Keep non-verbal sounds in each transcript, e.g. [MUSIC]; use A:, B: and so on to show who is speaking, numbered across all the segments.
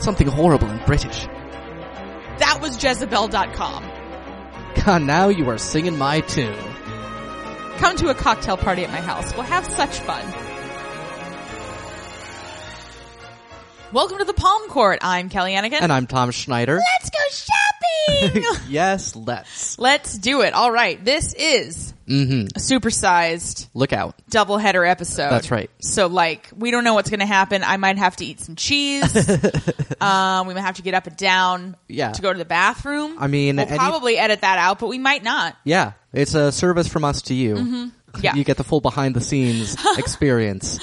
A: Something horrible and British. [LAUGHS]
B: That was Jezebel.com.
A: God, now you are singing my tune.
B: Come to a cocktail party at my house. We'll have such fun. Welcome to the Palm Court. I'm Kelly Anakin.
A: And I'm Tom Schneider.
B: Let's go
A: [LAUGHS]
B: shopping!
A: yes, let's. Mm-hmm.
B: Let's do it. All right. This is a supersized
A: Look out.
B: doubleheader episode.
A: That's right.
B: So, like, we don't know what's going to happen. I might have to eat some
A: [LAUGHS]
B: cheese. um, we might have to get up and down
A: Yeah.
B: to go to the bathroom.
A: I mean,
B: we'll
A: any-
B: probably edit that out, but we might not.
A: Yeah, it's a service from us to you.
B: Yeah.
A: [LAUGHS] You get the full behind the
B: [LAUGHS]
A: scenes experience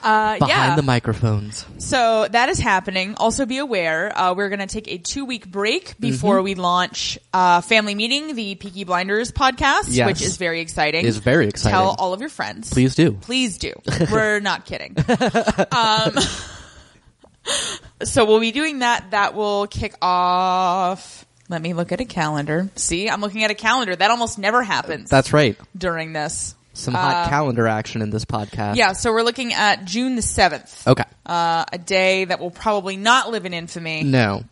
B: Uh,
A: behind
B: yeah.
A: the microphones.
B: So that is happening. Also, be aware uh, we're going to take a two week
A: Mm-hmm.
B: break before we launch uh, Family Meeting, the Peaky Blinders podcast,
A: Yes.
B: which is very exciting.
A: Is very exciting.
B: Tell all of your friends.
A: Please do. [LAUGHS]
B: Please do. We're not kidding. Um, [LAUGHS] so we'll be doing that. That will kick off. Let me look at a calendar. See, I'm looking at a calendar. That almost never happens
A: That's right.
B: during this.
A: Some hot calendar action in this podcast.
B: Uh, Yeah, so we're looking at June the 7th.
A: Okay.
B: Uh, a day that will probably not live in infamy,
A: No.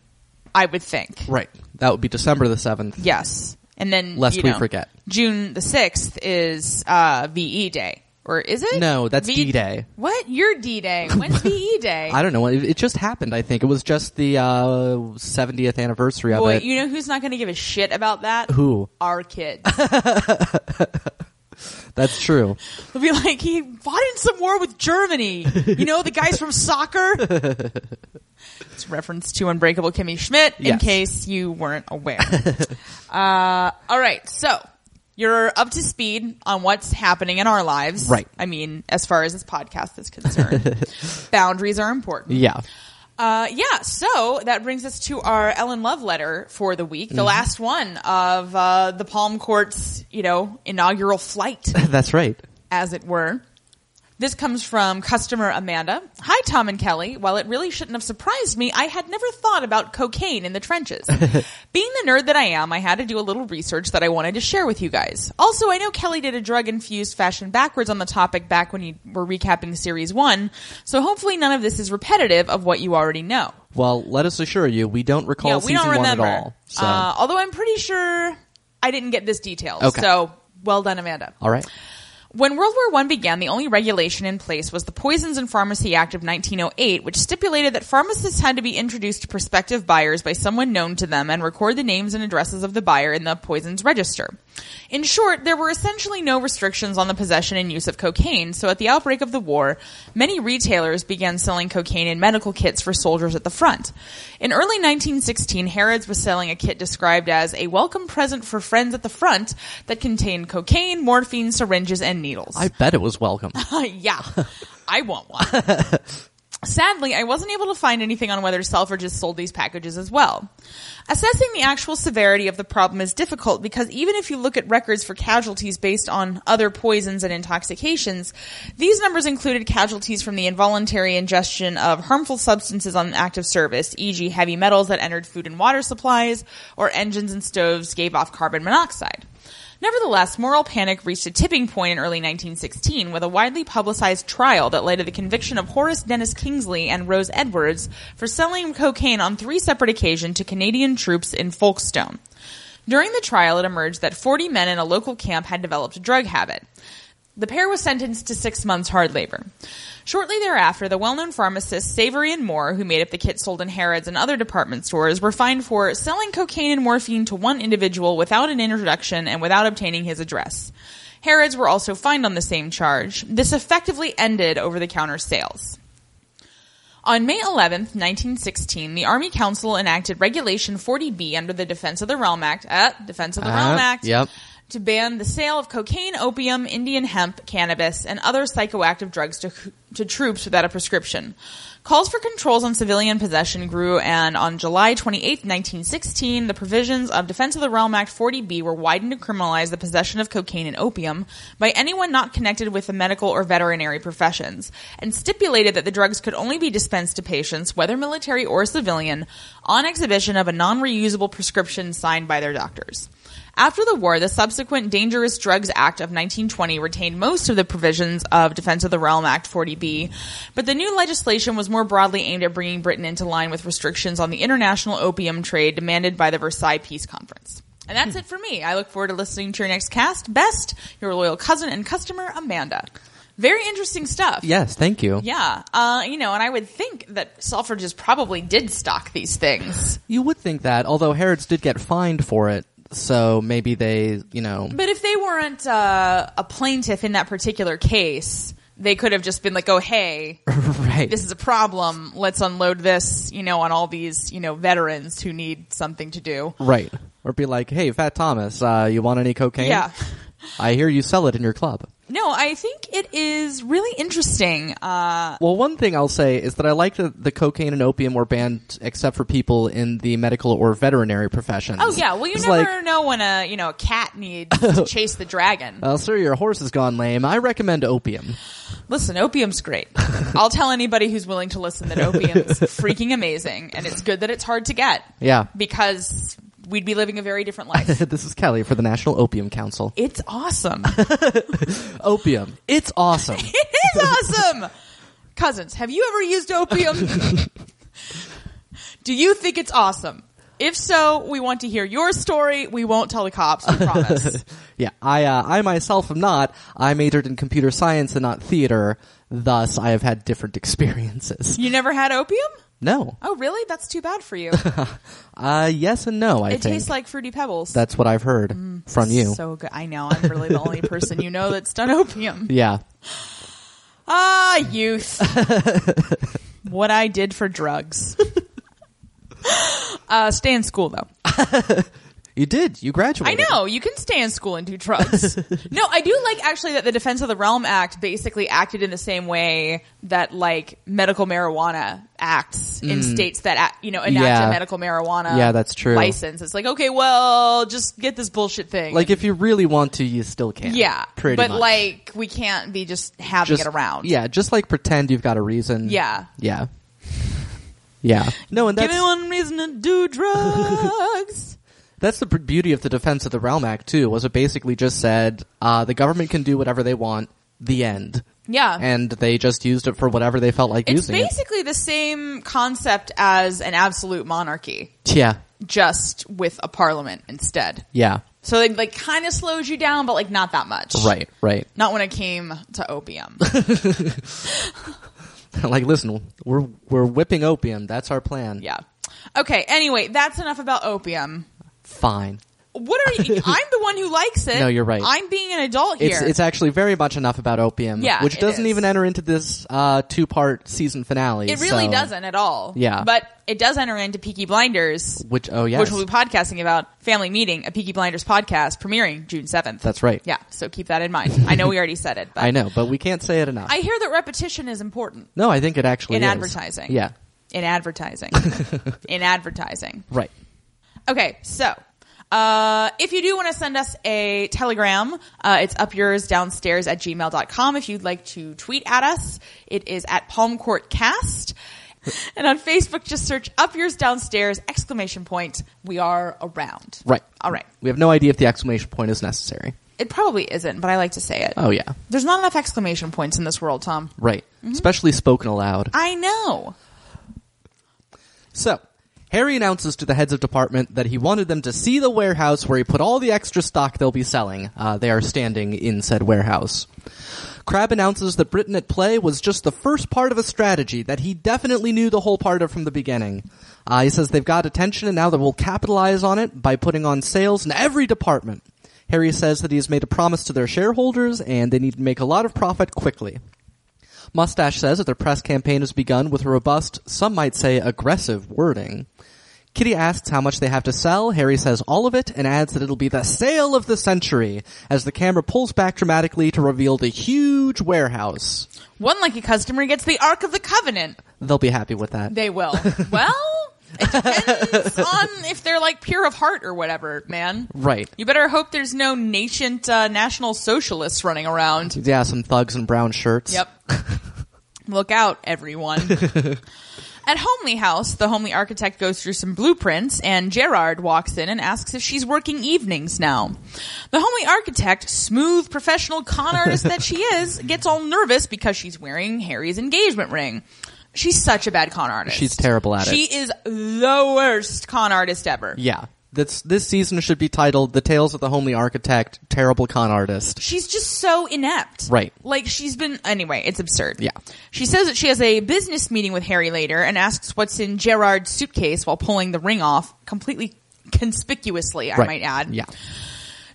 B: I would think.
A: Right. That would be December the 7th.
B: Yes. And then,
A: Lest
B: you
A: we
B: know,
A: forget.
B: June the 6th is uh, VE Day. Or is it?
A: No, that's
B: V-
A: D-Day.
B: What? Your D Day.
A: [LAUGHS]
B: When's VE Day?
A: I don't know. It, it just happened, I think. It was just the uh, 70th anniversary of
B: Boy,
A: it.
B: you know who's not going to give a shit about that?
A: Who?
B: Our kids.
A: That's true.
B: They'll be like, he fought in some war with Germany. You know, the guys
A: [LAUGHS]
B: from soccer. It's a reference to Unbreakable Kimmy Schmidt, in
A: Yes.
B: case you weren't
A: [LAUGHS]
B: aware. uh, all right, so you're up to speed on what's happening in our lives.
A: Right.
B: I mean, as far as this podcast
A: [LAUGHS]
B: is concerned, boundaries are important.
A: Yeah.
B: Uh, yeah, so that brings us to our Ellen Love letter for the week,
A: Mm-hmm.
B: the last one of uh, the Palm Court's, you know, inaugural
A: [CLEARS THROAT]
B: flight,
A: That's right.
B: as it were. This comes from customer Amanda. Hi, Tom and Kelly. While it really shouldn't have surprised me, I had never thought about cocaine in
A: [LAUGHS]
B: the trenches. Being the nerd that I am, I had to do a little research that I wanted to share with you guys. Also, I know Kelly did a drug infused fashion backwards on the topic back when you were recapping series one, so hopefully none of this is repetitive of what you already know.
A: Well, let us assure you, we don't recall
B: Yeah, we
A: season
B: don't remember.
A: one at all. So,
B: uh, although I'm pretty sure I didn't get this detailed.
A: Okay.
B: So well done, Amanda.
A: all right.
B: When World War One began, the only regulation in place was the Poisons and Pharmacy Act of 1908, which stipulated that pharmacists had to be introduced to prospective buyers by someone known to them and record the names and addresses of the buyer in the poisons register. In short, there were essentially no restrictions on the possession and use of cocaine, so at the outbreak of the war, many retailers began selling cocaine in medical kits for soldiers at the front. In early 1916, Harrods was selling a kit described as a welcome present for friends at the front that contained cocaine, morphine, syringes, and needles.
A: I bet it was welcome.
B: [LAUGHS] yeah, I want one. Sadly, I wasn't able to find anything on whether Selfridges sold these packages as well. Assessing the actual severity of the problem is difficult because even if you look at records for casualties based on other poisons and intoxications, these numbers included casualties from the involuntary ingestion of harmful substances on active service, e.g. heavy metals that entered food and water supplies, or engines and stoves gave off carbon monoxide. Nevertheless, moral panic reached a tipping point in early 1916 with a widely publicized trial that led to the conviction of Horace Dennis Kingsley and Rose Edwards for selling cocaine on three separate occasions to Canadian troops in Folkestone. During the trial, it emerged that 40 men in a local camp had developed a drug habit. The pair was sentenced to six months hard labor. Shortly thereafter, the well-known pharmacists Savory and Moore, who made up the kit sold in Harrods and other department stores, were fined for selling cocaine and morphine to one individual without an introduction and without obtaining his address. Harrods were also fined on the same charge. This effectively ended over-the-counter sales. On May 11th, 1916, the Army Council enacted Regulation 40B under the Defense of the Realm Act, uh, Defense of the
A: Uh-huh.
B: Realm Act,
A: Yep.
B: to ban the sale of cocaine, opium, Indian hemp, cannabis, and other psychoactive drugs to, to troops without a prescription. Calls for controls on civilian possession grew, and on July 28, 1916, the provisions of Defense of the Realm Act 40B were widened to criminalize the possession of cocaine and opium by anyone not connected with the medical or veterinary professions, and stipulated that the drugs could only be dispensed to patients, whether military or civilian, on exhibition of a non-reusable prescription signed by their doctors. After the war, the subsequent Dangerous Drugs Act of 1920 retained most of the provisions of Defense of the Realm Act 40B, but the new legislation was more broadly aimed at bringing Britain into line with restrictions on the international opium trade demanded by the Versailles Peace Conference. And that's it for me. I look forward to listening to your next cast. Best, your loyal cousin and customer, Amanda. Very interesting stuff.
A: [LAUGHS] Yes, thank you.
B: Yeah, uh, you know, and I would think that Selfridges probably did stock these things.
A: You would think that, although Harrods did get fined for it, so maybe they, you
B: [LAUGHS]
A: know, [LAUGHS]
B: But if they weren't uh, a plaintiff in that particular case, they could have just been like, "Oh, hey,
A: right.
B: this is a problem. Let's unload this, you know, on all these, you know, veterans who need something to do."
A: Right. Or be like, hey, Fat Thomas, uh, you want any cocaine?
B: Yeah.
A: [LAUGHS] I hear you sell it in your club.
B: No, I think it is really interesting. Uh,
A: Well, one thing I'll say is that I like that the cocaine and opium were banned except for people in the medical or veterinary professions.
B: oh yeah, well, you
A: It's
B: never
A: like,
B: know when a you know a cat needs [LAUGHS] to chase the dragon.
A: uh, sir, your horse has gone lame. I recommend opium.
B: Listen, opium's [LAUGHS] great. I'll tell anybody who's willing to listen that [LAUGHS] opium's freaking amazing, and it's good that it's hard to get.
A: Yeah.
B: Because we'd be living a very different [LAUGHS]
A: [LAUGHS]
B: life.
A: this is Kelly for the National Opium Council.
B: It's awesome.
A: Opium. It's awesome.
B: It is awesome. Cousins, have you ever used opium? Do you think it's awesome? If so, we want to hear your story. We won't tell the cops, we
A: [LAUGHS]
B: promise.
A: [LAUGHS] yeah, I uh, I myself am not. I majored in computer science and not theater. Thus, I have had different [LAUGHS] experiences.
B: You never had opium?
A: No.
B: Oh, really? That's too bad for you.
A: Uh, yes and no. I
B: It
A: think
B: tastes like fruity pebbles.
A: that's what I've heard from you.
B: So good. I know. I'm really the only person you know that's done opium.
A: yeah.
B: Ah,
A: [LAUGHS]
B: youth. what I did for drugs. Uh, stay in school though.
A: You did. You
B: I
A: graduated.
B: know you can stay in school and
A: [LAUGHS]
B: do drugs. no, I do like actually that the Defense of the Realm Act basically acted in the same way that like medical marijuana acts in states that act- you know enact
A: Mm. Yeah.
B: a medical marijuana
A: Yeah, that's true.
B: license. It's like okay, well, just get this bullshit thing.
A: Like if you really want to, you still can.
B: yeah,
A: Pretty
B: but
A: much.
B: like we can't be just having
A: just
B: it around.
A: Yeah, just like pretend you've got a reason.
B: Yeah.
A: Yeah. [LAUGHS] Yeah. No, and
B: Give
A: that's
B: me one reason to do drugs.
A: That's the pr- beauty of the Defense of the Realm Act too. Was it basically just said uh, the government can do whatever they want. The end.
B: yeah.
A: [LAUGHS] And they just used it for whatever they felt like
B: Uh. it's
A: using it.
B: basically the same concept as an absolute monarchy,
A: Yeah.
B: just with a parliament instead.
A: Yeah.
B: So it like kind of slows you down, but like not that much.
A: Right. Right. [LAUGHS]
B: Not when it came to opium.
A: like, listen, we're we're whipping opium. That's our plan.
B: yeah. Okay. Anyway, that's enough about opium.
A: Fine.
B: What
A: [LAUGHS]
B: are you? I'm the one who likes it.
A: No, you're right.
B: I'm being an adult here.
A: It's it's actually very much enough about opium.
B: Yeah,
A: Which
B: it
A: doesn't
B: is.
A: even enter into this uh, two part season finale.
B: it really
A: so-
B: doesn't at all.
A: Yeah.
B: But it does enter into Peaky Blinders,
A: Which oh yes.
B: which we'll be podcasting about. Family Meeting, a Peaky Blinders podcast premiering June 7th.
A: That's right.
B: Yeah. So keep that in mind. I know we already said it,
A: [LAUGHS]
B: but
A: I know, but we can't say it enough.
B: I hear that repetition is important
A: no, I think it actually
B: in
A: is.
B: advertising.
A: Yeah.
B: In advertising. [LAUGHS] in advertising.
A: Right.
B: Okay, so uh, if you do want to send us a telegram, uh, it's upyoursdownstairs at gmail.com. If you'd like to tweet at us, it is at Palm Court Cast. And on Facebook, just search Up Yours Downstairs, exclamation point. We are around.
A: Right.
B: All right.
A: We have no idea if the exclamation point is necessary.
B: It probably isn't, but I like to say it.
A: Oh yeah.
B: There's not enough exclamation points in this world, Tom.
A: Right. Especially spoken aloud.
B: I know.
A: So, Harry announces to the heads of department that he wanted them to see the warehouse where he put all the extra stock they'll be selling. Uh, they are standing in said warehouse. Crab announces that Britain at Play was just the first part of a strategy, that he definitely knew the whole part of from the beginning. Uh, he says they've got attention and now that we'll capitalize on it by putting on sales in every department. Harry says that he has made a promise to their shareholders and they need to make a lot of profit quickly. Mustache says that their press campaign has begun with robust, some might say aggressive, wording. Kitty asks how much they have to sell. Harry says all of it and adds that it'll be the sale of the century as the camera pulls back dramatically to reveal the huge warehouse.
B: One lucky customer gets the Ark of the Covenant.
A: They'll be happy with that.
B: They will. well, it depends on if they're like pure of heart or whatever, man.
A: Right.
B: You better hope there's no nascent uh, national socialists running around.
A: [LAUGHS] Yeah, some thugs in brown shirts.
B: Yep. Look out,
A: [LAUGHS]
B: everyone. At Homely House, the homely architect goes through some blueprints, and Gerard walks in and asks if she's working evenings now. The homely architect, smooth professional con artist that she is, gets all nervous because she's wearing Harry's engagement ring. She's such a bad con artist.
A: She's terrible at it.
B: She is the worst con artist ever.
A: Yeah. That's, this season should be titled The Tales of the Homely Architect, Terrible Con Artist.
B: She's just so inept.
A: Right.
B: Like she's been anyway, it's absurd.
A: Yeah.
B: She says that she has a business meeting with Harry later and asks what's in Gerard's suitcase while pulling the ring off completely conspicuously, I
A: right.
B: might add.
A: Yeah.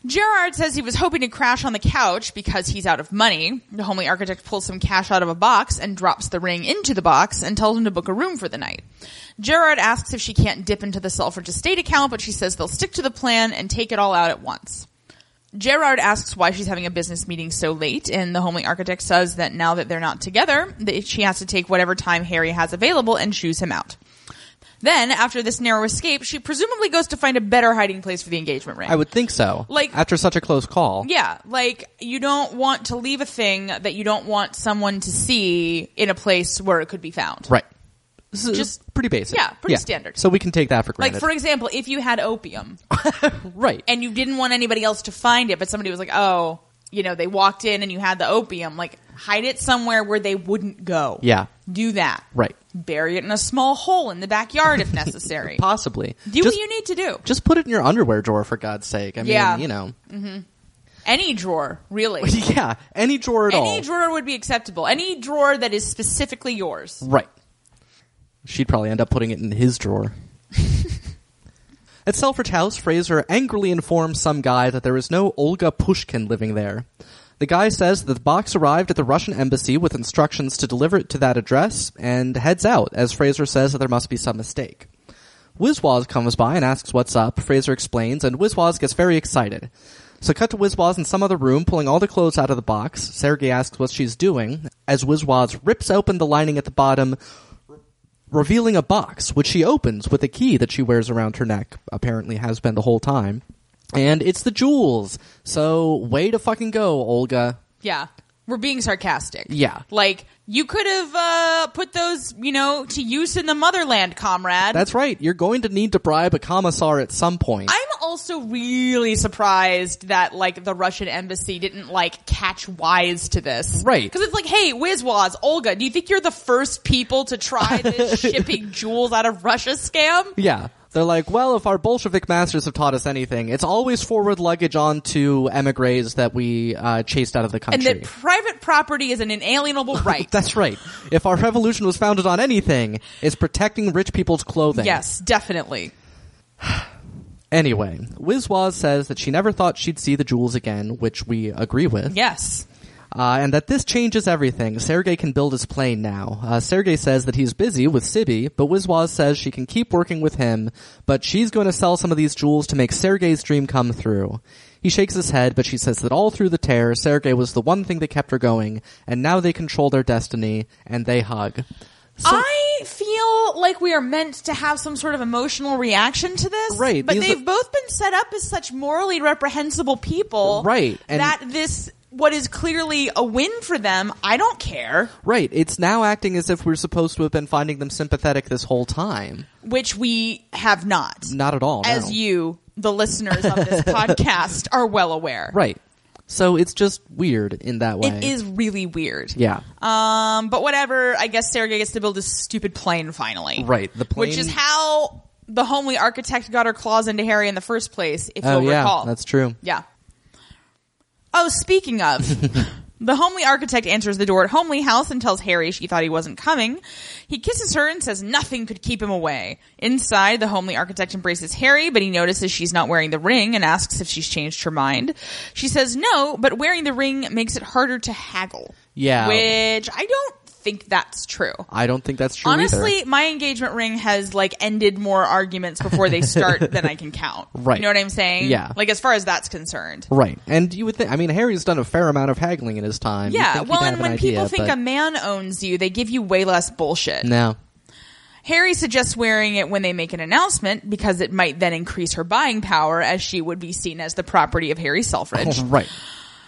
B: Gerard says he was hoping to crash on the couch because he's out of money. The homely architect pulls some cash out of a box and drops the ring into the box and tells him to book a room for the night. Gerard asks if she can't dip into the Selfridge estate account, but she says they'll stick to the plan and take it all out at once. Gerard asks why she's having a business meeting so late, and the homely architect says that now that they're not together, that she has to take whatever time Harry has available and choose him out. Then, after this narrow escape, she presumably goes to find a better hiding place for the engagement ring.
A: I would think so.
B: Like-
A: after such a close call.
B: Yeah, like you don't want to leave a thing that you don't want someone to see in a place where it could be found.
A: Right. This is
B: Just-
A: pretty basic.
B: yeah, pretty standard.
A: So we can take that for
B: Like
A: granted.
B: for example, if you had opium [LAUGHS]
A: right.
B: and you didn't want anybody else to find it, but somebody was like, "Oh, you know, they walked in and you had the opium." Like hide it somewhere where they wouldn't go.
A: Yeah.
B: Do that.
A: Right.
B: Bury it in a small hole in the backyard
A: [LAUGHS]
B: if necessary.
A: Possibly.
B: do
A: just,
B: what you need to do.
A: just put it in your underwear drawer for God's sake. I
B: Yeah.
A: mean, you know. [LAUGHS]
B: Any drawer, really.
A: Yeah. [LAUGHS] Any drawer at all.
B: Any drawer would be acceptable. Any drawer that is specifically yours.
A: Right. She'd probably end up putting it in his drawer. At Selfridge House, Fraser angrily informs some guy that there is no Olga Pushkin living there. The guy says that the box arrived at the Russian embassy with instructions to deliver it to that address and heads out, as Fraser says that there must be some mistake. Wizwaz comes by and asks what's up. Fraser explains, and Wizwaz gets very excited. So cut to Wizwaz in some other room, pulling all the clothes out of the box. Sergey asks what she's doing, as Wizwaz rips open the lining at the bottom, re- revealing a box, which she opens with a key that she wears around her neck, apparently has been the whole time. And it's the jewels. So way to fucking go, Olga.
B: Yeah. We're being sarcastic.
A: Yeah.
B: Like, you could have uh, put those, you know, to use in the motherland, comrade.
A: That's right. You're going to need to bribe a commissar at some point.
B: I'm also really surprised that, like, the Russian embassy didn't, like, catch wise to this.
A: Right.
B: Because it's like, hey, Wizwaz, Olga, do you think you're the first people
A: [LAUGHS]
B: to try this shipping jewels out of Russia scam?
A: Yeah. They're like, well, if our Bolshevik masters have taught us anything, it's always forward luggage onto emigres that we uh, chased out of the
B: And
A: country.
B: that private property is
A: [LAUGHS]
B: an inalienable right.
A: That's right. If our revolution was founded on anything, it's protecting rich people's clothing.
B: yes, definitely.
A: Anyway, Wizwaz says that she never thought she'd see the jewels again, which we agree with.
B: Yes.
A: Uh, and that this changes everything. Sergei can build his plane now. Uh, Sergei says that he's busy with Sibby, but Wizwaz says she can keep working with him, but she's going to sell some of these jewels to make Sergei's dream come through. He shakes his head, but she says that all through the tear, Sergei was the one thing that kept her going, and now they control their destiny, and they hug. So-
B: I feel like we are meant to have some sort of emotional reaction to this.
A: Right,
B: But
A: these
B: they've
A: are-
B: both been set up as such morally reprehensible people.
A: Right, and-
B: that this, what is clearly a win for them, I don't care,
A: right, it's now acting as if we're supposed to have been finding them sympathetic this whole time.
B: which we have not.
A: Not at all.
B: As
A: no.
B: you, the listeners of
A: [LAUGHS]
B: this podcast, are well aware.
A: Right. So it's just weird in that way.
B: It is really weird.
A: Yeah.
B: Um, but whatever. I guess Sergei gets to build his stupid plane finally.
A: Right, the plane-
B: which is how the homely architect got her claws into Harry in the first place. If
A: Oh
B: you'll
A: yeah,
B: recall,
A: that's true.
B: Yeah. Oh, speaking of, the homely architect answers the door at Homely House and tells Harry she thought he wasn't coming. He kisses her and says nothing could keep him away. Inside, the homely architect embraces Harry, but he notices she's not wearing the ring and asks if she's changed her mind. She says no, but wearing the ring makes it harder to haggle.
A: Yeah.
B: Which I don't think that's true.
A: I don't think that's true
B: Honestly,
A: either.
B: my engagement ring has like ended more arguments before they start
A: [LAUGHS]
B: than I can count.
A: Right.
B: You know what I'm saying?
A: Yeah.
B: Like as far as that's concerned.
A: Right. And you would think, I mean, Harry's done a fair amount of haggling in his time. You'd
B: Yeah.
A: think he'd
B: Well,
A: have
B: and
A: an
B: when
A: idea,
B: people think
A: but
B: a man owns you, they give you way less bullshit.
A: No.
B: Harry suggests wearing it when they make an announcement because
A: [LAUGHS]
B: it might then increase her buying power as she would be seen as the property of Harry Selfridge.
A: Right.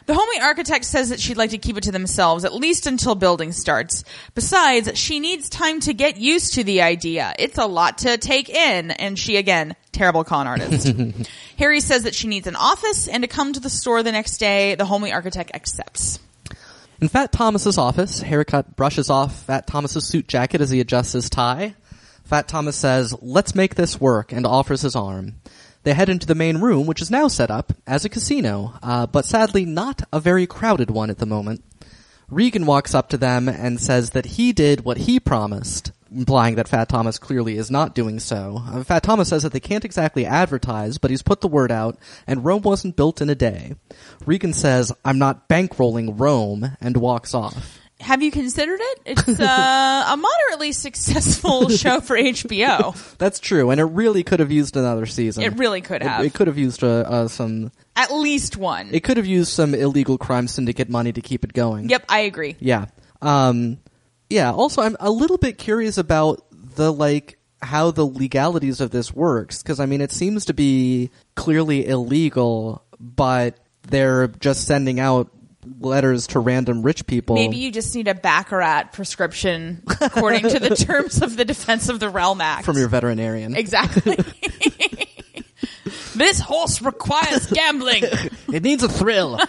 B: The homemade architect says that she'd like to keep it to themselves, at least until building starts. Besides, she needs time to get used to the idea. It's a lot to take in, and she again, terrible con artist. Harry says that she needs an office and to come to the store the next day. The homely architect accepts.
A: In Fat Thomas's office, Haircut brushes off Fat Thomas's suit jacket as he adjusts his tie. Fat Thomas says, "Let's make this work," and offers his arm. They head into the main room, which is now set up as a casino, uh, but sadly not a very crowded one at the moment. Regan walks up to them and says that he did what he promised, implying that Fat Thomas clearly is not doing so. Uh, Fat Thomas says that they can't exactly advertise, but he's put the word out, and Rome wasn't built in a day. Regan says, I'm not bankrolling Rome, and walks off.
B: Have you considered it? It's uh, a moderately successful show for HBO.
A: That's true, and it really could have used another season.
B: It really could
A: It-
B: have.
A: It, could have used uh, uh, some.
B: At least one.
A: It could have used some illegal crime syndicate money to keep it going.
B: yep, I agree.
A: Yeah. Um, yeah. Also, I'm a little bit curious about the like how the legalities of this works because I mean it seems to be clearly illegal, but they're just sending out letters to random rich people.
B: Maybe you just need a Baccarat prescription according to the terms of the Defense of the Realm Act.
A: from your veterinarian.
B: Exactly. [LAUGHS] this horse requires gambling.
A: it needs a
B: [LAUGHS]
A: thrill.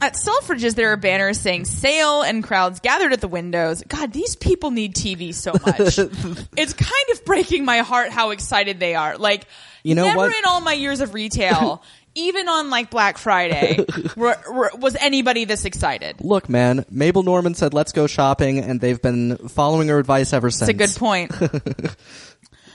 B: At Selfridges, there are banners saying sale and crowds gathered at the windows. God, these people need TV so [LAUGHS] much. it's kind of breaking my heart how excited they are. Like,
A: You know
B: never
A: what?
B: in all my years of [LAUGHS] retail, even on like Black [LAUGHS] Friday, were, were, was anybody this excited.
A: Look, man, Mabel Norman said, "Let's go shopping," and they've been following her advice ever since.
B: That's a good [LAUGHS] point.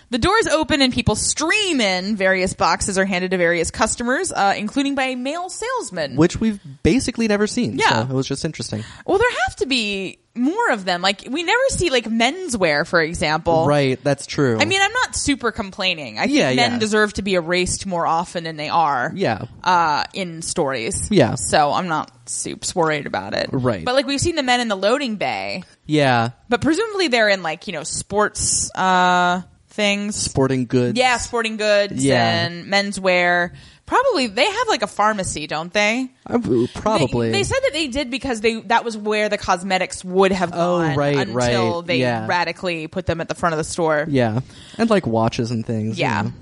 B: the doors open and people stream in. Various boxes are handed to various customers, uh, including by a male salesman.
A: which we've basically never seen.
B: Yeah.
A: so it was just interesting.
B: well, there have to be more of them. Like we never see like menswear, for example.
A: Right, that's true.
B: I mean, I'm not super complaining. I think
A: Yeah,
B: men
A: yeah.
B: deserve to be erased more often than they are.
A: Yeah.
B: Uh, in stories.
A: Yeah.
B: So I'm not soups worried about it.
A: Right.
B: But like we've seen the men in the loading bay,
A: yeah,
B: but presumably they're in like, you know, sports, uh, things.
A: sporting goods.
B: Yeah, sporting goods
A: Yeah.
B: and menswear. Probably they have like a pharmacy, don't they?
A: I w-
B: They-
A: Uh, probably.
B: They, said that they did because they that was where the cosmetics would have
A: Oh,
B: gone
A: right,
B: until
A: right.
B: they
A: Yeah.
B: radically put them at the front of the store.
A: yeah, and like watches and things. you
B: Yeah.
A: know.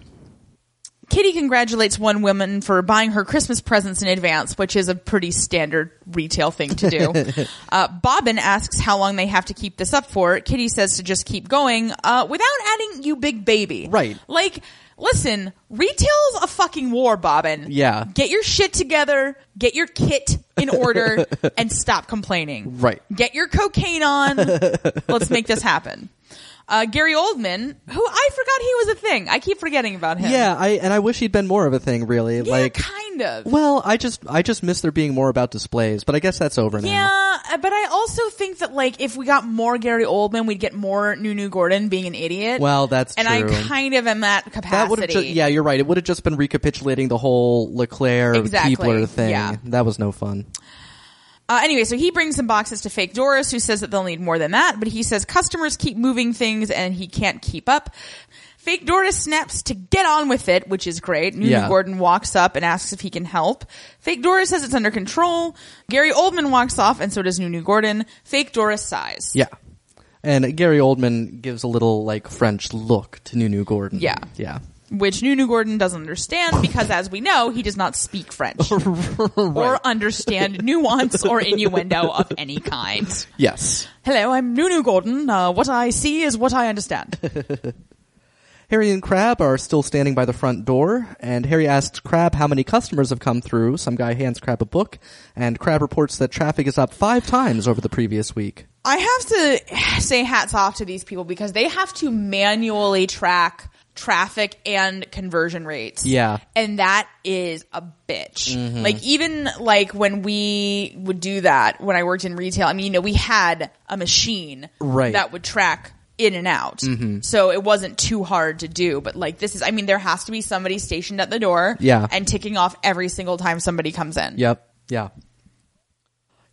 B: Kitty congratulates one woman for buying her Christmas presents in advance, which is a pretty standard retail thing to
A: [LAUGHS]
B: do. uh, Bobbin asks how long they have to keep this up for. Kitty says to just keep going uh, without adding "you big baby."
A: Right.
B: Like, listen, retail's a fucking war, Bobbin.
A: Yeah.
B: Get your shit together. Get your kit in order,
A: [LAUGHS]
B: and stop complaining.
A: Right.
B: Get your cocaine on. Let's make this happen. Uh, Gary Oldman, who I forgot he was a thing. I keep forgetting about him.
A: Yeah, I and I wish he'd been more of a thing. Really,
B: Yeah,
A: like.
B: kind of.
A: Well, I just I just miss there being more about displays, but I guess that's over now.
B: yeah, uh, but I also think that like if we got more Gary Oldman, we'd get more Nunu Gordon being an idiot.
A: Well, that's
B: and
A: true.
B: I kind of am that capacity.
A: that would have just yeah, you're right. It would have just been recapitulating the whole Leclerc
B: Exactly,
A: Keebler thing.
B: yeah.
A: That was no fun.
B: Uh, anyway, so he brings some boxes to fake Doris, who says that they'll need more than that, but he says customers keep moving things and he can't keep up. Fake Doris snaps to get on with it, which is great. Nunu
A: Yeah.
B: Gordon walks up and asks if he can help. Fake Doris says it's under control. Gary Oldman walks off, and so does Nunu Gordon. Fake Doris sighs.
A: Yeah. And Gary Oldman gives a little like French look to Nunu Gordon.
B: Yeah. [LAUGHS]
A: Yeah.
B: Which Nunu Gordon doesn't understand because, as we know, he does not speak [LAUGHS] French or [LAUGHS] understand nuance or innuendo of any kind.
A: Yes.
B: Hello, I'm Nunu Gordon. Uh, what I see is what I understand.
A: Harry and Crab are still standing by the front door, and Harry asks Crab how many customers have come through. Some guy hands Crab a book, and Crab reports that traffic is up five times over the previous week.
B: I have to say hats off to these people because they have to manually track traffic and conversion rates.
A: Yeah. Mm-hmm.
B: And that is a bitch. Like even like when we would do that when I worked in retail, I mean, you know, we had a machine
A: Right. Mm-hmm.
B: that would track in and out. So it wasn't too hard to do, but like this is I mean, there has to be somebody stationed at the door
A: Yeah.
B: and ticking off every single time somebody comes in.
A: Yep. Yeah.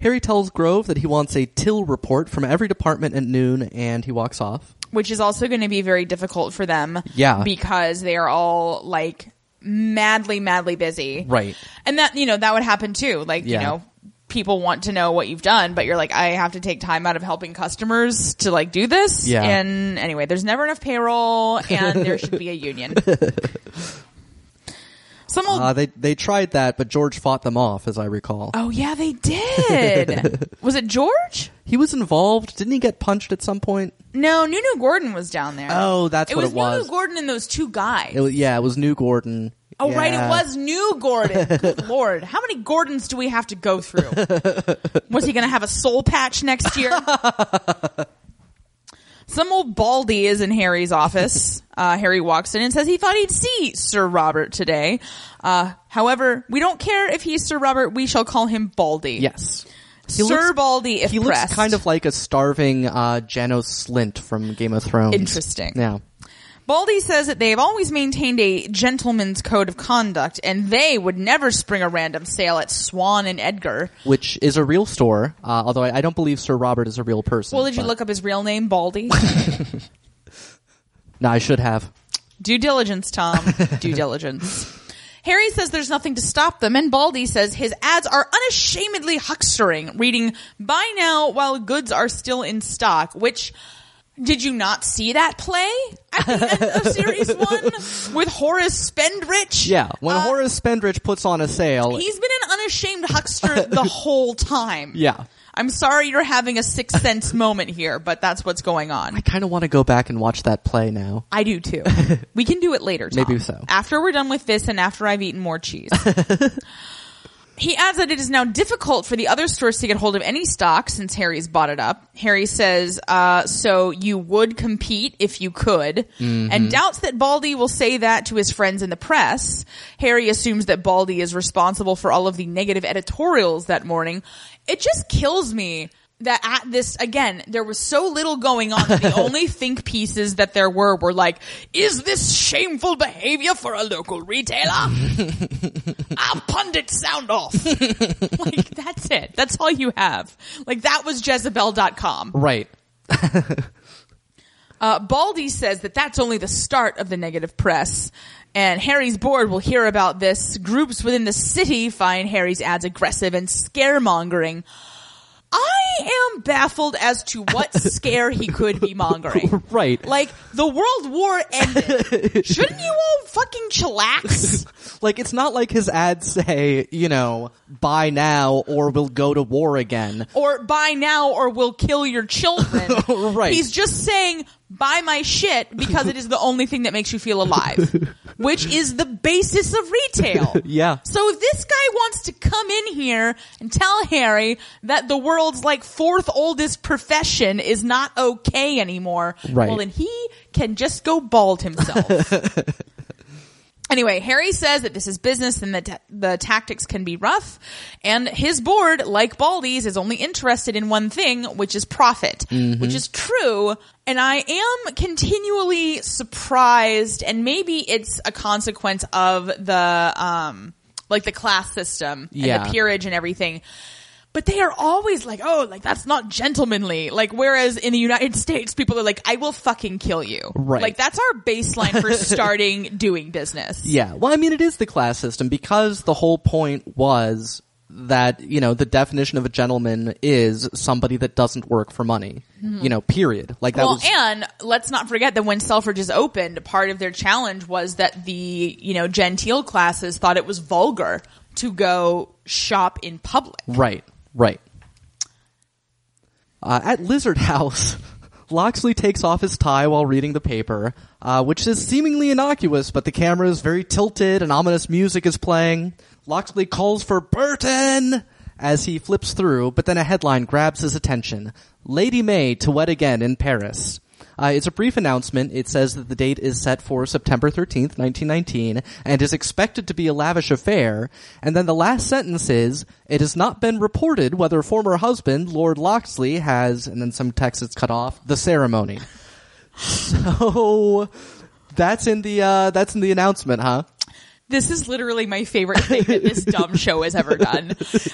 A: Harry tells Grove that he wants a till report from every department at noon, and he walks off.
B: which is also going to be very difficult for them.
A: Yeah.
B: Because they are all like madly, madly busy.
A: Right.
B: And that, you know, that would happen too. Like,
A: Yeah.
B: you know, people want to know what you've done, but you're like, I have to take time out of helping customers to like do this.
A: Yeah.
B: And anyway, there's never enough payroll and there
A: [LAUGHS]
B: should be a union. Some old
A: Uh, they they tried that, but George fought them off, as I recall.
B: Oh yeah, they
A: [LAUGHS]
B: did. was it George?
A: He was involved. Didn't he get punched at some point?
B: No, Nunu Gordon was down there.
A: Oh, that's
B: it
A: what
B: was
A: it was.
B: Nunu Gordon and those two guys.
A: It was, yeah, it was New Gordon.
B: oh right, it
A: Yeah.
B: was
A: [LAUGHS]
B: New Gordon. Good lord, how many Gordons do we have to go through? was he going to have a soul patch
A: [LAUGHS]
B: next year? Some old baldy is in Harry's office. Uh, Harry walks in and says he thought he'd see Sir Robert today. Uh, however, we don't care if he's Sir Robert. We shall call him Baldy.
A: Yes. He
B: Sir
A: looks-
B: Baldy. If
A: He
B: pressed.
A: looks kind of like a starving uh, Janos Slint from Game of Thrones.
B: Interesting.
A: Yeah.
B: Baldy says that they have always maintained a gentleman's code of conduct, and they would never spring a random sale at Swan and Edgar.
A: Which is a real store, uh, although I, I don't believe Sir Robert is a real person.
B: Well, did you
A: but-
B: look up his real
A: [LAUGHS]
B: name, Baldy?
A: No, I should have.
B: Due diligence, Tom. Due diligence. Harry says there's nothing to stop them, and Baldy says his ads are unashamedly huckstering, reading "Buy now while goods are still in stock." Which did you not see that play at the
A: [LAUGHS]
B: end of series one with Horace Spendrich?
A: Yeah, when
B: Uh,
A: Horace Spendrich puts on a sale,
B: He's been an unashamed huckster the whole time.
A: [LAUGHS] Yeah.
B: I'm sorry you're having a sixth sense moment here, but that's what's going on.
A: I kind of want to go back and watch that play now.
B: I
A: [LAUGHS]
B: do too. We can do it later. Tom.
A: Maybe so.
B: After we're done with this and after I've eaten more cheese. he adds that it is now difficult for the other stores to get hold of any stock since Harry's bought it up. Harry says, uh, so you would compete if you could, and doubts that Baldy will say that to his friends in the press. Harry assumes that Baldy is responsible for all of the negative editorials that morning. It just kills me. That at this again, there was so little going on. That the only think pieces that there were were like, "Is this shameful behavior for a local retailer?" I'll pundit sound off. [LAUGHS] like, that's it. That's all you have. Like, that was Jezebel.com.
A: Right. [LAUGHS]
B: Uh, Baldy says that that's only the start of the negative press. And Harry's board will hear about this. Groups within the city find Harry's ads aggressive and scaremongering. I am baffled as to what [LAUGHS] scare he could be mongering. [LAUGHS]
A: Right.
B: Like, the World War [LAUGHS] ended. Shouldn't you all fucking chillax?
A: Like, it's not like his ads say, you know, buy now or we'll go to war again.
B: or buy now or we'll kill your children.
A: [LAUGHS] Right.
B: He's just saying buy my shit because it is the only thing that makes you
A: [LAUGHS]
B: feel alive, which is the basis of retail.
A: Yeah.
B: So if this guy wants to come in here and tell Harry that the world's like fourth oldest profession is not okay anymore,
A: Right.
B: well then he can just go bald himself. Anyway, Harry says that this is business and that ta- the tactics can be rough. And his board, like Baldy's, is only interested in one thing, which is profit,
A: Mm-hmm.
B: which is true. And I am continually surprised, and maybe it's a consequence of the, um, like the class system and
A: Yeah.
B: the peerage and everything. But they are always like, oh, like that's not gentlemanly. Like, whereas in the United States, people are like, I will fucking kill you.
A: Right.
B: Like, that's our
A: [LAUGHS]
B: baseline for starting doing business.
A: Yeah. Well, I mean, it is the class system because the whole point was that, you know, the definition of a gentleman is somebody that doesn't work for money. You know, period. Like, that
B: Well,
A: was.
B: and let's not forget that when Selfridges opened, part of their challenge was that the, you know, genteel classes thought it was vulgar to go shop in public.
A: Right, right. Uh, at Lizard [LAUGHS] House, Loxley takes off his tie while reading the paper, uh, which is seemingly innocuous, but the camera is very tilted and ominous music is playing. Loxley calls for Burton as he flips through, but then a headline grabs his attention. Lady May to wed again in Paris. Uh, it's a brief announcement. It says that the date is set for September 13th, 1919, and is expected to be a lavish affair. And then the last sentence is, it has not been reported whether former husband, Lord Loxley, has, and then some text is cut off, the ceremony. [LAUGHS] so, that's in the, uh, that's in the announcement, huh?
B: This is literally my favorite thing that
A: [LAUGHS]
B: this dumb show has ever done.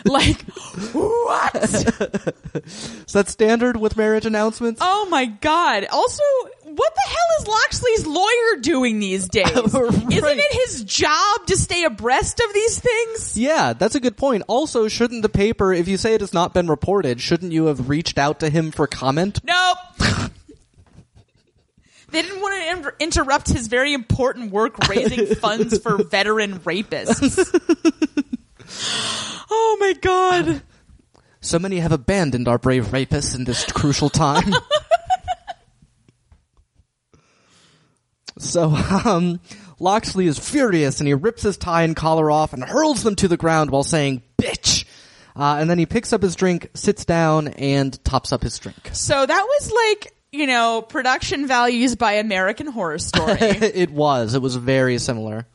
B: Like, what?
A: Is that standard with marriage announcements?
B: Oh my god. Also, what What the hell is Loxley's lawyer doing
A: [LAUGHS]
B: these days? Isn't it his job to stay abreast of these things?
A: Yeah, that's a good point. Also, shouldn't the paper, if you say it has not been reported, shouldn't you have reached out to him for comment?
B: Nope. [LAUGHS] they didn't want to in- interrupt his very important work
A: [LAUGHS]
B: raising funds for veteran rapists. oh my god.
A: So many have abandoned our brave rapists in this crucial time. so, um, Loxley is furious and he rips his tie and collar off and hurls them to the ground while saying, bitch! Uh, and then he picks up his drink, sits down, and tops up his drink. [LAUGHS]
B: So that was like, you know, production values by American
A: [LAUGHS]
B: Horror Story.
A: it was. It was very similar.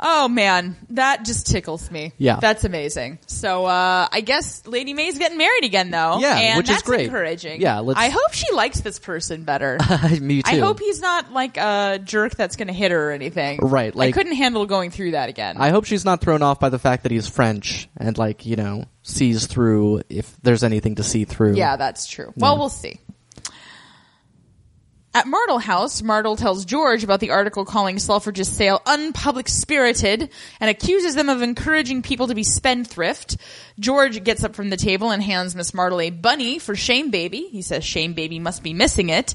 B: oh man, that just tickles me.
A: Yeah.
B: That's amazing. So uh I guess Lady May's getting married again though.
A: Yeah,
B: and
A: which is
B: that's
A: great.
B: encouraging.
A: Yeah, let's-
B: I hope she likes this person
A: [LAUGHS]
B: better.
A: Me too.
B: I hope he's not like a jerk that's going to hit her or anything.
A: Right,
B: I
A: like-
B: couldn't handle going through that again.
A: I hope she's not thrown off by the fact that he's French and like, you know, sees through if there's anything to see through.
B: yeah, that's true. Well, we'll see. At Martle House, Martle tells George about the article calling Selfridge's sale unpublic spirited and accuses them of encouraging people to be spendthrift. George gets up from the table and hands Miss Martle a bunny for Shame Baby. He says Shame Baby must be missing it.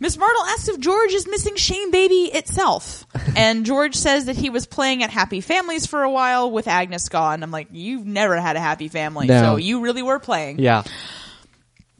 B: Miss Martle asks if George is missing Shame Baby [LAUGHS] itself. and George says that he was playing at Happy Families for a while with Agnes gone. I'm like, you've never had a happy family,
A: No.
B: so you really were playing.
A: Yeah.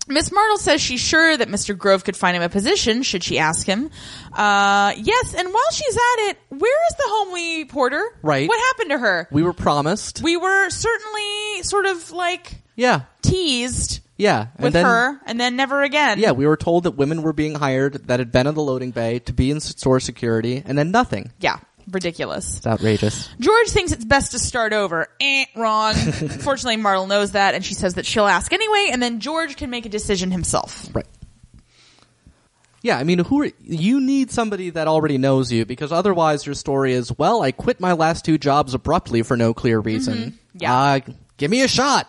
B: Miss Martle says she's sure that Mr. Grove could find him a position should she ask him. Uh, yes, and while she's at it, where is the homely porter?
A: Right.
B: What happened to her?
A: We were promised.
B: We were certainly sort of like
A: yeah.
B: teased
A: Yeah. And
B: with
A: then,
B: her and then never again.
A: Yeah, we were told that women were being hired that had been in the loading bay to be in s- store security and then nothing.
B: Yeah. Ridiculous.
A: It's outrageous.
B: George thinks it's best to start over. Eh, wrong.
A: [LAUGHS]
B: Fortunately, Martle knows that and she says that she'll ask anyway and then George can make a decision himself.
A: Right. Yeah, I mean, who are, you need somebody that already knows you because otherwise your story is, well, I quit my last two jobs abruptly for no clear reason.
B: Mm-hmm. Yeah.
A: Uh, give me a shot.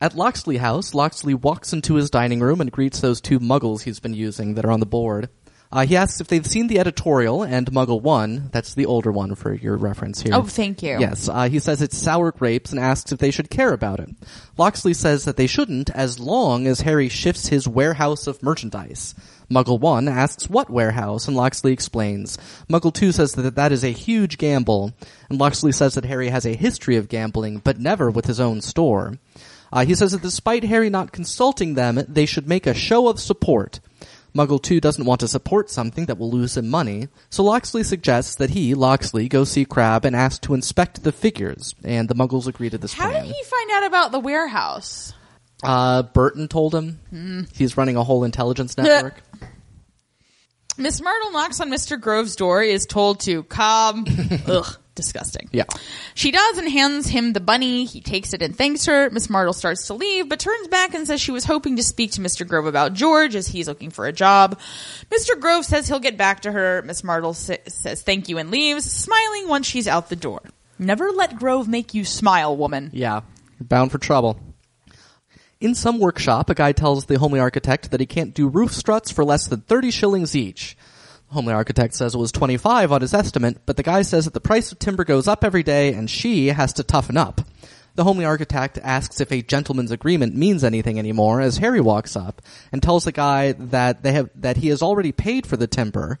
A: At Loxley House, Loxley walks into his dining room and greets those two muggles he's been using that are on the board. Uh, he asks if they've seen the editorial and Muggle 1, that's the older one for your reference here.
B: Oh, thank you.
A: Yes, uh, he says it's sour grapes and asks if they should care about it. Loxley says that they shouldn't as long as Harry shifts his warehouse of merchandise. Muggle 1 asks what warehouse, and Loxley explains. Muggle 2 says that that is a huge gamble, and Loxley says that Harry has a history of gambling, but never with his own store. Uh, he says that despite Harry not consulting them, they should make a show of support. Muggle 2 doesn't want to support something that will lose him money, so Loxley suggests that he, Loxley, go see Crab and ask to inspect the figures, and the Muggles agree to this
B: How
A: plan.
B: did he find out about the warehouse?
A: uh, Burton told him he's running a whole intelligence network.
B: Miss Martle knocks on Mr. Grove's door, is told
A: [LAUGHS]
B: to come. Ugh, disgusting.
A: Yeah.
B: She does and hands him the bunny. He takes it and thanks her. Miss Martle starts to leave, but turns back and says she was hoping to speak to Mr. Grove about George as he's looking for a job. Mr. Grove says he'll get back to her. Miss Martle sa- says thank you and leaves, smiling once she's out the door. Never let Grove make you smile, woman.
A: Yeah. Bound for trouble. In some workshop, a guy tells the homely architect that he can't do roof struts for less than 30 shillings each. The homely architect says it was 25 on his estimate, but the guy says that the price of timber goes up every day and she has to toughen up. The homely architect asks if a gentleman's agreement means anything anymore as Harry walks up and tells the guy that they have, that he has already paid for the timber.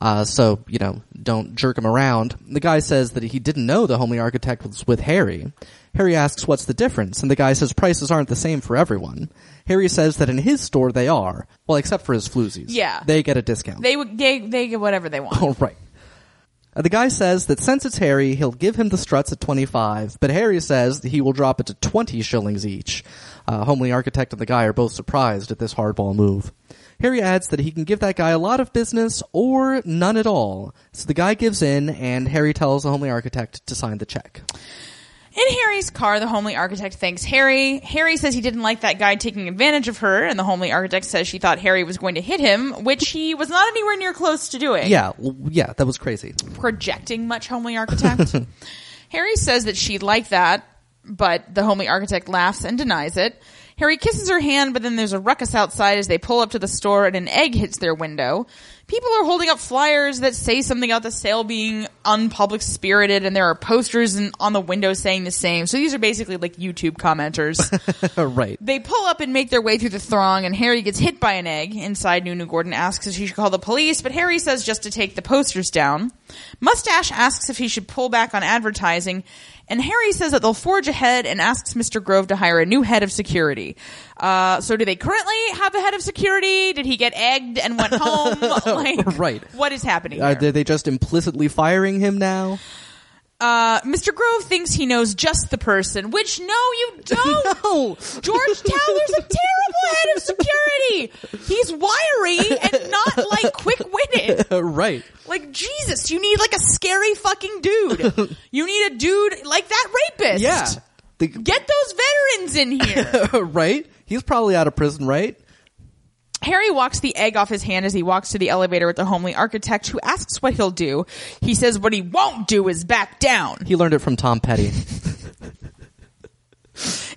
A: Uh, so, you know, don't jerk him around. The guy says that he didn't know the homely architect was with Harry. Harry asks what's the difference, and the guy says prices aren't the same for everyone. Harry says that in his store they are. Well, except for his floozies.
B: Yeah.
A: They get a discount.
B: They would they they get whatever they want.
A: All right. Uh, the guy says that since it's Harry, he'll give him the struts at 25, but Harry says that he will drop it to 20 shillings each. Uh, Homely Architect and the guy are both surprised at this hardball move. Harry adds that he can give that guy a lot of business or none at all. So the guy gives in, and Harry tells the Homely Architect to sign the check.
B: In Harry's car, the homely architect thanks Harry. Harry says he didn't like that guy taking advantage of her, and the homely architect says she thought Harry was going to hit him, which he was not anywhere near close to doing.
A: Yeah, l- yeah, that was crazy. [LAUGHS]
B: Projecting much, homely architect. Harry says that she'd like that, but the homely architect laughs and denies it. Harry kisses her hand, but then there's a ruckus outside as they pull up to the store and an egg hits their window. People are holding up flyers that say something about the sale being unpublic spirited and there are posters in, on the window saying the same. So these are basically like YouTube commenters.
A: right.
B: They pull up and make their way through the throng, and Harry gets hit by an egg. Inside, Nunu Gordon asks if she should call the police, but Harry says just to take the posters down. Mustache asks if he should pull back on advertising, and Harry says that they'll forge ahead and asks Mr. Grove to hire a new head of security. Uh, so do they currently have a head of security? Did he get egged and went home? [LAUGHS] like,
A: Right.
B: What is happening?
A: Are
B: here?
A: they, they just implicitly firing him now?
B: uh, Mr. Grove thinks he knows just the person, which no, you don't.
A: No.
B: George Towler's a terrible head of security. He's wiry and not like quick witted.
A: [LAUGHS] right.
B: Like Jesus, you need like a scary fucking dude. You need a dude like that rapist.
A: Yeah. The-
B: Get those veterans in
A: [LAUGHS]
B: here.
A: right? He's probably out of prison, right?
B: Harry walks the egg off his hand as he walks to the elevator with the homely architect who asks what he'll do. He says what he won't do is back down.
A: He learned it from Tom Petty.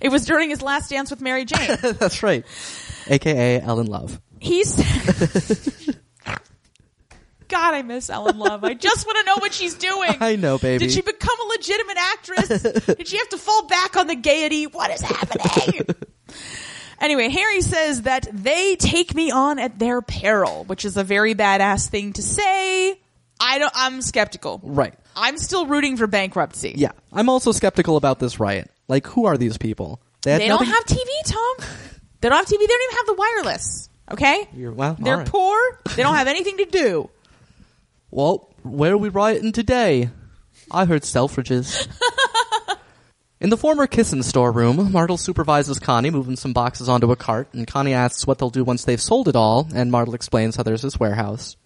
B: It was during his last dance with Mary Jane.
A: [LAUGHS] That's right. AKA Ellen Love.
B: He's. [LAUGHS] God, I miss Ellen Love. I just want to know what she's doing.
A: I know, baby.
B: Did she become a legitimate actress? Did she have to fall back on the gaiety? What is happening? anyway, Harry says that they take me on at their peril, which is a very badass thing to say. I don't. I'm skeptical.
A: Right.
B: I'm still rooting for bankruptcy.
A: Yeah. I'm also skeptical about this riot. Like, who are these people? had
B: They don't
A: nothing-
B: have TV, Tom. They don't have TV. They don't even have the wireless. Okay.
A: You're- well,
B: They're
A: all right.
B: poor. They don't have anything to do.
A: Well, where are we rioting today? I heard Selfridges. In the former Kissin storeroom, Martel supervises Connie moving some boxes onto a cart, and Connie asks what they'll do once they've sold it all, and Martel explains how there's his warehouse.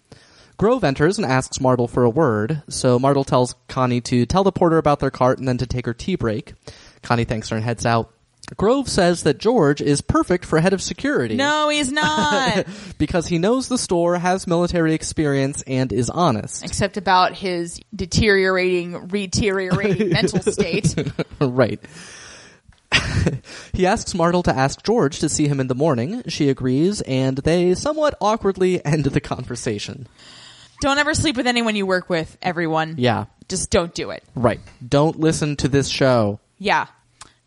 A: Grove enters and asks Martel for a word, so Martel tells Connie to tell the porter about their cart and then to take her tea break. Connie thanks her and heads out. Grove says that George is perfect for head of security
B: [LAUGHS] No, he's not.
A: [LAUGHS] because he knows the store, has military experience, and is honest.
B: [LAUGHS] Except about his deteriorating, deteriorating [LAUGHS] mental state.
A: [LAUGHS] right. he asks Martel to ask George to see him in the morning. She agrees, and they somewhat awkwardly end the conversation.
B: Don't ever sleep with anyone you work with, everyone.
A: Yeah,
B: Just don't do it.
A: right. Don't listen to this show.
B: Yeah.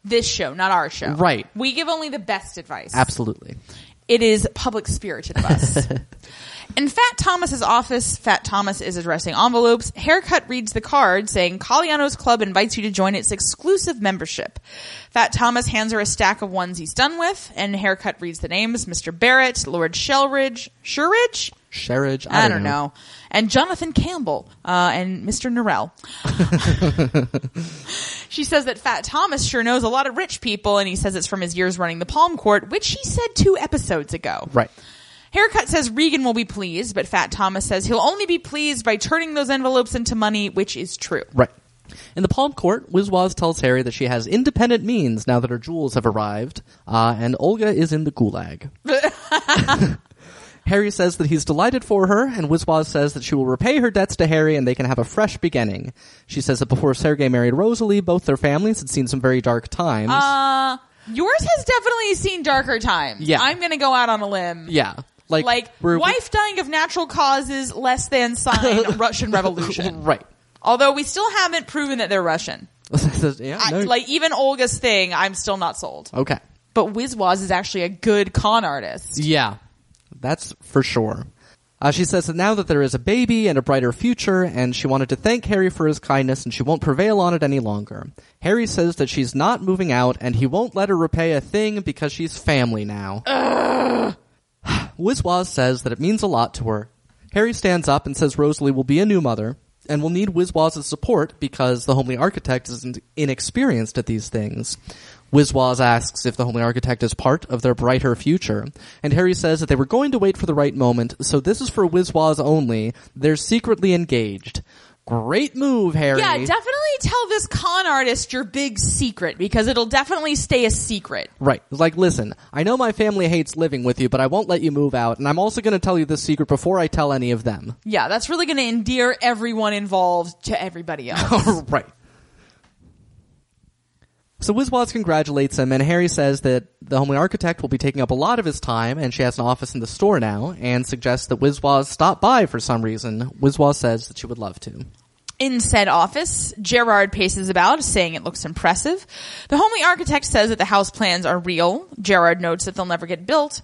B: This show, not our show.
A: Right.
B: We give only the best advice.
A: Absolutely.
B: It is public spirited of us. In Fat Thomas's office, Fat Thomas is addressing envelopes. Haircut reads the card saying, Caliano's Club invites you to join its exclusive membership. Fat Thomas hands her a stack of ones he's done with, and Haircut reads the names Mr. Barrett, Lord Shellridge, Sherridge?
A: Sherridge, I,
B: I, don't know. And Jonathan Campbell uh, and Mr.
A: [LAUGHS]
B: Norrell. she says that Fat Thomas sure knows a lot of rich people, and he says it's from his years running the Palm Court, which he said two episodes ago.
A: Right.
B: Haircut says Regan will be pleased, but Fat Thomas says he'll only be pleased by turning those envelopes into money, which is true.
A: Right. In the Palm Court, Wiswas tells Harry that she has independent means now that her jewels have arrived, uh, and Olga is in the gulag. Harry says that he's delighted for her, and Wiswas says that she will repay her debts to Harry and they can have a fresh beginning. She says that before Sergei married Rosalie, both their families had seen some very dark times.
B: Uh, yours has definitely seen darker times.
A: Yeah.
B: I'm going to go out on a limb.
A: yeah. Like,
B: Like,
A: we're-
B: wife dying of natural causes, less than
A: [LAUGHS]
B: sign, Russian Revolution.
A: Right. [LAUGHS]
B: Although we still haven't proven that they're Russian.
A: yeah,
B: I,
A: no-
B: like even Olga's thing, I'm still not sold.
A: okay.
B: But Wizwaz is actually a good con artist.
A: Yeah, that's for sure. Uh, she says that now that there is a baby and a brighter future, and she wanted to thank Harry for his kindness, and she won't prevail on it any longer. Harry says that she's not moving out, and he won't let her repay a thing because she's family now. Wizwaz says that it means a lot to her. Harry stands up and says Rosalie will be a new mother and will need Wizwaz's support because the homely architect is in- inexperienced at these things. Wizwaz asks if the homely architect is part of their brighter future, and Harry says that they were going to wait for the right moment, so this is for Wizwaz only. They're secretly engaged. Great move, Harry.
B: Yeah, definitely tell this con artist your big secret because it'll definitely stay a secret.
A: Right. It's Like, listen, I know my family hates living with you, but I won't let you move out, and I'm also going to tell you this secret before I tell any of them.
B: Yeah, that's really going to endear
A: [LAUGHS]
B: everyone involved to everybody else.
A: right. So Wiswas congratulates him, and Harry says that the homely architect will be taking up a lot of his time, and she has an office in the store now, and suggests that Wiswas stop by for some reason. Wiswas says that she would love to.
B: In said office, Gerard paces about, saying it looks impressive. The homely architect says that the house plans are real. Gerard notes that they'll never get built.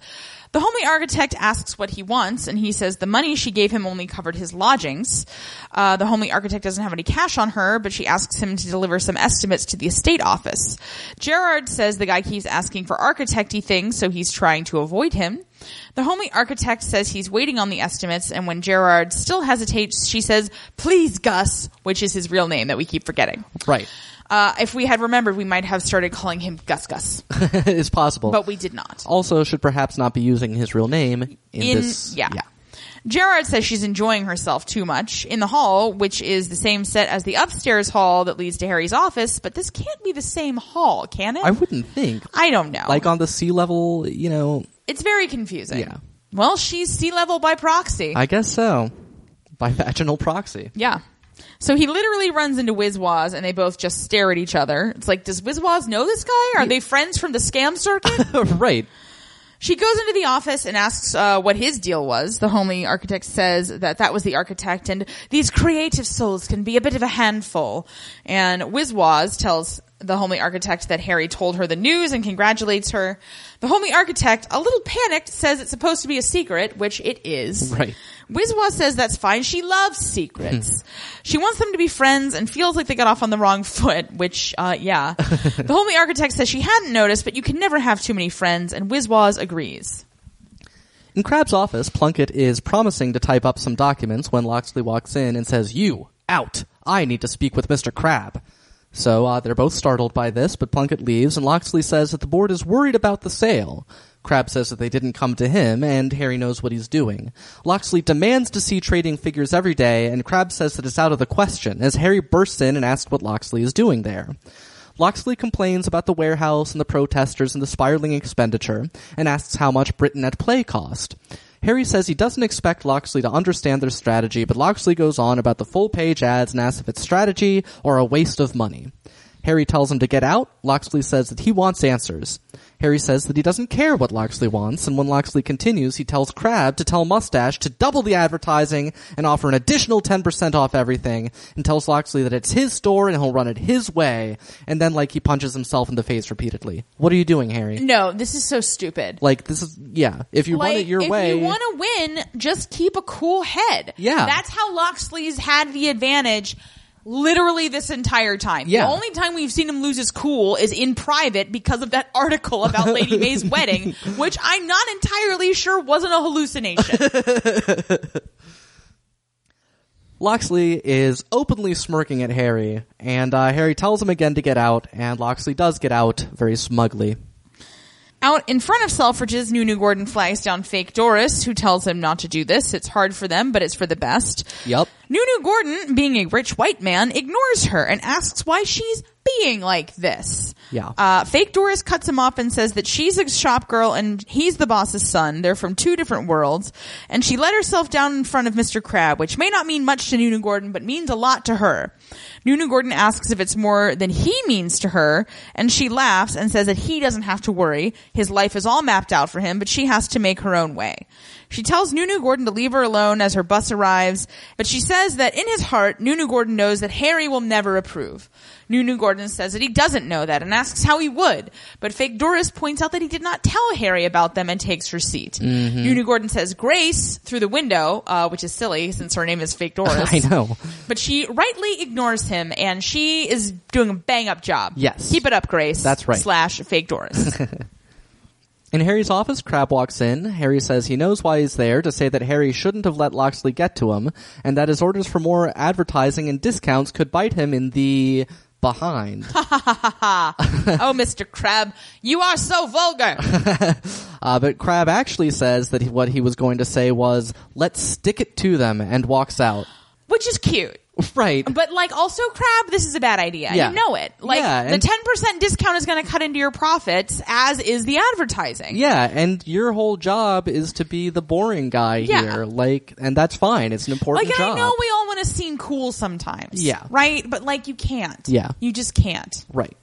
B: The homely architect asks what he wants, and he says the money she gave him only covered his lodgings. Uh, the homely architect doesn't have any cash on her, but she asks him to deliver some estimates to the estate office. Gerard says the guy keeps asking for architecty things, so he's trying to avoid him. The homely architect says he's waiting on the estimates, and when Gerard still hesitates, she says, Please, Gus, which is his real name that we keep forgetting.
A: Right. [LAUGHS]
B: Uh, if we had remembered, we might have started calling him Gus Gus,
A: it's possible.
B: but we did not.
A: also should perhaps not be using his real name in,
B: in
A: this.
B: yeah. Gerard says she's enjoying herself too much in the hall, which is the same set as the upstairs hall that leads to Harry's office, but this can't be the same hall, can it?
A: I wouldn't think.
B: I don't know.
A: Like on the sea level, you know,
B: it's very confusing.
A: Yeah.
B: Well, she's sea level by proxy.
A: I guess so. By vaginal proxy. [LAUGHS]
B: yeah. So he literally runs into Wizwaz and they both just stare at each other. It's like, does Wizwaz know this guy? Are they friends from the scam circuit?
A: right.
B: She goes into the office and asks uh, what his deal was. The homely architect says that that was the architect, and these creative souls can be a bit of a handful. And Wizwaz tells the homely architect that Harry told her the news and congratulates her. The homely architect, a little panicked, says it's supposed to be a secret, which it is.
A: Right.
B: Wizwaz says that's fine. She loves secrets. she wants them to be friends and feels like they got off on the wrong [LAUGHS] foot, which, uh, yeah. the homely architect says she hadn't noticed, but you can never have too many friends, and Wizwaz agrees.
A: In Crab's office, Plunkett is promising to type up some documents when Loxley walks in and says, You, out! I need to speak with Mr. Crab. So uh, they're both startled by this, but Plunkett leaves, and Loxley says that the board is worried about the sale. Crab says that they didn't come to him, and Harry knows what he's doing. Loxley demands to see trading figures every day, and Crab says that it's out of the question, as Harry bursts in and asks what Loxley is doing there. Loxley complains about the warehouse and the protesters and the spiraling expenditure, and asks how much Britain at play cost. Harry says he doesn't expect Loxley to understand their strategy, but Loxley goes on about the full page ads and asks if it's strategy or a waste of money. Harry tells him to get out. Loxley says that he wants answers. Harry says that he doesn't care what Loxley wants, and when Loxley continues, he tells Crab to tell Mustache to double the advertising and offer an additional 10% off everything, and tells Loxley that it's his store and he'll run it his way, and then, like, he punches himself in the face repeatedly. What are you doing, Harry?
B: No, this is so stupid.
A: Like, this is, yeah, if you run it your
B: if
A: way.
B: you want to win, just keep a cool head.
A: Yeah.
B: That's how Loxley's had the advantage literally this entire time.
A: Yeah.
B: The only time we've seen him lose his cool is in private because of that [LAUGHS] article
A: [LAUGHS]
B: about Lady May's wedding, which I'm not entirely sure wasn't a hallucination.
A: [LAUGHS] Loxley is openly smirking at Harry, and uh, Harry tells him again to get out, and Loxley does get out very smugly.
B: Out in front of Selfridge's, Nunu Gordon flags down fake Doris, who tells him not to do this. It's hard for them, but it's for the best.
A: Yep.
B: Nunu Gordon, being a rich white man, ignores her and asks why she's being like this.
A: Yeah.
B: Uh, fake Doris cuts him off and says that she's a shop girl and he's the boss's son. They're from two different worlds. And she let herself down in front of Mr. Crab, which may not mean much to Nunu Gordon, but means a lot to her. Nunu Gordon asks if it's more than he means to her, and she laughs and says that he doesn't have to worry. His life is all mapped out for him, but she has to make her own way. She tells Nunu Gordon to leave her alone as her bus arrives, but she says that in his heart, Nunu Gordon knows that Harry will never approve. Nunu Gordon says that he doesn't know that and asks how he would, but fake Doris points out that he did not tell Harry about them and takes her seat.
A: Mm-hmm.
B: Nunu Gordon says Grace through the window, uh, which is silly since her name
A: [LAUGHS]
B: is fake Doris.
A: I know.
B: But she rightly ignores him and she is doing a bang up job.
A: Yes.
B: Keep it up, Grace.
A: That's right.
B: Slash
A: [LAUGHS]
B: fake Doris.
A: In Harry's office, Crab walks in. Harry says he knows why he's there to say that Harry shouldn't have let Loxley get to him, and that his orders for more advertising and discounts could bite him in the behind.
B: oh, Mr. Crab, you are
A: [LAUGHS]
B: so vulgar.
A: uh, but Crab actually says that he, what he was going to say was, let's stick it to them, and walks
B: [LAUGHS]
A: out.
B: Which is cute.
A: Right.
B: But like also crab, this is a bad idea.
A: Yeah.
B: You know it. Like
A: Yeah,
B: the
A: and-
B: ten percent discount is gonna cut into your profits, as is the advertising.
A: yeah, and your whole job is to be the boring guy
B: Yeah.
A: here. Like, and that's fine. It's an important
B: Like and
A: job.
B: I know we all want to seem cool sometimes.
A: Yeah.
B: Right? But like you can't.
A: Yeah.
B: You just can't.
A: right.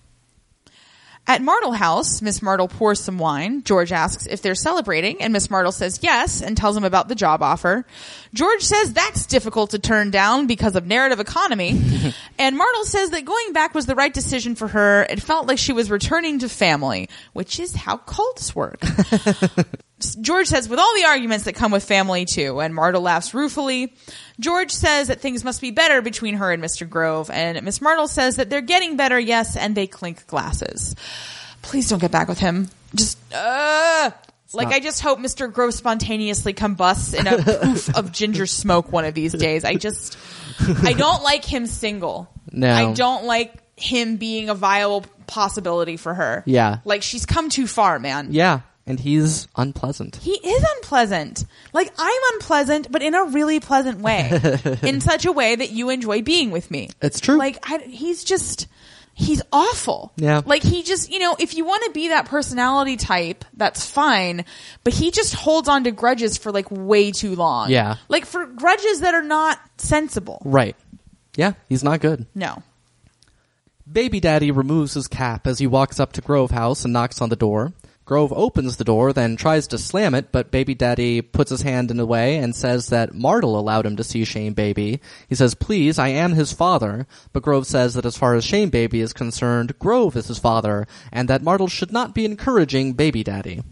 B: At Martle House, Miss Martle pours some wine. George asks if they're celebrating, and Miss Martle says yes and tells him about the job offer. George says that's difficult to turn down because of narrative economy.
A: [LAUGHS]
B: and Martle says that going back was the right decision for her. It felt like she was returning to family, which is how cults work. George says, with all the arguments that come with family, too. And Marta laughs ruefully. George says that things must be better between her and Mr. Grove. And Miss Martle says that they're getting better, yes, and they clink glasses. Please don't get back with him. Just, uh, like
A: not-
B: I just hope Mr. Grove spontaneously combusts
A: [LAUGHS]
B: in a poof of ginger smoke one of these days. I just, I don't like him single.
A: No.
B: I don't like him being a viable possibility for her.
A: Yeah.
B: Like she's come too far, man.
A: Yeah, and he's unpleasant.
B: He is unpleasant. Like I'm unpleasant, but in a really
A: [LAUGHS]
B: pleasant way. in such a way that you enjoy being with me.
A: It's true.
B: Like I, he's just he's awful.
A: Yeah.
B: Like he just, you know, if you want to be that personality type, that's fine, but he just holds on to grudges for like way too long.
A: Yeah.
B: Like for grudges that are not sensible.
A: right. Yeah, he's not good.
B: No.
A: Baby Daddy removes his cap as he walks up to Grove House and knocks on the door. Grove opens the door, then tries to slam it, but Baby Daddy puts his hand in the way and says that Martle allowed him to see Shane Baby. He says, please, I am his father, but Grove says that as far as Shane Baby is concerned, Grove is his father, and that Martle should not be encouraging Baby Daddy.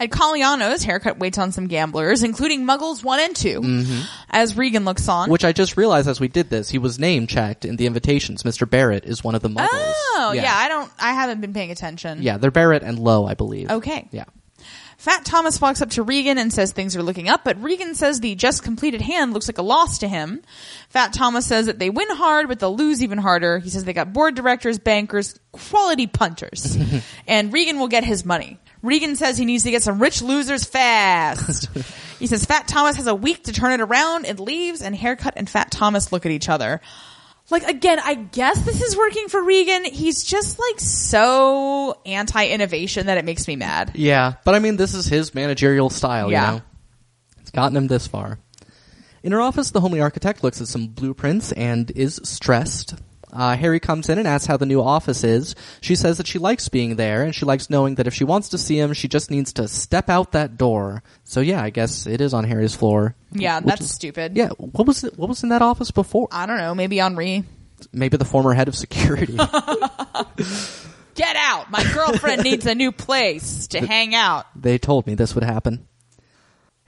B: At Colliano's, haircut waits on some gamblers, including Muggles 1 and 2, as Regan looks on.
A: Mm-hmm. Which I just realized as we did this, he was name checked in the invitations. Mr. Barrett is one of the muggles.
B: Oh, yeah. I don't, I haven't been paying attention.
A: Yeah, they're Barrett and Lowe, I believe.
B: Okay.
A: Yeah.
B: Fat Thomas walks up to Regan and says things are looking up, but Regan says the just completed hand looks like a loss to him. Fat Thomas says that they win hard, but they'll lose even harder. He says they got board directors, bankers, quality punters. and Regan will get his money. Regan says he needs to get some rich losers fast. he says Fat Thomas has a week to turn it around and leaves, and Haircut and Fat Thomas look at each other. Like again, I guess this is working for Regan. He's just like so anti-innovation that it makes me mad.
A: Yeah, but I mean, this is his managerial style,
B: Yeah.
A: you know? It's gotten him this far. In her office, the homely architect looks at some blueprints and is stressed. Uh, Harry comes in and asks how the new office is. She says that she likes being there and she likes knowing that if she wants to see him, she just needs to step out that door. So yeah, I guess it is on Harry's floor.
B: Yeah, Uh,
A: Which
B: that's
A: is-
B: stupid.
A: Yeah, what was it, what was in that office before?
B: I don't know. Maybe Henri.
A: Maybe the former head of
B: [LAUGHS]
A: security.
B: Get out! My girlfriend needs a new place to hang out.
A: They told me this would happen.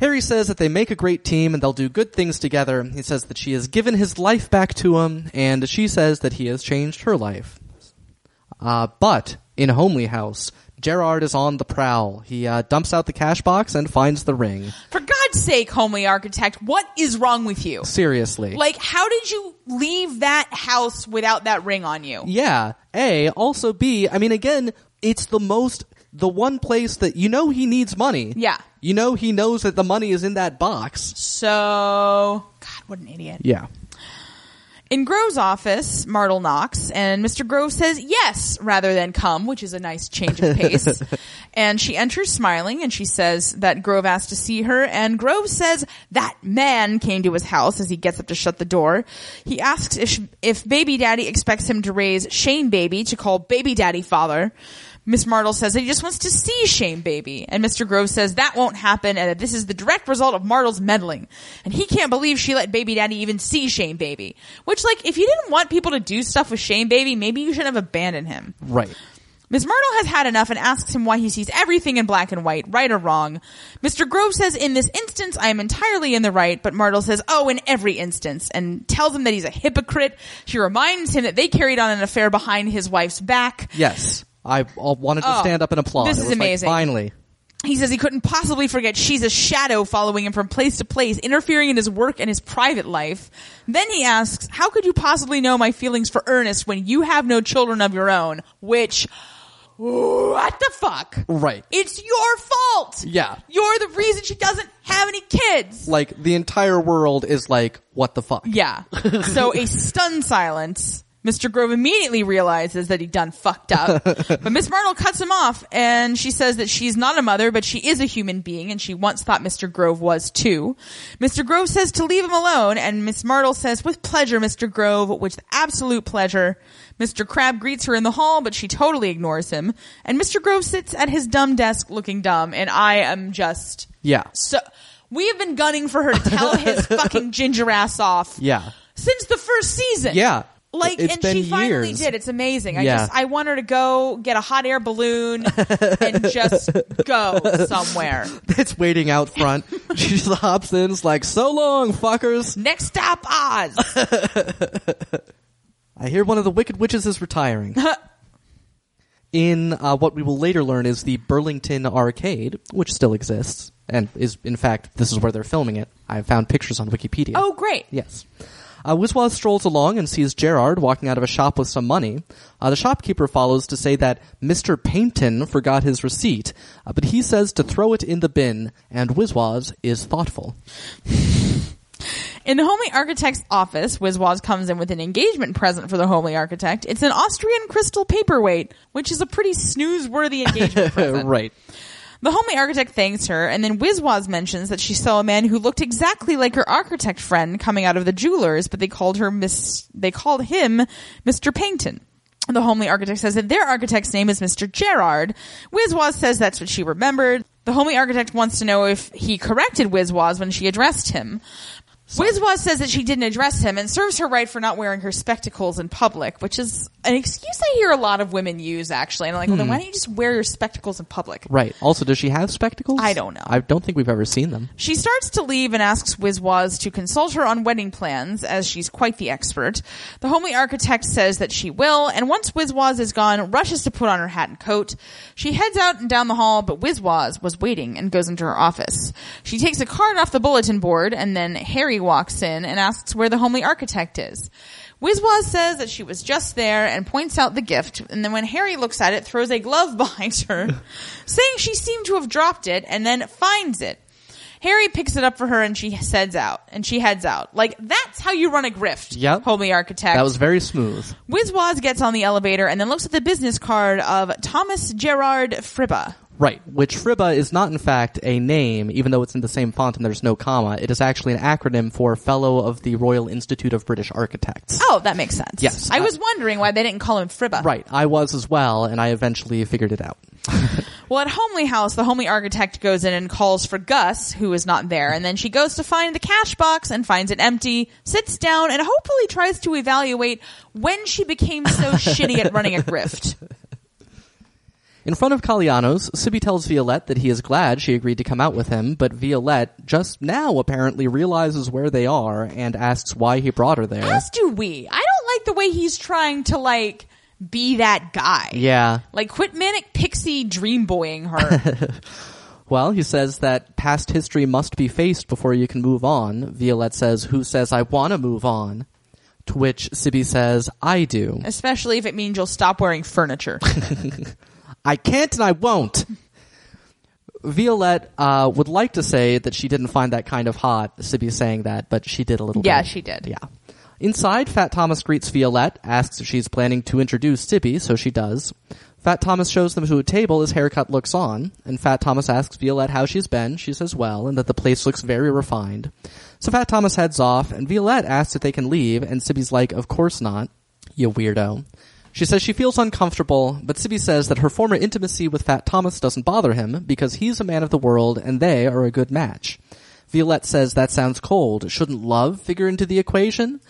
A: Harry says that they make a great team and they'll do good things together. He says that she has given his life back to him, and she says that he has changed her life. Uh, but in Homely House, Gerard is on the prowl. He uh, dumps out the cash box and finds the ring.
B: For God's sake, homely architect, what is wrong with you?
A: Seriously.
B: Like, how did you leave that house without that ring on you?
A: Yeah. A. Also B. I mean, again, it's the most, the one place that you know he needs money.
B: Yeah.
A: You know he knows that the money is in that box.
B: So, God, what an idiot.
A: Yeah.
B: In Grove's office, Martle knocks, and Mr. Grove says yes rather than come, which is a nice change of pace. and she enters smiling, and she says that Grove asked to see her, and Grove says that man came to his house as he gets up to shut the door. He asks if, if baby daddy expects him to raise Shane baby to call baby daddy father. Miss Martle says that he just wants to see Shane Baby, and Mr. Grove says that won't happen, and that this is the direct result of Martle's meddling, and he can't believe she let Baby Daddy even see Shane Baby. Which, like, if you didn't want people to do stuff with Shane Baby, maybe you shouldn't have abandoned him.
A: Right.
B: Miss Martle has had enough and asks him why he sees everything in black and white, right or wrong. Mr. Grove says, in this instance, I am entirely in the right, but Martle says, oh, in every instance, and tells him that he's a hypocrite. She reminds him that they carried on an affair behind his wife's back.
A: Yes. I uh, wanted to
B: Oh,
A: stand up and applaud.
B: this
A: It
B: is
A: was like,
B: amazing.
A: finally.
B: He says he couldn't possibly forget she's a shadow following him from place to place, interfering in his work and his private life. Then he asks, how could you possibly know my feelings for Ernest when you have no children of your own? Which, what the fuck?
A: Right.
B: It's your fault!
A: Yeah.
B: You're the reason she doesn't have any kids!
A: Like, the entire world is like, what the fuck?
B: Yeah. So a stunned silence. Mr. Grove immediately realizes that he done fucked up. but Miss Martle cuts him off and she says that she's not a mother, but she is a human being and she once thought Mr. Grove was too. Mr. Grove says to leave him alone and Miss Martle says with pleasure, Mr. Grove, with absolute pleasure. Mr. Crab greets her in the hall, but she totally ignores him. And Mr. Grove sits at his dumb desk looking dumb, and I am just
A: Yeah.
B: so we have been gunning for her to tell his fucking ginger ass off
A: Yeah. [LAUGHS]
B: since the first season.
A: Yeah.
B: Like
A: It's
B: and
A: been
B: she finally
A: years.
B: did. It's amazing. I
A: Yeah.
B: just I want her to go get a hot air
A: [LAUGHS]
B: balloon and just go somewhere.
A: It's waiting out
B: [LAUGHS]
A: front. she just hops in. It's like, so long, fuckers.
B: Next stop
A: [LAUGHS]
B: Oz.
A: I hear one of the Wicked Witches is
B: [LAUGHS]
A: retiring. in uh, what we will later learn is the Burlington Arcade, which still exists and is, in fact, this is where they're filming it. I found pictures on Wikipedia.
B: Oh great.
A: Yes. Uh, Wiswas strolls along and sees Gerard walking out of a shop with some money. Uh, the shopkeeper follows to say that Mr. Paynton forgot his receipt, uh, but he says to throw it in the bin, and Wiswas is thoughtful.
B: In the homely architect's office, Wiswas comes in with an engagement present for the homely architect. It's an Austrian crystal paperweight, which is a pretty snooze-worthy
A: [LAUGHS]
B: engagement present.
A: right.
B: The homely architect thanks her, and then Wiswas mentions that she saw a man who looked exactly like her architect friend coming out of the jeweler's, but they called her Miss. They called him Mr. Paynton. The homely architect says that their architect's name is Mr. Gerard. Wiswas says that's what she remembered. The homely architect wants to know if he corrected Wiswas when she addressed him. Wiswas says that she didn't address him and serves her right for not wearing her spectacles in public, which is an excuse I hear a lot of women use actually. And I'm like, well, then why don't you just wear your spectacles in public?
A: Right. Also, does she have spectacles?
B: I don't know.
A: I don't think we've ever seen them.
B: She starts to leave and asks Wiswas to consult her on wedding plans, as she's quite the expert. The homely architect says that she will, and once Wiswas is gone, rushes to put on her hat and coat. She heads out and down the hall, but Wiswas was waiting and goes into her office. She takes a card off the bulletin board, and then Harry walks in and asks where the homely architect is. Wiswas says that she was just there and points out the gift, and then when Harry looks at it, throws a glove [LAUGHS] behind her, saying she seemed to have dropped it, and then finds it. Harry picks it up for her and she heads out. And she heads out. Like that's how you run a grift.
A: Yep.
B: Homely architect.
A: That was very smooth.
B: Wizwaz gets on the elevator and then looks at the business card of Thomas Gerard Fribba.
A: Right. Which Fribba is not, in fact, a name, even though it's in the same font and there's no comma. It is actually an acronym for Fellow of the Royal Institute of British Architects.
B: Oh, that makes sense.
A: Yes.
B: I was wondering why they didn't call him Fribba.
A: Right. I was as well, and I eventually figured it out.
B: Well, at Homely House, the homely architect goes in and calls for Gus, who is not there, and then she goes to find the cash box and finds it empty, sits down, and hopefully tries to evaluate when she became
A: [LAUGHS]
B: so shitty at running a grift.
A: In front of Callianos, Sibby tells Violette that he is glad she agreed to come out with him, but Violette just now apparently realizes where they are and asks why he brought her
B: [GASPS]
A: there.
B: As do we. I don't like the way he's trying to like be that guy.
A: Yeah.
B: Like quit manic pixie dream
A: [LAUGHS]
B: boying her.
A: Well, he says that past history must be faced before you can move on. Violette says, Who says I want to move on? To which Sibby says, I do.
B: Especially if it means you'll stop
A: [LAUGHS]
B: wearing furniture.
A: I can't and I won't. Violette uh, would like to say that she didn't find that kind of hot, Sibby saying that, but she did a little
B: Yeah,
A: bit.
B: she did.
A: Yeah. Inside, Fat Thomas greets Violette, asks if she's planning to introduce Sibby, so she does. Fat Thomas shows them to a table his haircut looks on, and Fat Thomas asks Violette how she's been. She says well, and that the place looks very refined. So Fat Thomas heads off, and Violette asks if they can leave, and Sibby's like, of course not, you weirdo. She says she feels uncomfortable, but Sibby says that her former intimacy with Fat Thomas doesn't bother him because he's a man of the world and they are a good match. Violette says that sounds cold. Shouldn't love figure into the equation?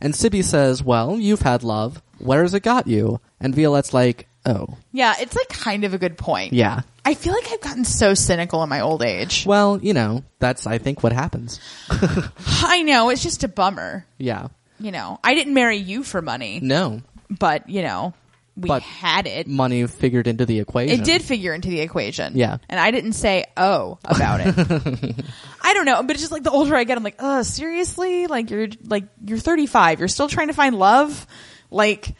A: And Sibby says, well, you've had love. Where has it got you? And Violette's like, oh,
B: yeah, it's like kind of a good point.
A: yeah.
B: I feel like I've gotten so cynical in my old age.
A: Well, you know, that's, I think, what happens.
B: I know, it's just a bummer.
A: Yeah.
B: You know, I didn't marry you for money,
A: No.
B: but you know, we
A: But-
B: had it.
A: Money figured into the equation.
B: It did figure into the equation.
A: Yeah.
B: And I didn't say oh about it.
A: [LAUGHS]
B: I don't know, but it's just like the older I get, I'm like, uh, seriously? Like you're like you're 35, you're still trying to find love? Like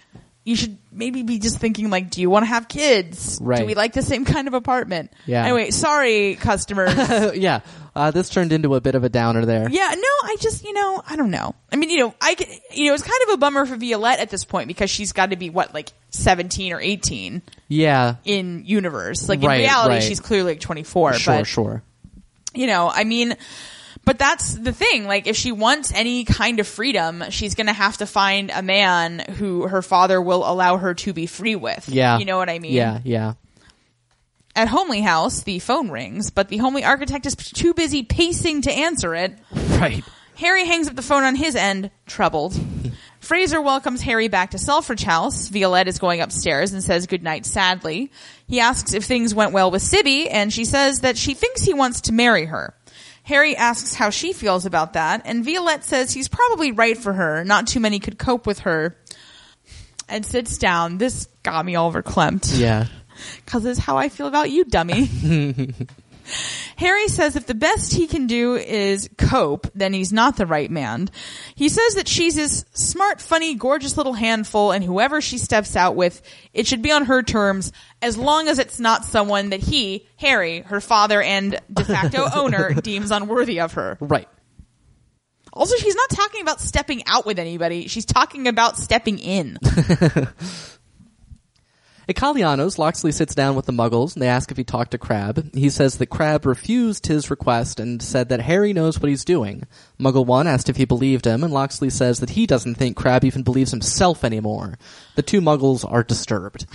B: you should maybe be just thinking like, do you want to have kids?
A: Right.
B: Do we like the same kind of apartment?
A: Yeah.
B: Anyway, sorry,
A: [LAUGHS]
B: customers.
A: yeah. Uh, this turned into a bit of a downer there.
B: yeah, no, I just you know, I don't know. I mean, you know, I get- you know, it's kind of a bummer for Violette at this point because she's got to be what like 17 or 18
A: Yeah.
B: in universe. Like in
A: Right,
B: reality,
A: right.
B: she's clearly like 24.
A: Sure,
B: but
A: sure.
B: you know, I mean, But that's the thing. Like, if she wants any kind of freedom, she's going to have to find a man who her father will allow her to be free with.
A: Yeah.
B: You know what I mean?
A: Yeah, yeah.
B: At Homely House, the phone rings, but the Homely architect is too busy pacing to answer it.
A: Right.
B: Harry hangs up the phone on his end, troubled. Fraser welcomes Harry back to Selfridge House. Violette is going upstairs and says goodnight sadly. He asks if things went well with Sibby, and she says that she thinks he wants to marry her. Harry asks how she feels about that, and Violette says he's probably right for her. Not too many could cope with her. And sits down. This got me all verklempt
A: Yeah.
B: because it's how I feel about you, dummy. Harry says if the best he can do is cope, then he's not the right man. He says that she's his smart, funny, gorgeous little handful, and whoever she steps out with, it should be on her terms, as long as it's not someone that he, Harry, her father and de facto owner, deems unworthy of her.
A: Right.
B: Also, she's not talking about stepping out with anybody. She's talking about stepping in.
A: At Caliano's, Loxley sits down with the Muggles and they ask if he talked to Crab. He says that Crab refused his request and said that Harry knows what he's doing. Muggle 1 asked if he believed him, and Loxley says that he doesn't think Crab even believes himself anymore. The two Muggles are disturbed.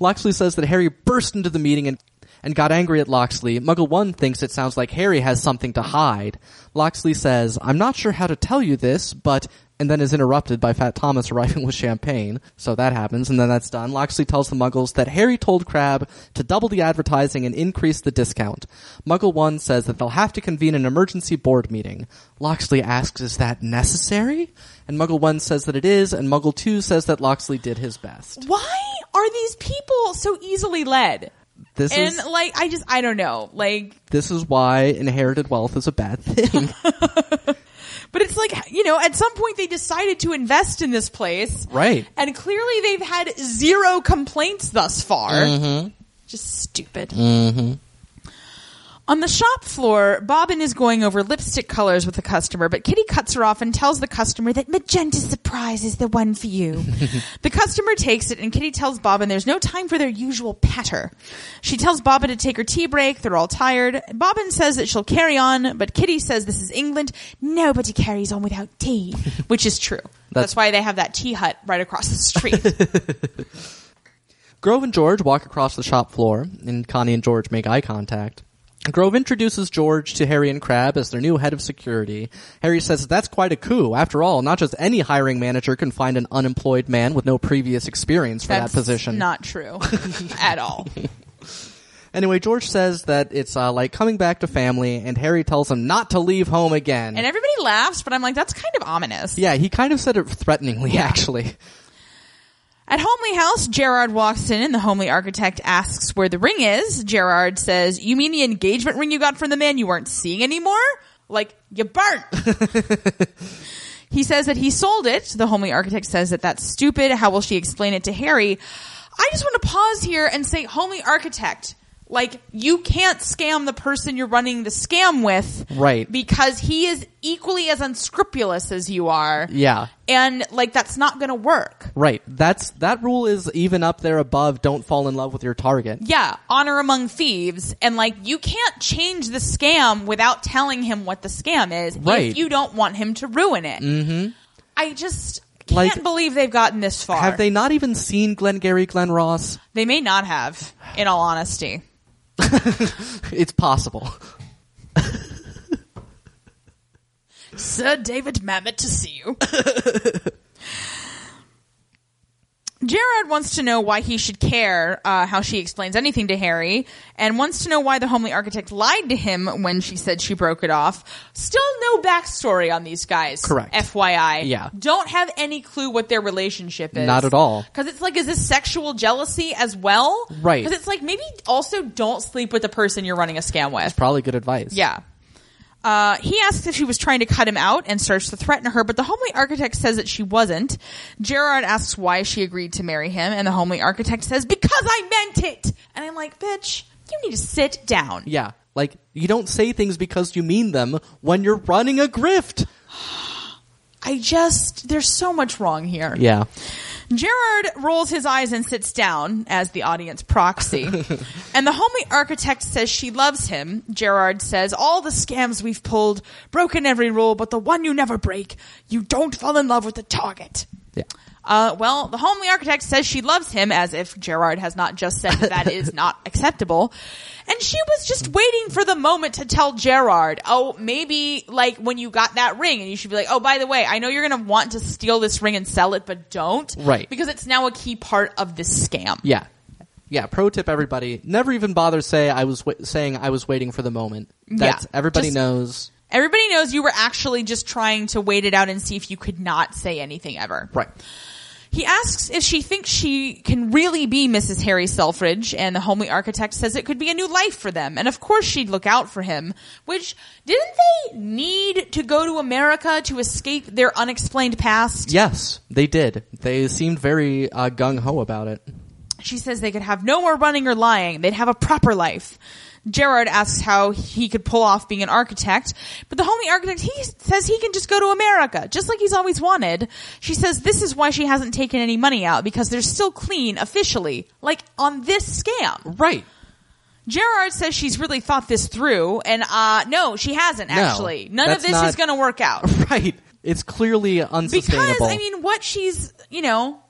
A: Loxley says that Harry burst into the meeting and and got angry at Loxley. Muggle 1 thinks it sounds like Harry has something to hide. Loxley says, "I'm not sure how to tell you this, but" and then is interrupted by Fat Thomas [LAUGHS] arriving with champagne. So that happens and then that's done. Loxley tells the Muggles that Harry told Crab to double the advertising and increase the discount. Muggle 1 says that they'll have to convene an emergency board meeting. Loxley asks, "Is that necessary?" And Muggle 1 says that it is and Muggle 2 says that Loxley did his best.
B: Why are these people so easily led?
A: This
B: and
A: is
B: like I just I don't know like
A: this is why inherited wealth is a bad thing.
B: [LAUGHS] but it's like you know at some point they decided to invest in this place
A: Right.
B: and clearly they've had zero complaints thus far just stupid on the shop floor Bobbin is going over lipstick colors with a customer but Kitty cuts her off and tells the customer that magenta surprise is the one for you the customer takes it and Kitty tells Bobbin there's no time for their usual patter she tells Bobbin to take her tea break they're all tired Bobbin says that she'll carry on but Kitty says this is England nobody carries on without tea which is true that's
A: That's-
B: why they have that tea hut right across the street
A: Grove and George walk across the shop floor, and Connie and George make eye contact. Grove introduces George to Harry and Crab as their new head of security. Harry says that's quite a coup. After all, not just any hiring manager can find an unemployed man with no previous experience for
B: That's
A: that position.
B: Not true at all.
A: anyway, George says that it's uh, like coming back to family, and Harry tells him not to leave home again.
B: And everybody laughs, but I'm like, that's kind of ominous.
A: yeah, he kind of said it threateningly, actually. [LAUGHS]
B: At Homely House, Gerard walks in and the homely architect asks where the ring is. Gerard says, You mean the engagement ring you got from the man you weren't seeing anymore? Like,
A: [LAUGHS]
B: you burnt. he says that he sold it. The homely architect says that that's stupid. How will she explain it to Harry? I just want to pause here and say, Homely architect, like, you can't scam the person you're running the scam with.
A: Right.
B: Because he is equally as unscrupulous as you are.
A: Yeah.
B: And, like, that's not going to work.
A: Right. That's that rule is even up there above don't fall in love with your target.
B: yeah, honor among thieves, and like you can't change the scam without telling him what the scam is
A: Right.
B: if you don't want him to ruin it. Mm-hmm. I just can't
A: Like-
B: believe they've gotten this far.
A: Have they not even seen Glengarry Glen
B: [LAUGHS]
A: Ross?
B: They may not have, in all honesty.
A: It's possible.
B: Sir David Mamet to see you. [LAUGHS] Gerard wants to know why he should care uh, how she explains anything to Harry, and wants to know why the homely architect lied to him when she said she broke it off. Still no backstory on these guys.
A: Correct.
B: FYI.
A: Yeah.
B: Don't have any clue what their relationship is.
A: Not at all.
B: Because it's like, is this sexual jealousy as well?
A: Right.
B: Because it's like, maybe also don't sleep with the person you're running a scam with.
A: Probably good advice.
B: Yeah. Uh, he asks if she was trying to cut him out and starts to threaten her, but the homely architect says that she wasn't. Gerard asks why she agreed to marry him, and the homely architect says, Because I meant it! And I'm like, Bitch, you need to sit down.
A: Yeah. Like you don't say things because you mean them when you're running a grift.
B: I just, there's so much wrong here.
A: Yeah.
B: Gerard rolls his eyes and sits down as the audience proxy. and the homely architect says she loves him. Gerard says, All the scams we've pulled, broken every rule, but the one you never break, you don't fall in love with the target.
A: Yeah.
B: Uh, well, the homely architect says she loves him, as if Gerard has not just said that,
A: [LAUGHS]
B: that is not acceptable. And she was just waiting for the moment to tell Gerard, oh, maybe like when you got that ring, and you should be like, oh, by the way, I know you're gonna want to steal this ring and sell it, but don't,
A: Right.
B: Because it's now a key part of this scam.
A: Yeah. Yeah, pro tip everybody, never even bother say I was w- saying I was waiting for the moment. That's everybody
B: Just-
A: knows.
B: Everybody knows you were actually just trying to wait it out and see if you could not say anything ever.
A: Right.
B: He asks if she thinks she can really be Mrs. Harry Selfridge, and the homely architect says it could be a new life for them, and of course she'd look out for him. Which, didn't they need to go to America to escape their unexplained past?
A: Yes, they did. They seemed very uh, gung ho about it.
B: She says they could have no more running or lying, they'd have a proper life. Gerard asks how he could pull off being an architect, but the homely architect, he says he can just go to America, just like he's always wanted. She says this is why she hasn't taken any money out, because they're still clean officially, like on this scam.
A: Right.
B: Gerard says she's really thought this through, and uh, no, she hasn't actually. None of
A: that's
B: this
A: not-
B: is going to work out
A: Right. It's clearly unsustainable.
B: because I mean, what she's you know,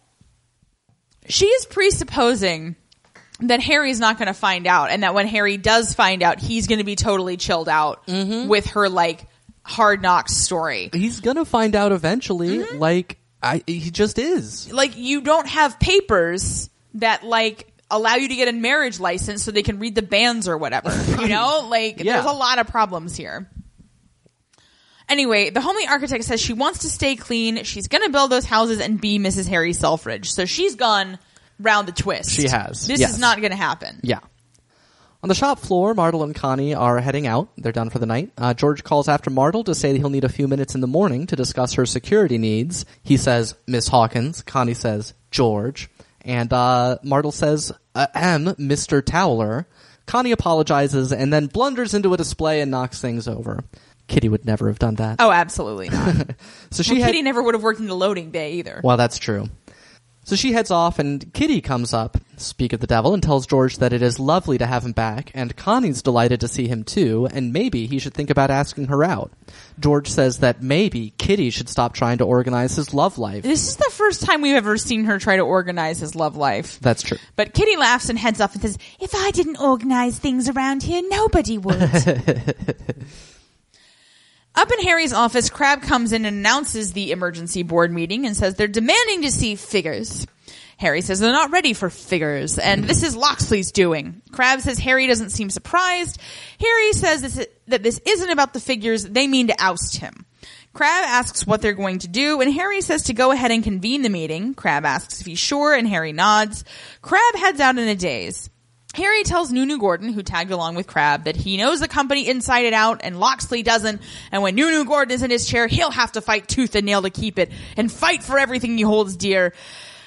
B: she is presupposing that Harry's not going to find out, and that when Harry does find out, he's going to be totally chilled out with her like hard knocks story.
A: he's gonna find out eventually.
B: Mm-hmm.
A: Like I, he just is.
B: Like you don't have papers that like allow you to get a marriage license so they can read the bands or whatever. You know, like
A: Yeah.
B: there's a lot of problems here. Anyway, the homely architect says she wants to stay clean. She's going to build those houses and be Mrs. Harry Selfridge. So she's gone round the twist.
A: She has,
B: This
A: yes.
B: is not going to happen.
A: Yeah. On the shop floor, Martel and Connie are heading out. They're done for the night. Uh, George calls after Martel to say he'll need a few minutes in the morning to discuss her security needs. He says, Miss Hawkins. Connie says, George. And uh, Martel says, ahem, Mr. Towler. Connie apologizes and then blunders into a display and knocks things over. Kitty would never have done that.
B: Oh,
A: [LAUGHS]
B: absolutely not.
A: so she
B: well,
A: had-
B: Kitty never would have worked in the loading bay either.
A: Well, that's true. So she heads off, and Kitty comes up, speak of the devil, and tells George that it is lovely to have him back, and Connie's delighted to see him too, and maybe he should think about asking her out. George says that maybe Kitty should stop trying to organize his love life.
B: This is the first time we've ever seen her try to organize his love life.
A: That's true.
B: But Kitty laughs and heads off and says, If I didn't organize things around here, nobody would. Up in Harry's office, Crab comes in and announces the emergency board meeting and says they're demanding to see figures. Harry says they're not ready for figures, and this is Loxley's doing. Crab says Harry doesn't seem surprised. Harry says this, that this isn't about the figures, they mean to oust him. Crab asks what they're going to do, and Harry says to go ahead and convene the meeting. Crab asks if he's sure, and Harry nods. Crab heads out in a daze. Harry tells Nunu Gordon, who tagged along with Crab, that he knows the company inside and out, and Loxley doesn't. And when Nunu Gordon is in his chair, he'll have to fight tooth and nail to keep it, and fight for everything he holds dear.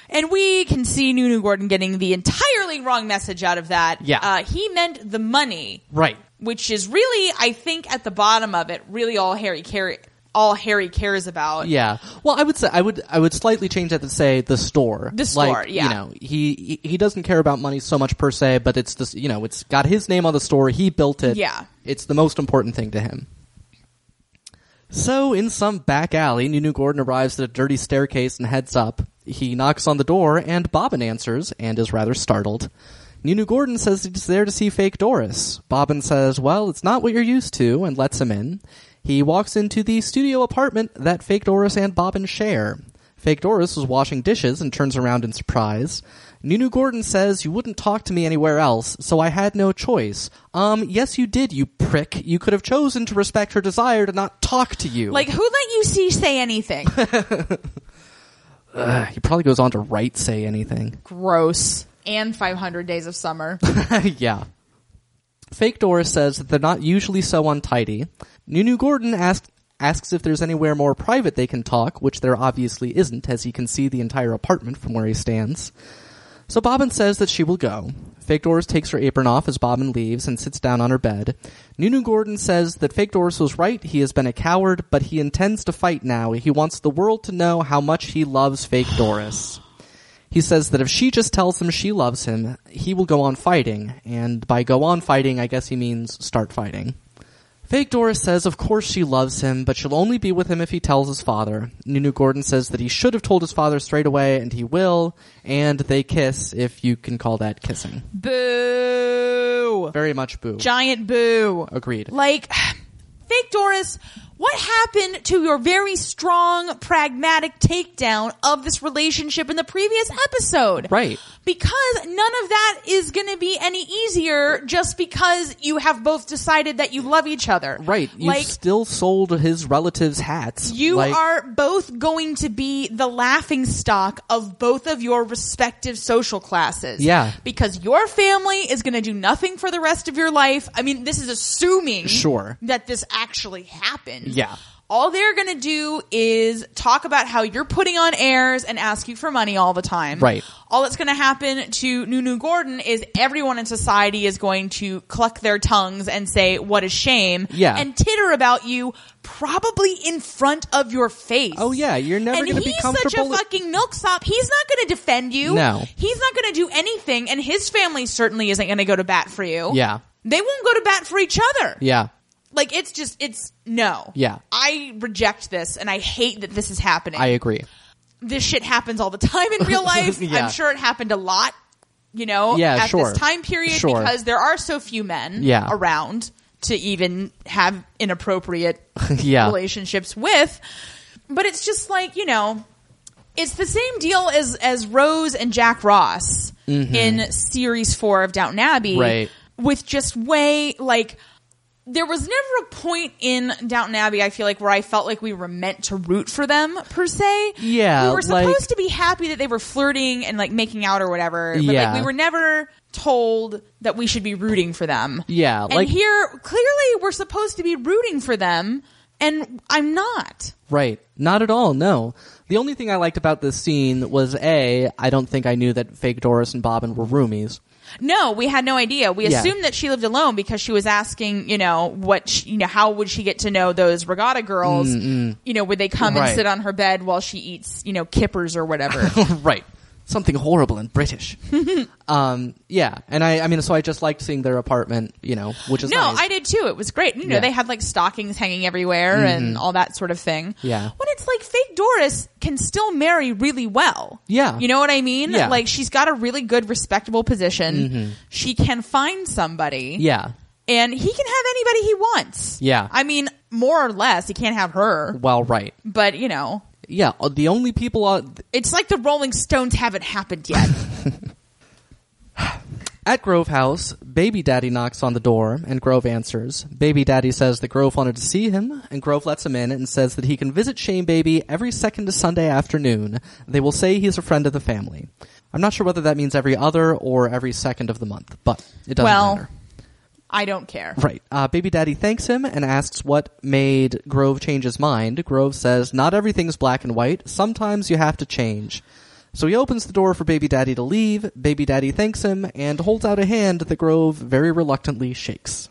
B: And we can see Nunu Gordon getting the entirely wrong message out of that.
A: Yeah.
B: Uh, he meant the money
A: Right.
B: which is really, I think, at the bottom of it, really all Harry care, all Harry cares about.
A: Yeah. Well, I would say I would I would slightly change that to say the store.
B: The store,
A: Like,
B: yeah.
A: You know, he he- he doesn't care about money so much per se, but it's this. You know, it's got his name on the store. He built it.
B: Yeah.
A: It's the most important thing to him. So, in some back alley, Nunu Gordon arrives at a dirty staircase and heads up. He knocks on the door, and Bobbin answers and is rather startled. Nunu Gordon says he's there to see fake Doris. Bobbin says, Well, it's not what you're used to, and lets him in. He walks into the studio apartment that fake Doris and Bobbin share. Fake Doris is washing dishes and turns around in surprise. Nunu Gordon says, You wouldn't talk to me anywhere else, so I had no choice. Um, yes, you did, you prick. You could have chosen to respect her desire to not talk to you.
B: Like, who let you see say
A: [LAUGHS]
B: anything?
A: Ugh, Uh, he probably goes on to write say anything.
B: Gross. And 500 Days
A: [LAUGHS]
B: of Summer.
A: yeah. Fake Doris says that they're not usually so untidy. Nunu Gordon asks asks if there's anywhere more private they can talk, which there obviously isn't, as he can see the entire apartment from where he stands. So Bobbin says that she will go. Fake Doris takes her apron off as Bobbin leaves and sits down on her bed. Nunu Gordon says that Fake Doris was right, he has been a coward, but he intends to fight now. He wants the world to know how much he loves Fake Doris. He says that if she just tells him she loves him, he will go on fighting, and by go on fighting, I guess he means start fighting. Fake Doris says of course she loves him, but she'll only be with him if he tells his father. Nunu Gordon says that he should have told his father straight away, and he will, and they kiss, if you can call that kissing.
B: Boo.
A: Very much boo.
B: Giant boo.
A: Agreed.
B: Like, [SIGHS] fake Doris, what happened to your very strong, pragmatic takedown of this relationship in the previous episode?
A: Right.
B: Because none of that is going to be any easier just because you have both decided that you love each other.
A: Right. You
B: Like,
A: still sold his relatives' hats.
B: you
A: Like,
B: are both going to be the laughing stock of both of your respective social classes.
A: Yeah.
B: Because your family is going to do nothing for the rest of your life. I mean, this is assuming
A: Sure.
B: that this actually happened.
A: Yeah.
B: All they're going to do is talk about how you're putting on airs and ask you for money all the time.
A: Right.
B: All that's going to happen to Nunu Gordon is everyone in society is going to cluck their tongues and say, what a shame.
A: Yeah.
B: And titter about you, probably in front of your face.
A: Oh, yeah, you're never
B: And
A: gonna be
B: he's
A: comfortable-
B: such a fucking milksop. He's not going to defend you.
A: No.
B: He's not going to do anything, and his family certainly isn't going to go to bat for you.
A: Yeah.
B: They won't go to bat for each other.
A: Yeah.
B: Like it's just it's no.
A: Yeah.
B: I reject this and I hate that this is happening.
A: I agree.
B: this shit happens all the time
A: [LAUGHS]
B: in real life.
A: Yeah.
B: I'm sure it happened a lot, you know,
A: Yeah,
B: at
A: sure.
B: this time period
A: Sure.
B: because there are so few men
A: Yeah.
B: around to even have inappropriate
A: [LAUGHS] Yeah.
B: relationships with. But it's just like, you know, it's the same deal as as Rose and Jack Ross in series 4 of Downton Abbey
A: Mm-hmm. Right.
B: with just way like there was never a point in Downton Abbey, I feel like, where I felt like we were meant to root for them per se.
A: Yeah,
B: we were
A: like-
B: supposed to be happy that they were flirting and like making out or whatever. But
A: Yeah.
B: like we were never told that we should be rooting for them.
A: Yeah,
B: and
A: like-
B: here clearly we're supposed to be rooting for them, and I'm not.
A: Right. Not at all, no. The only thing I liked about this scene was A, I don't think I knew that fake Doris and Bobbin were
B: [LAUGHS]
A: roomies.
B: No, we had no idea. We
A: Yeah.
B: assumed that she lived alone because she was asking, you know, what, she, you know, how would she get to know those regatta girls? You know, would they come
A: Mm, Right.
B: and sit on her bed while she eats, you know, kippers or
A: [LAUGHS]
B: whatever?
A: right. Something horrible and
B: [LAUGHS]
A: British. um, yeah. And I, I mean, so I just liked seeing their apartment, you know, which is
B: no,
A: nice.
B: I did too. It was great. You know,
A: Yeah. Mm-hmm.
B: they had like stockings hanging everywhere and all that sort of thing.
A: Yeah.
B: When it's like fake Doris can still marry really well.
A: Yeah.
B: You know what I mean?
A: Yeah. Mm-hmm.
B: Like she's got a really good, respectable position. She can find somebody.
A: Yeah.
B: and he can have anybody he wants.
A: Yeah.
B: I mean, more or less, he can't have her,
A: Well, right.
B: but you know,
A: Yeah. uh, The only people, uh,
B: it's like the Rolling Stones haven't
A: [LAUGHS]
B: happened yet.
A: At Grove House, Baby Daddy knocks on the door, and Grove answers. Baby Daddy says that Grove wanted to see him, and Grove lets him in and says that he can visit Shane Baby every second Sunday afternoon. They will say he's a friend of the family. I'm not sure whether that means every other or every second of the month, but it doesn't
B: Well-
A: matter.
B: I don't care.
A: Right. Uh, Baby Daddy thanks him and asks what made Grove change his mind. Grove says, Not everything's black and white. Sometimes you have to change. So he opens the door for Baby Daddy to leave. Baby Daddy thanks him and holds out a hand that Grove very reluctantly shakes.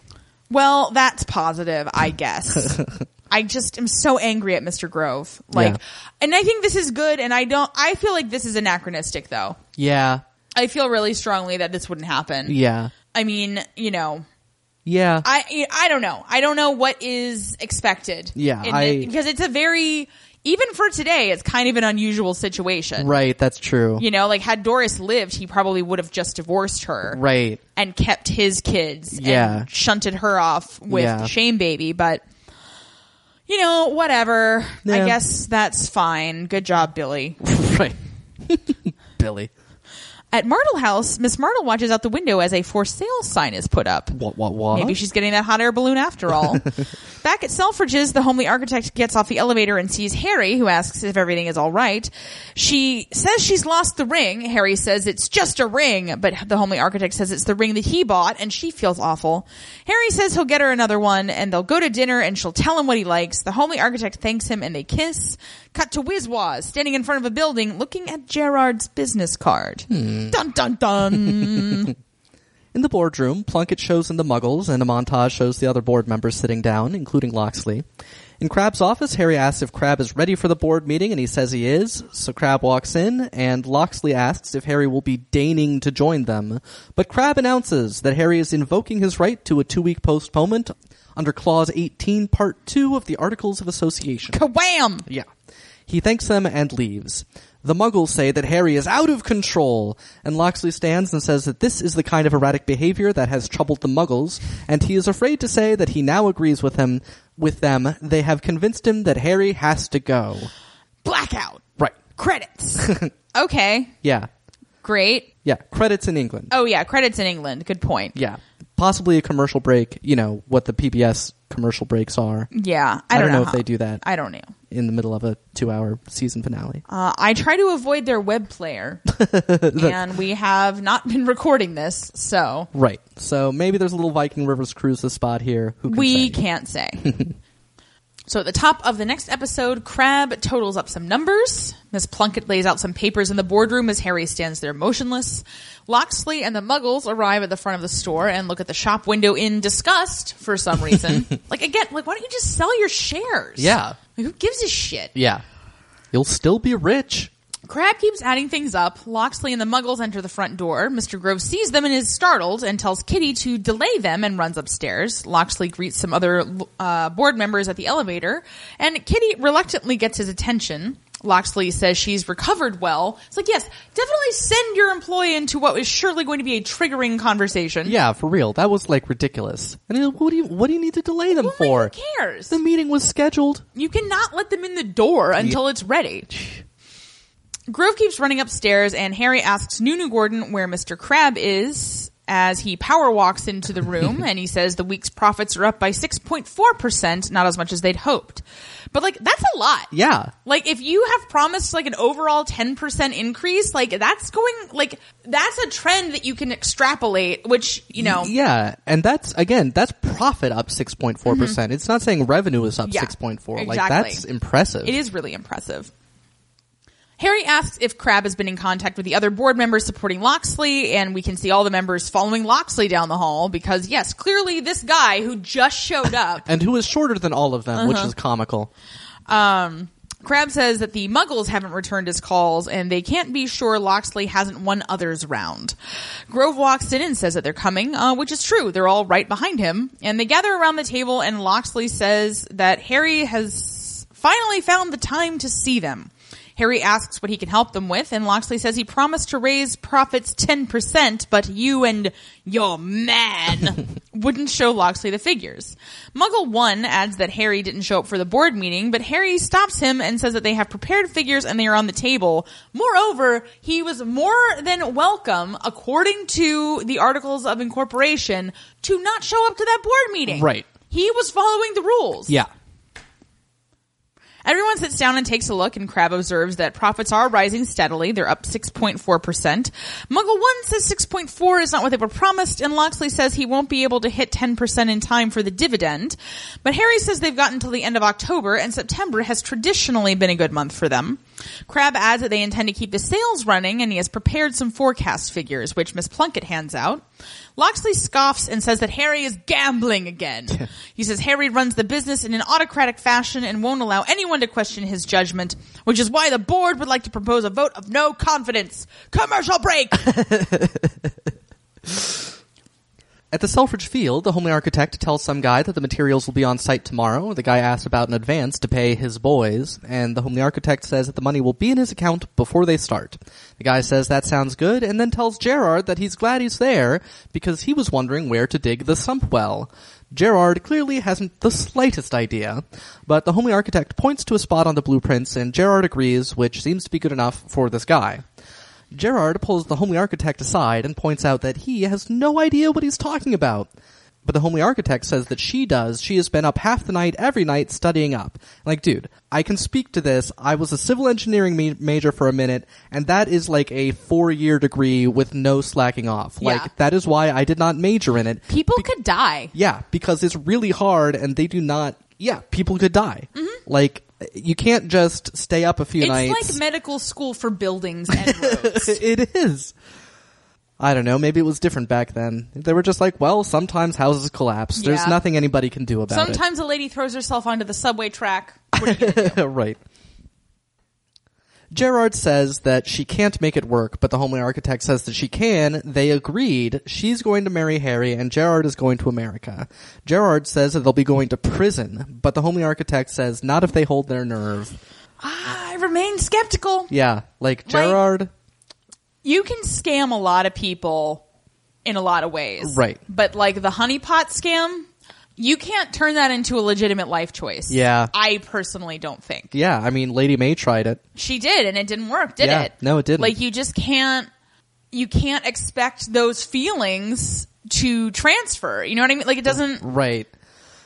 B: Well, that's positive, I
A: [LAUGHS]
B: guess. I just am so angry at Mr. Grove. Like,
A: Yeah.
B: and I think this is good, and I don't, I feel like this is anachronistic though.
A: Yeah.
B: I feel really strongly that this wouldn't happen.
A: Yeah.
B: I mean, you know,
A: Yeah.
B: I I don't know. I don't know what is expected.
A: Yeah,
B: in
A: I-
B: it, because it's a very even for today, it's kind of an unusual situation.
A: right. That's true.
B: You know, like had Doris lived, he probably would have just divorced her,
A: Right.
B: and kept his kids,
A: Yeah.
B: and shunted her off with
A: Yeah.
B: Shame Baby. But you know, whatever.
A: Yeah.
B: I guess that's fine. Good job, Billy.
A: [LAUGHS] right. [LAUGHS] Billy.
B: At Martle House, Miss Martle watches out the window as a for sale sign is put up.
A: What, what, what?
B: Maybe she's getting that hot air balloon after all. Back at Selfridges, the homely architect gets off the elevator and sees Harry, who asks if everything is all right. She says she's lost the ring. Harry says it's just a ring, but the homely architect says it's the ring that he bought, and she feels awful. Harry says he'll get her another one, and they'll go to dinner, and she'll tell him what he likes. The homely architect thanks him, and they kiss. Cut to Wizwaz, standing in front of a building, looking at Gerard's business card. Dun dun dun.
A: In the boardroom, Plunkett shows in the Muggles, and a montage shows the other board members sitting down, including Loxley. In Crab's office, Harry asks if Crab is ready for the board meeting, and he says he is. So Crab walks in, and Loxley asks if Harry will be deigning to join them. But Crab announces that Harry is invoking his right to a two-week postponement under Clause 18, Part 2 of the Articles of Association.
B: Wham!
A: Yeah. He thanks them and leaves. The muggles say that Harry is out of control, and Loxley stands and says that this is the kind of erratic behavior that has troubled the muggles, and he is afraid to say that he now agrees with him with them. They have convinced him that Harry has to go.
B: Blackout.
A: Right. [LAUGHS]
B: Credits. okay.
A: Yeah.
B: Great.
A: Yeah. Credits in England.
B: Oh yeah, credits in England. Good point.
A: Yeah. Possibly a commercial break, you know, what the PBS commercial breaks are
B: Yeah, I
A: I
B: don't,
A: don't know if
B: how-
A: they do that.
B: I don't know.
A: in the middle of a two hour season finale.
B: Uh, I try to avoid their
A: [LAUGHS]
B: web player, and we have not been recording this, so
A: Right. So maybe there's a little Viking Rivers cruise the spot here. Who can
B: we
A: say? [LAUGHS]
B: can't say. so at the top of the next episode, Crab totals up some numbers. Miss Plunkett lays out some papers in the boardroom as Harry stands there motionless. Loxley and the Muggles arrive at the front of the store and look at the shop window in disgust for some
A: [LAUGHS]
B: reason. like again, like why don't you just sell your shares?
A: Yeah.
B: Like, who gives a shit?
A: Yeah. You'll still be rich.
B: Crab keeps adding things up. Loxley and the Muggles enter the front door. Mr. Grove sees them and is startled and tells Kitty to delay them and runs upstairs. Loxley greets some other uh, board members at the elevator, and Kitty reluctantly gets his attention. Loxley says she's recovered well. It's like, yes, definitely send your employee into what was surely going to be a triggering conversation.
A: Yeah, for real. That was like ridiculous. And he's like, what do you what do you need to delay them
B: Well,
A: for?
B: like, who cares?
A: The meeting was scheduled.
B: You cannot let them in the door until it's ready. Grove keeps running upstairs, and Harry asks Nunu Gordon where Mr. Crab is as he power walks into the room, and he says the week's profits are up by 6.4%, not as much as they'd hoped. But, like, that's a lot.
A: Yeah.
B: Like, if you have promised, like, an overall 10% increase, like, that's going, like, that's a trend that you can extrapolate, which, you know.
A: Yeah. And that's again, that's profit up six point four percent. It's not saying revenue is up
B: Mm-hmm. Yeah,
A: six point four. Like
B: exactly.
A: that's impressive.
B: It is really impressive. Harry asks if Crab has been in contact with the other board members supporting Loxley, and we can see all the members following Loxley down the hall because, yes, clearly this guy who just showed up. [LAUGHS]
A: And who is shorter than all of them, which
B: Uh-huh.
A: is comical.
B: um, Crab says that the Muggles haven't returned his calls, and they can't be sure Loxley hasn't won others round. Grove walks in and says that they're coming, uh, which is true. They're all right behind him, and they gather around the table. and Loxley says that Harry has finally found the time to see them. Harry asks what he can help them with, and Loxley says he promised to raise profits 10%, but you and
A: [LAUGHS]
B: your man wouldn't show Loxley the figures. Muggle 1 adds that Harry didn't show up for the board meeting, but Harry stops him and says that they have prepared figures and they are on the table. Moreover, he was more than welcome, according to the Articles of Incorporation, to not show up to that board meeting.
A: Right.
B: He was following the rules.
A: Yeah.
B: Everyone sits down and takes a look, and Crab observes that profits are rising steadily. They're up 6.4%. Muggle 1 says 6.4 is not what they were promised, and Loxley says he won't be able to hit 10% in time for the dividend. But Harry says they've gotten till the end of October, and September has traditionally been a good month for them. Crab adds that they intend to keep the sales running, and he has prepared some forecast figures, which Miss Plunkett hands out. Loxley scoffs and says that Harry is gambling again. he says Harry runs the business in an autocratic fashion and won't allow anyone to question his judgment, which is why the board would like to propose a vote of no confidence. Commercial break!
A: At the Selfridge Field, the homely architect tells some guy that the materials will be on site tomorrow. The guy asks about an advance to pay his boys, and the homely architect says that the money will be in his account before they start. The guy says that sounds good, and then tells Gerard that he's glad he's there because he was wondering where to dig the sump well. Gerard clearly hasn't the slightest idea, but the homely architect points to a spot on the blueprints, and Gerard agrees, which seems to be good enough for this guy. Gerard pulls the homely architect aside and points out that he has no idea what he's talking about. But the homely architect says that she does. She has been up half the night every night studying up. Like, dude, I can speak to this. I was a civil engineering ma- major for a minute, and that is like a four year degree with no slacking off. Like,
B: Yeah.
A: that is why I did not major in it.
B: People could die.
A: Yeah, because it's really hard and they do not, yeah, people could die. Like, you can't just stay up a few
B: Mm-hmm. It's
A: nights. [LAUGHS]
B: like medical school for buildings and roads.
A: it is. I don't know. Maybe it was different back then. They were just like, well, sometimes houses collapse. There's
B: Yeah.
A: nothing anybody can do about it.
B: Sometimes a lady throws herself onto the subway track.
A: [LAUGHS] right. Gerard says that she can't make it work, but the homely architect says that she can. They agreed. She's going to marry Harry, and Gerard is going to America. Gerard says that they'll be going to prison, but the homely architect says not if they hold their nerve.
B: Ah, I remain skeptical.
A: Yeah, like Gerard.
B: You can scam a lot of people in a lot of ways.
A: Right.
B: But like the honeypot scam, you can't turn that into a legitimate life choice.
A: Yeah.
B: I personally don't think.
A: yeah, I mean, Lady May tried it.
B: She did and it didn't work, did
A: Yeah.
B: it?
A: No, it didn't.
B: Like you just can't you can't expect those feelings to transfer. You know what I mean? Like it doesn't
A: Right.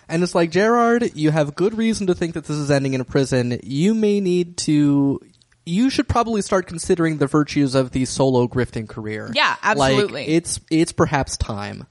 A: And it's like, Gerard, you have good reason to think that this is ending in a prison. You may need to. You should probably start considering the virtues of the solo grifting career.
B: Yeah,
A: Like,
B: absolutely.
A: it's it's perhaps time.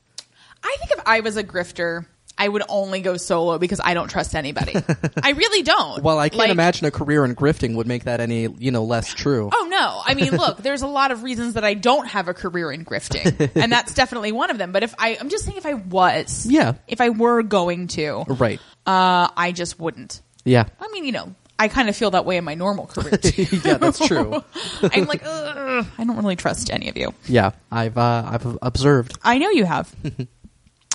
B: I think if I was a grifter, I would only go solo because I don't
A: [LAUGHS]
B: trust anybody. I really don't.
A: Well, I can't
B: Like,
A: imagine a career in grifting would make that any you know less true.
B: Oh no. I mean, look, there's a lot of reasons that I don't have a career in grifting. and that's definitely one of them. But if I, I'm just saying if I was,
A: Yeah.
B: if I were going to, uh,
A: Right.
B: I just wouldn't.
A: Yeah. [LAUGHS]
B: I mean, you know, I kind of feel that way in my normal career. too.
A: yeah, that's
B: [LAUGHS]
A: true.
B: I'm like, "Ugh, I don't really trust any of you.
A: Yeah, I've uh, I've observed.
B: I know you have.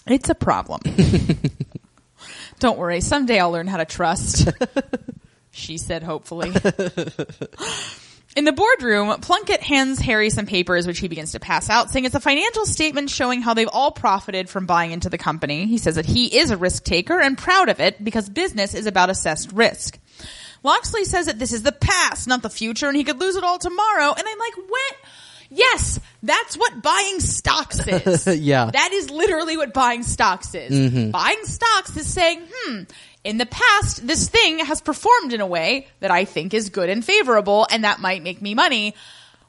B: it's a problem. Don't worry. Someday I'll learn how to trust. she said, hopefully. [LAUGHS] In the boardroom, Plunkett hands Harry some papers, which he begins to pass out, saying it's a financial statement showing how they've all profited from buying into the company. He says that he is a risk taker and proud of it because business is about assessed risk. Loxley says that this is the past, not the future, and he could lose it all tomorrow. And I'm like, what? Yes, that's what buying stocks is.
A: Yeah.
B: That is literally what buying stocks is. Buying stocks is saying, hmm, in the past, this thing has performed in a way that I think is good and favorable, and that might make me money,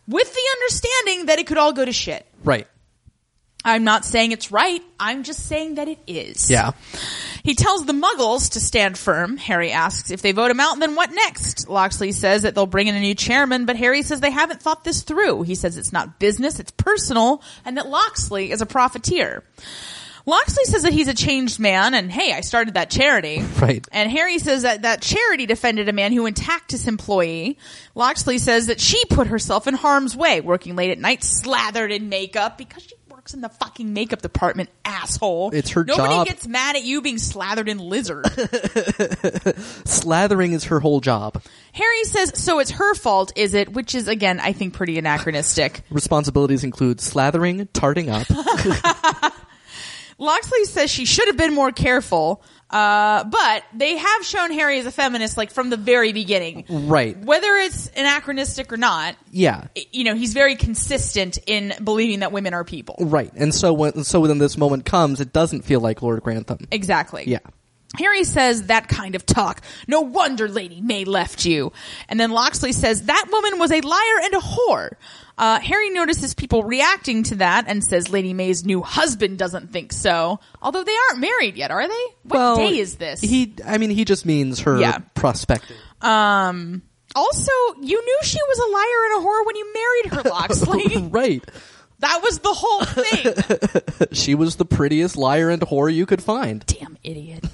B: with the understanding that it could all go to shit.
A: Right.
B: I'm not saying it's right. I'm just saying that it is.
A: Yeah.
B: He tells the muggles to stand firm. Harry asks if they vote him out, then what next? Loxley says that they'll bring in a new chairman, but Harry says they haven't thought this through. He says it's not business, it's personal, and that Loxley is a profiteer. Loxley says that he's a changed man, and hey, I started that charity.
A: Right.
B: And Harry says that that charity defended a man who attacked his employee. Loxley says that she put herself in harm's way, working late at night, slathered in makeup because she works in the fucking makeup department, asshole.
A: It's her
B: Nobody
A: job.
B: gets mad at you being slathered in lizard. [LAUGHS]
A: Slathering is her whole job.
B: Harry says, so it's her fault, is it? Which is, again, I think
A: [LAUGHS]
B: pretty anachronistic.
A: Responsibilities include slathering, tarting
B: [LAUGHS]
A: up.
B: Loxley says she should have been more careful, uh, but they have shown Harry as a feminist, like, from the very beginning.
A: right.
B: Whether it's anachronistic or not,
A: Yeah.
B: you know, he's very consistent in believing that women are people.
A: Right. And so when so when this moment comes, it doesn't feel like Lord Grantham.
B: Exactly.
A: Yeah.
B: Harry says that kind of talk. No wonder Lady May left you. And then Loxley says that woman was a liar and a whore. Uh, Harry notices people reacting to that and says Lady May's new husband doesn't think so. Although they aren't married yet, are they? What
A: Well,
B: day is this?
A: He, I mean, he just means her
B: Yeah.
A: prospective.
B: um. Also, you knew she was a liar and a whore when
A: [LAUGHS]
B: you married her, Loxley.
A: [LAUGHS] Right.
B: that was the
A: [LAUGHS]
B: whole thing.
A: She was the prettiest liar and whore you could find.
B: damn idiot.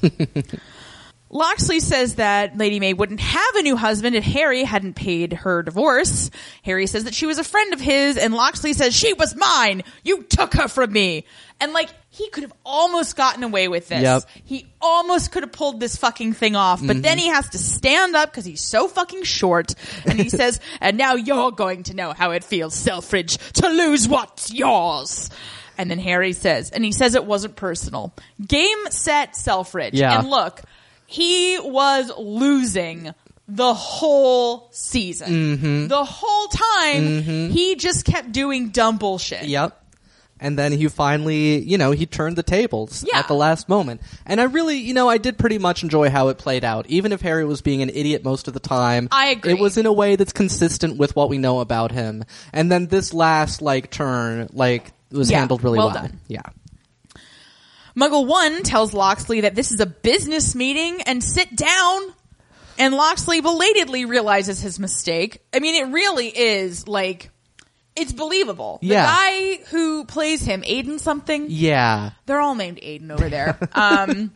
B: Loxley says that Lady May wouldn't have a new husband if Harry hadn't paid her divorce. Harry says that she was a friend of his, and Loxley says, She was mine! You took her from me! And like, he could have almost gotten away with this.
A: Yep.
B: He almost could have pulled this fucking thing off, but then
A: Mm-hmm.
B: he has to stand up because he's so fucking short,
A: [LAUGHS]
B: and he says, And now you're going to know how it feels, Selfridge, to lose what's yours! And then Harry says, and he says it wasn't personal. Game set Selfridge.
A: Yeah.
B: And look, he was losing the whole season. The whole time, he just kept doing dumb bullshit.
A: Yep. And then he finally, you know, he turned the tables
B: Yeah.
A: at the last moment. And I really, you know, I did pretty much enjoy how it played out. Even if Harry was being an idiot most of the time,
B: I agree.
A: It was in a way that's consistent with what we know about him. And then this last like turn, like was
B: Yeah.
A: handled really well.
B: Well done.
A: Yeah.
B: Muggle One tells Loxley that this is a business meeting and sit down. And Loxley belatedly realizes his mistake. I mean, it really is like, it's believable.
A: Yeah.
B: The guy who plays him, Aiden something.
A: Yeah.
B: They're all named Aiden over there. Um,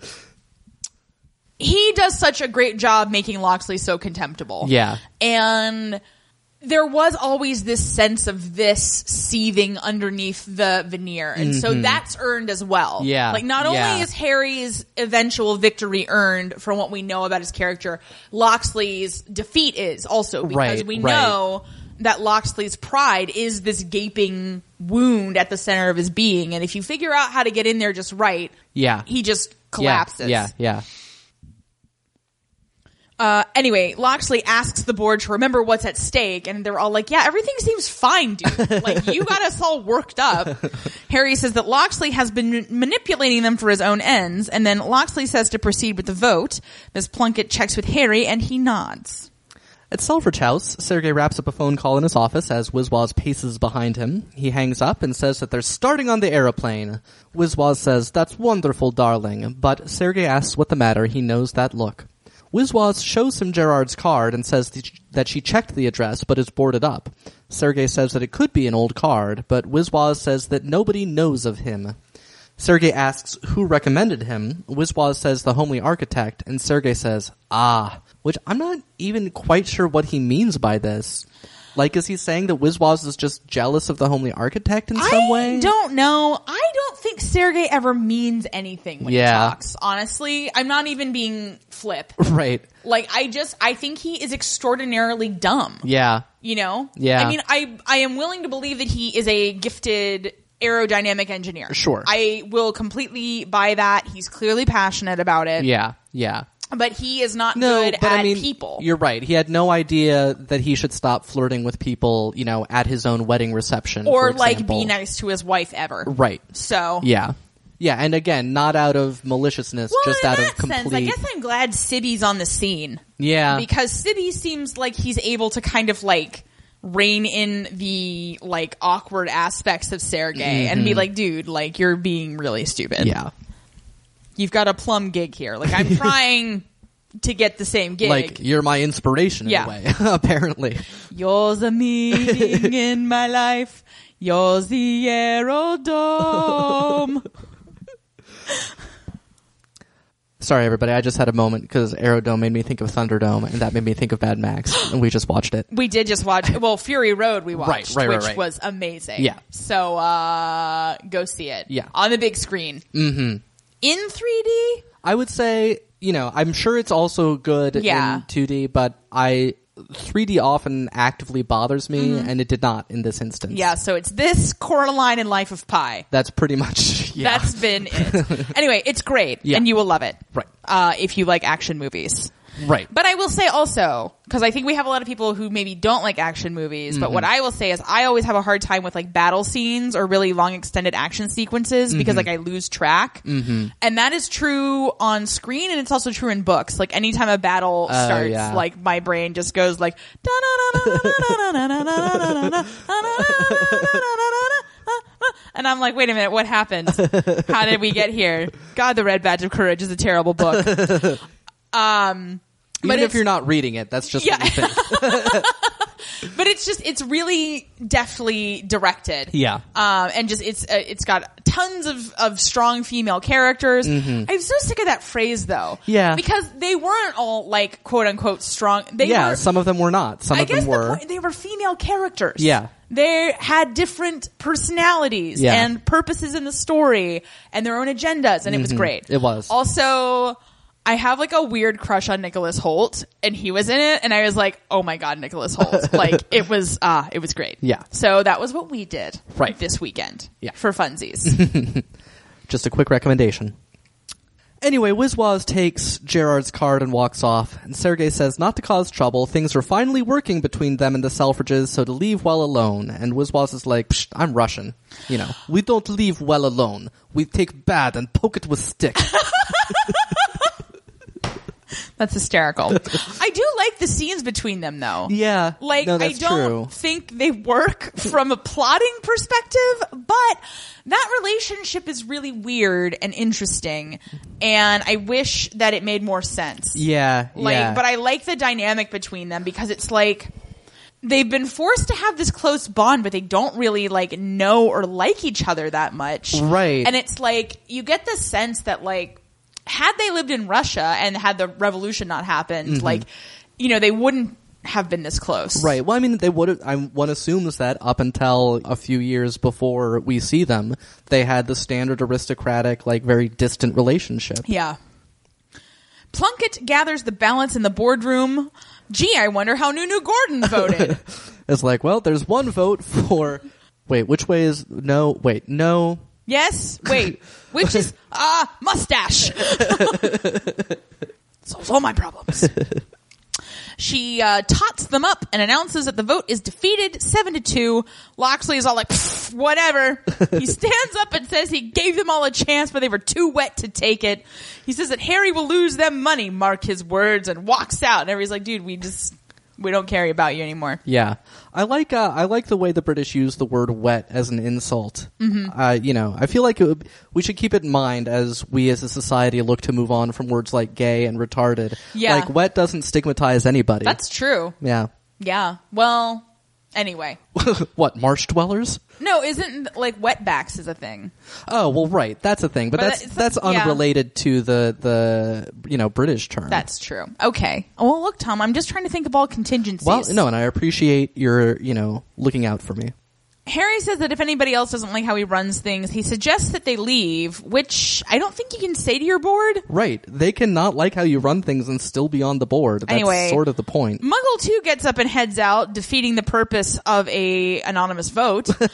B: he does such a great job making Loxley so contemptible.
A: Yeah.
B: And there was always this sense of this seething underneath the veneer. And so that's earned as well.
A: Mm-hmm. Yeah.
B: Like not
A: Yeah.
B: only is Harry's eventual victory earned from what we know about his character, Loxley's defeat is also because
A: Right,
B: we
A: right.
B: know that Loxley's pride is this gaping wound at the center of his being. And if you figure out how to get in there just right,
A: Yeah.
B: he just
A: Yeah.
B: collapses.
A: Yeah. Yeah.
B: Uh, anyway, Loxley asks the board to remember what's at stake, and they're all like, "Yeah, everything seems fine, dude. Like you got us all
A: [LAUGHS]
B: worked up." Harry says that Loxley has been manipulating them for his own ends, and then Loxley says to proceed with the vote. Miss Plunkett checks with Harry, and he nods.
A: At Selfridge House, Sergei wraps up a phone call in his office as Wizwaz paces behind him. He hangs up and says that they're starting on the aeroplane. Wizwaz says, That's wonderful, darling, but Sergei asks what the matter. He knows that look. Wizwaz shows him Gerard's card and says th- that she checked the address but is boarded up. Sergei says that it could be an old card, but Wizwaz says that nobody knows of him. Sergei asks who recommended him. Wiswas says the homely architect, and Sergei says, ah, which I'm not even quite sure what he means by this. Like, is he saying that Wiswas is just jealous of the homely architect in some
B: I
A: way?
B: don't know. I don't think Sergei ever means anything when
A: Yeah.
B: he talks. Honestly, I'm not even being flip.
A: [LAUGHS] Right.
B: Like I just, I think he is extraordinarily dumb.
A: Yeah.
B: you know
A: Yeah.
B: i mean i i am willing to believe that he is a gifted aerodynamic engineer
A: Sure.
B: i will completely buy that he's clearly passionate about it
A: Yeah. Yeah.
B: but he is not
A: No,
B: good
A: but
B: at
A: I mean,
B: people
A: you're right. He had no idea that he should stop flirting with people, you know, at his own wedding reception,
B: or
A: for
B: like
A: example.
B: be nice to his wife ever
A: Right.
B: so
A: Yeah. Yeah, and again, not out of maliciousness,
B: well,
A: just
B: in
A: out
B: that
A: of complete.
B: sense, I guess I'm glad Sibby's on the scene
A: yeah.
B: because Sibby seems like he's able to kind of like rein in the like awkward aspects of Sergey and be like, dude, like you're being really stupid.
A: Mm-hmm. yeah.
B: you've got a plum gig here. Like
A: [LAUGHS]
B: I'm trying to get the same gig.
A: Like you're my inspiration in
B: Yeah.
A: a way, [LAUGHS] apparently.
B: You're the
A: [LAUGHS]
B: meaning in my life. You're the
A: [LAUGHS]
B: aerodome.
A: Sorry, everybody. I just had a moment because Aerodome made me think of Thunderdome, and that made me think of Bad
B: [GASPS]
A: Max, and we just watched it.
B: we did just watch well Fury Road. We watched,
A: right, right,
B: which
A: right.
B: was amazing.
A: Yeah.
B: So uh, go see it.
A: Yeah.
B: On the big screen. Mm-hmm. In 3D.
A: I would say, you know, I'm sure it's also good
B: Yeah.
A: in 2D, but I 3D often actively bothers me, and it did not in this instance.
B: Mm-hmm. Yeah. So it's this Coraline and Life of Pi.
A: that's pretty much. [LAUGHS] Yeah,
B: That's been
A: [LAUGHS]
B: it. anyway, it's great,
A: Yeah.
B: and you will love it.
A: Right.
B: Uh, if you like action movies.
A: right.
B: But I will say also, because I think we have a lot of people who maybe don't like action movies, but what
A: Mm-hmm.
B: I will say is I always have a hard time with like battle scenes or really long extended action sequences because
A: Mm-hmm.
B: like I lose track. And that is true on screen and it's also true in books. Like anytime a battle starts,
A: Oh, yeah.
B: like my brain just goes like, [LAUGHS] and I'm like, wait a minute, what happened? How did we get here? God, the Red Badge of Courage is a
A: [LAUGHS]
B: terrible book. Um,
A: Even if
B: it's-
A: you're not reading it, that's just
B: Yeah.
A: what you think.
B: but it's just it's really deftly directed.
A: Yeah.
B: um, and just it's uh, it's got tons of of strong female characters. I'm so sick of that phrase though.
A: Mm-hmm. Yeah.
B: because they weren't all like quote unquote strong. [LAUGHS] They
A: yeah,
B: were,
A: some of them were not. Some
B: I
A: of them
B: guess
A: were.
B: the point, they were female characters.
A: Yeah.
B: They had different personalities
A: Yeah.
B: and purposes in the story and their own agendas, and it was great.
A: Mm-hmm. It was.
B: Also, I have like a weird crush on Nicholas Holt, and he was in it, and I was like, oh my god, Nicholas
A: [LAUGHS]
B: Holt. like, it was, ah, it was great.
A: Yeah.
B: So that was what we did
A: Right.
B: this weekend
A: Yeah.
B: for
A: [LAUGHS]
B: funsies.
A: Just a quick recommendation. Anyway, Wizwaz takes Gerard's card and walks off, and Sergei says not to cause trouble. Things are finally working between them and the Selfridges, so to leave well alone. And Wizwaz is like, Psh, I'm Russian. You know, we don't leave well alone. We take bad and poke it with
B: [LAUGHS]
A: stick. [LAUGHS]
B: That's hysterical. I do like the scenes between them though.
A: yeah.
B: Like
A: no,
B: I
A: that's
B: don't
A: true.
B: think they work [LAUGHS] from a plotting perspective, but that relationship is really weird and interesting, and I wish that it made more sense.
A: Yeah.
B: Like,
A: yeah.
B: but I like the dynamic between them because it's like they've been forced to have this close bond, but they don't really like know or like each other that much.
A: Right.
B: And it's like you get the sense that like had they lived in Russia and had the revolution not happened, like you know, they wouldn't have been this close.
A: Mm-hmm. Right. Well, I mean, they would. I one assumes that up until a few years before we see them, they had the standard aristocratic, like very distant relationship.
B: Yeah. Plunkett gathers the balance in the boardroom. Gee, I wonder how Nunu Gordon voted.
A: It's like, well, there's one vote for. Wait, which way is no? Wait, no.
B: yes? Wait. Which is, ah, mustache. Solves all my problems. She uh, tots them up and announces that the vote is defeated, seven to two. Loxley is all like, "Pff, whatever. he stands up and says he gave them all a chance, but they were too wet to take it. He says that Harry will lose them money, mark his words, and walks out. And everybody's like, dude, we just we don't care about you anymore.
A: Yeah, I like uh, I like the way the British use the word "wet" as an insult. Mm-hmm. Uh, you know, I feel like it would, we should keep it in mind as we as a society look to move on from words like "gay" and "retarded."
B: Yeah.
A: like "wet" doesn't stigmatize anybody.
B: That's true.
A: yeah. [LAUGHS]
B: Yeah. Well, anyway.
A: what marsh dwellers?
B: No, isn't like wetbacks is a thing.
A: Oh well, right. That's a thing, but,
B: But
A: that's
B: it's-
A: that's
B: yeah.
A: unrelated to the the you know British term.
B: That's true. Okay. Well, look, Tom, I'm just trying to think of all contingencies.
A: well, no, and I appreciate your you know looking out for me.
B: Harry says that if anybody else doesn't like how he runs things, he suggests that they leave, which I don't think you can say to your board.
A: Right. They cannot like how you run things and still be on the board. That's
B: Anyway. Mm-hmm.
A: sort of the point.
B: Muggle 2 gets up and heads out, defeating the purpose of a
A: [LAUGHS]
B: anonymous vote. and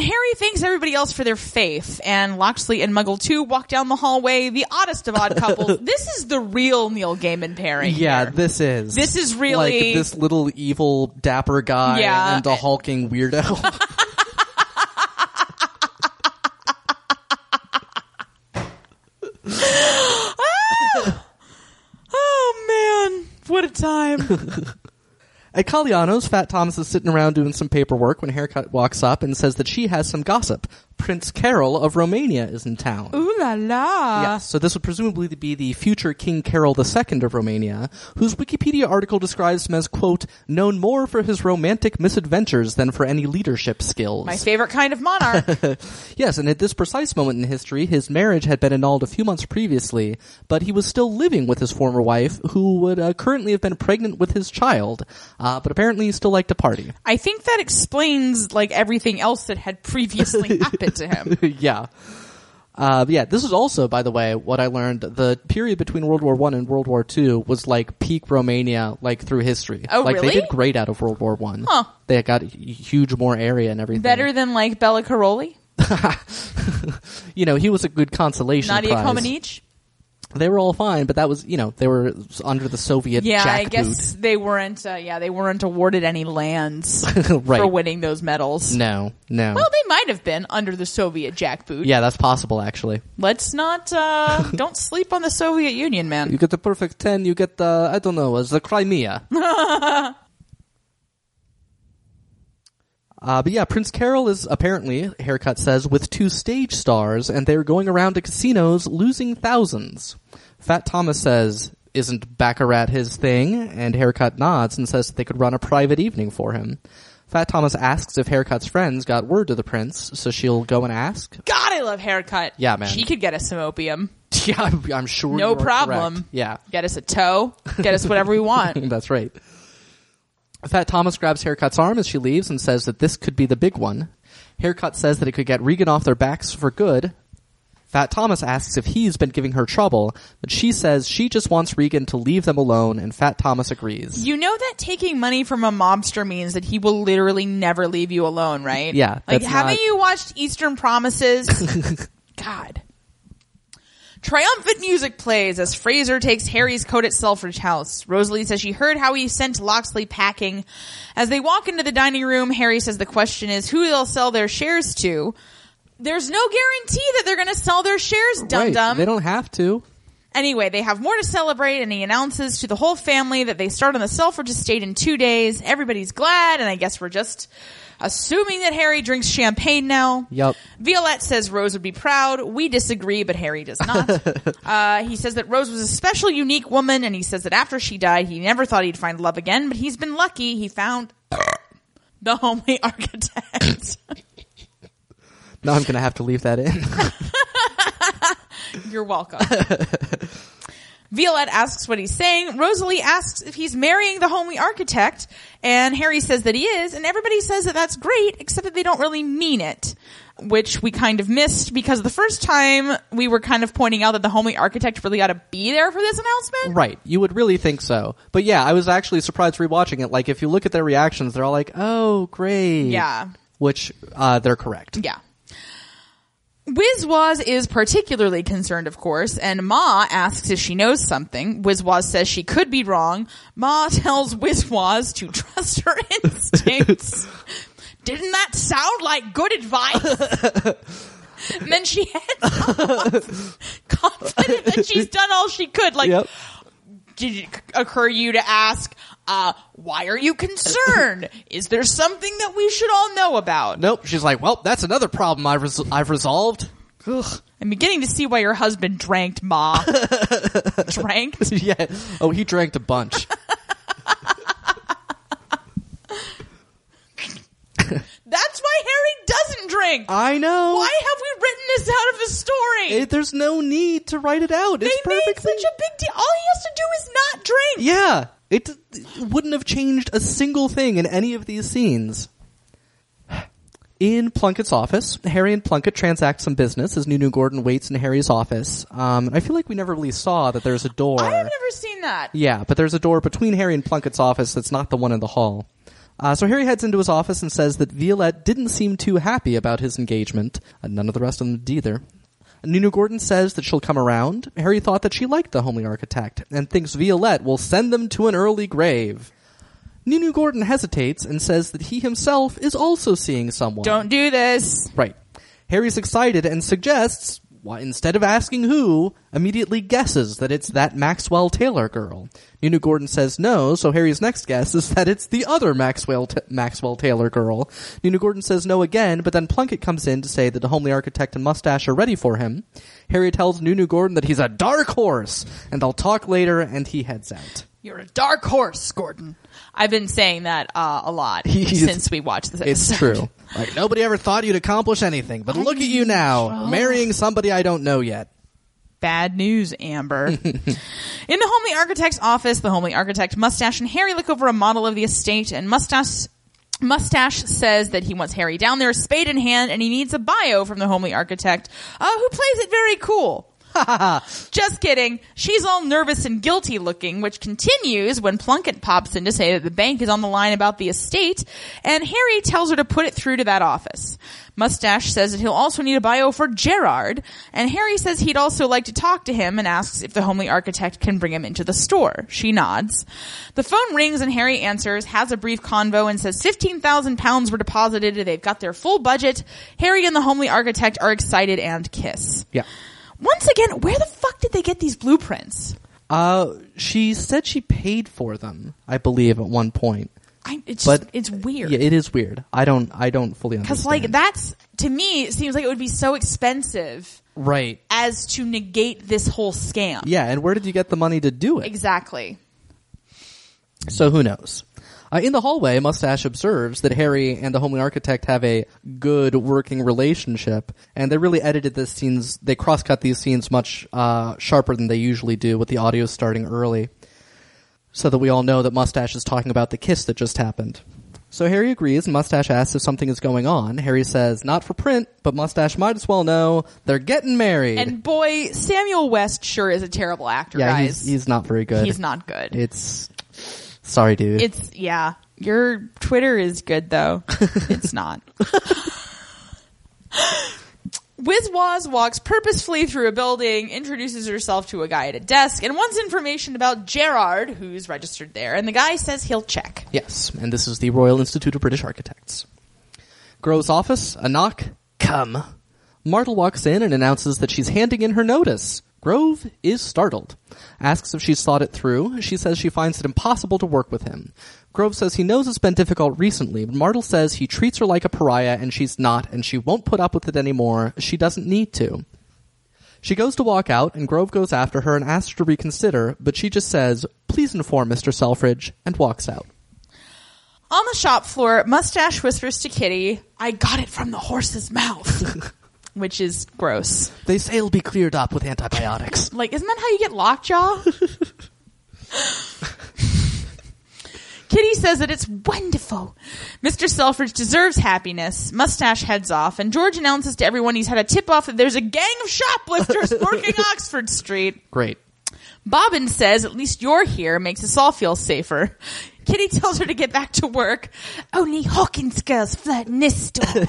B: Harry thanks everybody else for their faith, and Loxley and Muggle 2 walk down the hallway, the oddest
A: [LAUGHS]
B: of odd couples. this is the real Neil Gaiman pairing.
A: Yeah,
B: here.
A: this is.
B: This is really-
A: like this little evil dapper guy
B: Yeah.
A: and a hulking
B: [LAUGHS]
A: weirdo.
B: Ah! Oh man, what a time!
A: [LAUGHS] At Caliano's, Fat Thomas is sitting around doing some paperwork when Haircut walks up and says that she has some gossip. Prince Carol of Romania is in town.
B: Ooh la la!
A: Yes, so this would presumably be the future King Carol II of Romania, whose Wikipedia article describes him as, quote, known more for his romantic misadventures than for any leadership skills.
B: My favorite kind of monarch.
A: Yes, and at this precise moment in history, his marriage had been annulled a few months previously, but he was still living with his former wife, who would uh, currently have been pregnant with his child. Uh, but apparently, he still liked to party.
B: I think that explains like everything else that
A: [LAUGHS]
B: had previously happened to him.
A: yeah. Uh, yeah, this is also, by the way, what I learned. The period between World War One and World War Two was like peak Romania, like through history.
B: Oh,
A: like
B: really?
A: they did great out of World War One.
B: Huh.
A: They got huge more area and everything.
B: Better than like Bella Caroli,
A: you know, he was a good consolation
B: Nadia
A: prize.
B: Comaneci.
A: They were all fine, but that was, you know, they were under the Soviet
B: Yeah, I
A: jackboot.
B: guess they weren't. Uh, yeah, they weren't awarded
A: [LAUGHS]
B: any lands
A: [LAUGHS] Right. Mm.
B: for winning those medals.
A: No, no.
B: Well, they might have been under the Soviet jackboot.
A: yeah, that's possible, actually.
B: Let's not.
A: [LAUGHS]
B: Uh, don't sleep on the Soviet Union, man.
A: You get the perfect 10, you get the, I don't know, it's the
B: [LAUGHS]
A: Crimea. Uh, but yeah, Prince Carol is apparently, Haircut says, with two stage stars, and they're going around to casinos losing thousands. Fat Thomas says, isn't Baccarat his thing? And Haircut nods and says that they could run a private evening for him. Fat Thomas asks if Haircut's friends got word to the prince, so she'll go and ask. [LAUGHS]
B: God, I love haircut.
A: Yeah, man.
B: She could get us some opium.
A: Yeah, I'm- I'm sure.
B: No
A: you are correct.
B: problem.
A: Yeah,
B: Get us a toe. Get us whatever we want.
A: [LAUGHS] that's right. Fat Thomas grabs Haircut's arm as she leaves and says that this could be the big one. Haircut says that it could get Regan off their backs for good. Fat Thomas asks if he's been giving her trouble, but she says she just wants Regan to leave them alone, and Fat Thomas agrees.
B: You know that taking money from a mobster means that he will literally never leave you alone, right?
A: Yeah,
B: Like,
A: that's
B: haven't
A: not-
B: you watched Eastern Promises?
A: [LAUGHS]
B: God. Triumphant music plays as Fraser takes Harry's coat at Selfridge House. Rosalie says she heard how he sent Loxley packing. As they walk into the dining room, Harry says the question is who they'll sell their shares to. There's no guarantee that they're going to sell their shares, dum
A: Right,
B: dum.
A: They don't have to.
B: Anyway, they have more to celebrate, and he announces to the whole family that they start on the Selfridge estate in two days. Everybody's glad, and I guess we're just assuming that Harry drinks champagne now.
A: Yup.
B: Violette says Rose would be proud. We disagree, but Harry does not. uh, he says that Rose was a special, unique woman, and he says that after she died, he never thought he'd find love again, but he's been lucky. He found [COUGHS] the homely architect.
A: Now I'm gonna have to leave that in. [LAUGHS]
B: You're welcome. [LAUGHS] Violette asks what he's saying. Rosalie asks if he's marrying the homely architect, and Harry says that he is, and everybody says that that's great, except that they don't really mean it, which we kind of missed because the first time we were kind of pointing out that the homely architect really ought to be there for this announcement.
A: right. You would really think so. But yeah, I was actually surprised rewatching it. Like, if you look at their reactions, they're all like, "Oh, great."
B: Yeah.
A: Which uh, they're correct.
B: Yeah. Wizwaz is particularly concerned, of course, and Ma asks if she knows something. Wizwaz says she could be wrong. Ma tells Wizwaz to trust her [LAUGHS] instincts. Didn't that sound like good advice? and then she heads off, [LAUGHS] confident that she's done all she could. Like,
A: Yep.
B: did it occur to you to ask, uh, why are you concerned? Is there something that we should all know about?
A: Nope. She's like, "Well, that's another problem I've res- I've resolved." Ugh.
B: I'm beginning to see why your husband drank, Ma. drank?
A: [LAUGHS] yeah. Oh, he drank a bunch.
B: That's why Harry doesn't drink.
A: [LAUGHS] I know.
B: why have we written this out of a story?
A: It- there's no need to write it out.
B: they
A: It's
B: made
A: perfectly.
B: such a big deal. All he has to do is not drink.
A: [LAUGHS] yeah. It, it wouldn't have changed a single thing in any of these scenes. [SIGHS] In Plunkett's office, Harry and Plunkett transact some business as Nunu Gordon waits in Harry's office. Um, I feel like we never really saw that there's a door.
B: I have never seen that.
A: Yeah, but there's a door between Harry and Plunkett's office that's not the one in the hall. Uh, so Harry heads into his office and says that Violette didn't seem too happy about his engagement, and none of the rest of them did either. Nunu Gordon says that she'll come around. Harry thought that she liked the homely architect and thinks Violette will send them to an early grave. Nunu Gordon hesitates and says that he himself is also seeing someone.
B: Don't do this.
A: Right. Harry's excited and suggests, why, instead of asking who, immediately guesses that it's that Maxwell Taylor girl. Nunu Gordon says no, so Harry's next guess is that it's the other Maxwell, T- Maxwell Taylor girl. Nunu Gordon says no again, but then Plunkett comes in to say that the homely architect and mustache are ready for him. Harry tells Nunu Gordon that he's a dark horse, and they'll talk later, and he heads out.
B: You're a dark horse, Gordon. I've been saying that uh, a
A: [LAUGHS]
B: lot
A: He's-
B: since we watched this episode.
A: It's true. Like nobody ever thought you'd accomplish anything, but look at you now, marrying somebody I don't know yet.
B: Bad news, Amber. In the homely architect's office, the homely architect, Mustache, and Harry look over a model of the estate, and Mustache. Mustache says that he wants Harry down there, spade in hand, and he needs a bio from the homely architect, uh, who plays it very cool. Just kidding. She's all nervous and guilty looking, which continues when Plunkett pops in to say that the bank is on the line about the estate, and Harry tells her to put it through to that office. Mustache says that he'll also need a bio for Gerard, and Harry says he'd also like to talk to him and asks if the homely architect can bring him into the store. She nods. The phone rings and Harry answers, has a brief convo, and says 15,000 pounds were deposited, and they've got their full budget. Harry and the homely architect are excited and kiss.
A: Yeah.
B: Once again, where the fuck did they get these blueprints?
A: Uh, she said she paid for them, I believe, at one point.
B: I, it's
A: But
B: just, it's weird.
A: Yeah, it is weird. I don't. I don't fully understand.
B: Cause like that's, to me, it seems like it would be so expensive
A: right?
B: as to negate this whole scam.
A: Yeah, and where did you get the money to do it?
B: Exactly.
A: So who knows? Uh, in the hallway, Mustache observes that Harry and the homely architect have a good working relationship, and they really edited this scenes. They cross cut these scenes much uh, sharper than they usually do, with the audio starting early, so that we all know that Mustache is talking about the kiss that just happened. So Harry agrees, and Mustache asks if something is going on. Harry says, "Not for print, but Mustache might as well know they're getting married."
B: And boy, Samuel West sure is a terrible actor,
A: yeah,
B: guys.
A: he's, he's not very good.
B: He's not good.
A: It's sorry, dude.
B: It's yeah. Your Twitter is good though. it's not. Wizwaz walks purposefully through a building, introduces herself to a guy at a desk, and wants information about Gerard, who's registered there, and the guy says he'll check.
A: Yes, and this is the Royal Institute of British Architects. Grove's office, a knock, come. Martel walks in and announces that she's handing in her notice. Grove is startled, asks if she's thought it through. She says she finds it impossible to work with him. Grove says he knows it's been difficult recently, but Martel says he treats her like a pariah and she's not, and she won't put up with it anymore. She doesn't need to. She goes to walk out, and Grove goes after her and asks her to reconsider, but she just says, Please inform Mr. Selfridge, and walks out.
B: On the shop floor, Mustache whispers to Kitty, I got it from the horse's mouth. Which is gross.
A: They say it'll be cleared up with antibiotics.
B: Like, isn't that how you get lockjaw? Kitty says that it's wonderful. Mr. Selfridge deserves happiness. Mustache heads off, and George announces to everyone he's had a tip off that there's a gang of shoplifters working Oxford Street.
A: Great.
B: Bobbin says, at least you're here, makes us all feel safer. Kitty tells her to get back to work.
C: Only Hawkins girls flirt in this store.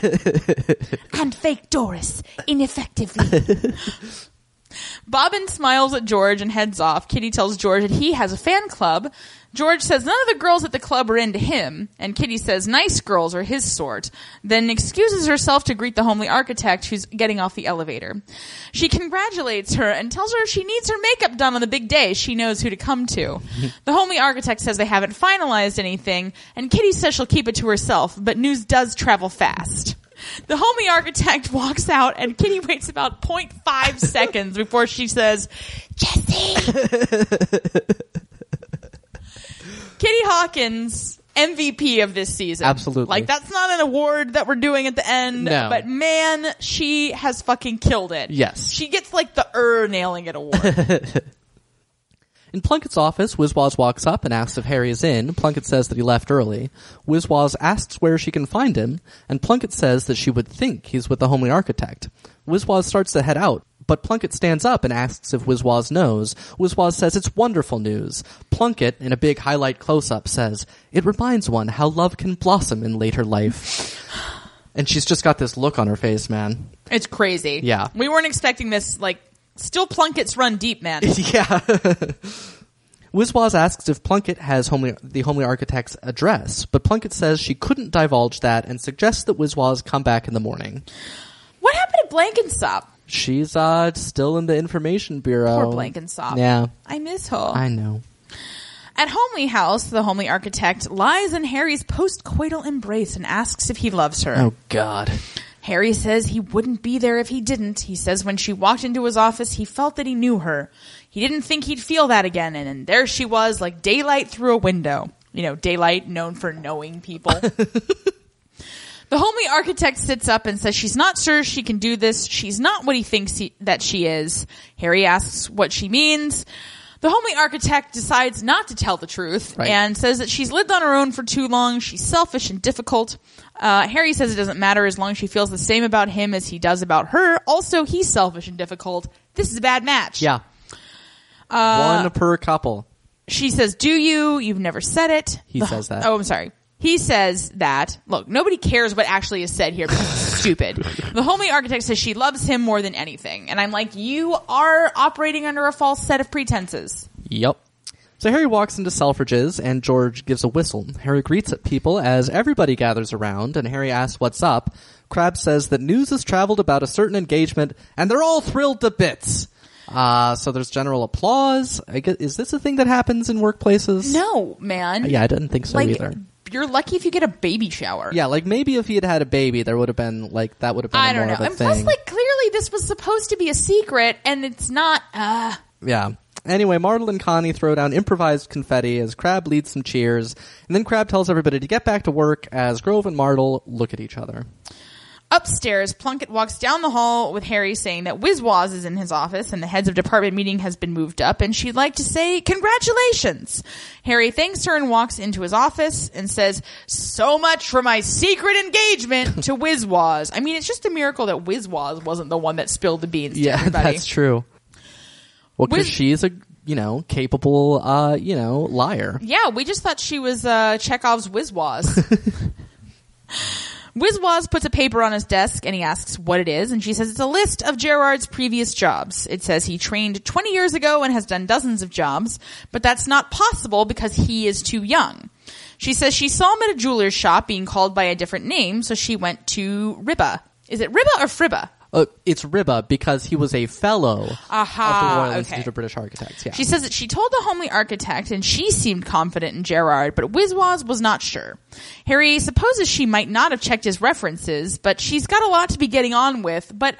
C: and fake Doris, ineffectively.
B: Bobbin smiles at George and heads off. Kitty tells George that he has a fan club. George says none of the girls at the club are into him, and Kitty says nice girls are his sort, then excuses herself to greet the homely architect who's getting off the elevator. She congratulates her and tells her if she needs her makeup done on the big day, she knows who to come to. the homely architect says they haven't finalized anything, and Kitty says she'll keep it to herself, but news does travel fast. [LAUGHS] The homie architect walks out, and Kitty waits
A: [LAUGHS]
B: about 0.5 seconds before she says,
C: Jesse!
B: Kitty Hawkins, MVP of this season.
A: Absolutely.
B: Like, that's not an award that we're doing at the end,
A: No.
B: but man, she has fucking killed it.
A: Yes.
B: She gets, like, the er nailing
A: [LAUGHS]
B: it award.
A: In Plunkett's office, Wiswas walks up and asks if Harry is in. Plunkett says that he left early. Wiswas asks where she can find him, and Plunkett says that she would think he's with the homely architect. Wiswas starts to head out, but Plunkett stands up and asks if Wiswas knows. Wiswas says it's wonderful news. Plunkett, in a big highlight close-up, says, It reminds one how love can blossom in later life. [SIGHS] And she's just got this look on her face, man.
B: it's crazy.
A: Yeah.
B: We weren't expecting this, like, still Plunkett's run
A: [LAUGHS]
B: deep, man.
A: yeah. Wiswas asks if Plunkett has homely, the homely architect's address, but Plunkett says she couldn't divulge that and suggests that Wiswas come back in the morning.
B: what happened to Blankensop?
A: She's uh, still in the information bureau.
B: Poor Blankensop.
A: Yeah,
B: I miss her.
A: I know.
B: At Homely House, the homely architect lies in Harry's post-coital embrace and asks if he loves her.
A: Oh God.
B: Harry says he wouldn't be there if he didn't. He says when she walked into his office, he felt that he knew her. He didn't think he'd feel that again, and, and there she was, like daylight through a window. You know, daylight known for knowing people. the homely architect sits up and says she's not sure she can do this. She's not what he thinks he, that she is. Harry asks what she means. The homely architect decides not to tell the truth
A: Right.
B: and says that she's lived on her own for too long. She's selfish and difficult. Uh, Harry says it doesn't matter as long as she feels the same about him as he does about her. Also, he's selfish and difficult. This is a bad match.
A: Yeah. One per couple.
B: She says, "Do you? You've never said it."
A: He
B: The-
A: says that.
B: Oh, I'm sorry. He says that. Look, nobody cares what actually is said here because
A: [LAUGHS]
B: it's stupid. The homie architect says she loves him more than anything, and I'm like, you are operating under a false set of pretenses.
A: Yep. So Harry walks into Selfridge's and George gives a whistle. Harry greets at people as everybody gathers around and Harry asks what's up. Crab says that news has traveled about a certain engagement and they're all thrilled to bits. Uh, so there's general applause. I guess, is this a thing that happens in workplaces?
B: No, man.
A: Yeah, I didn't think so
B: like
A: either.
B: you're lucky if you get a baby shower.
A: Yeah, like maybe if he had had a baby, there would have been like that would have been
B: I
A: more
B: don't know.
A: of a
B: And
A: thing.
B: plus, like, clearly this was supposed to be a secret, and it's not. Uh,
A: Yeah. Anyway, Martel and Connie throw down improvised confetti as Crab leads some cheers, and then Crab tells everybody to get back to work as Grove and Martel look at each other.
B: Upstairs, Plunkett walks down the hall with Harry saying that Wizwaz is in his office and the heads of department meeting has been moved up and she'd like to say congratulations. Harry thanks her and walks into his office and says, so much for my secret
A: [LAUGHS]
B: engagement to Wizwaz. I mean, it's just a miracle that Wizwaz wasn't the one that spilled the beans to
A: Yeah, [LAUGHS]
B: everybody.
A: that's true. Well, because
B: Wiz-
A: she's a, you know, capable, uh, you know, liar.
B: Yeah, we just thought she was uh, Chekhov's Wizwaz. Wizwaz puts a paper on his desk and he asks what it is, and she says it's a list of Gerard's previous jobs. It says he trained 20 years ago and has done dozens of jobs, but that's not possible because he is too young. She says she saw him at a jeweler's shop being called by a different name, so she went to Ribba. Is it Ribba or Fribba?
A: Uh, it's Ribba because he was a fellow of the
B: Aha,
A: Royal
B: Ah, okay.
A: Institute of British Architects. Yeah.
B: She says that she told the homely architect and she seemed confident in Gerard, but Wiswas was not sure. Harry supposes she might not have checked his references, but she's got a lot to be getting on with, but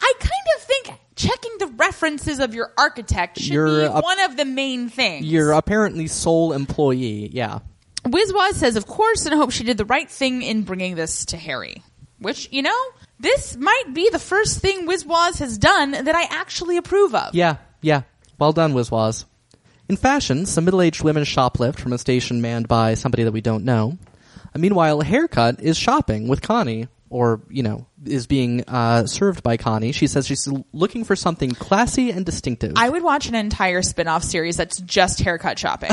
B: I kind of think checking the references of your architect should
A: You're
B: be
A: up-
B: one of the main things.
A: Your apparently sole employee. Yeah.
B: Wizwaz says, of course, and hopes she did the right thing in bringing this to Harry. Which, you know, this might be the first thing Wizwaz has done that I actually approve of.
A: Yeah, yeah. Well done, Wizwaz. In fashion, some middle-aged women shoplift from a station manned by somebody that we don't know. Uh, meanwhile, Haircut is shopping with Connie, or, you know, is being uh, served by Connie. She says she's l- looking for something classy and distinctive.
B: I would watch an entire spin-off series that's just haircut shopping.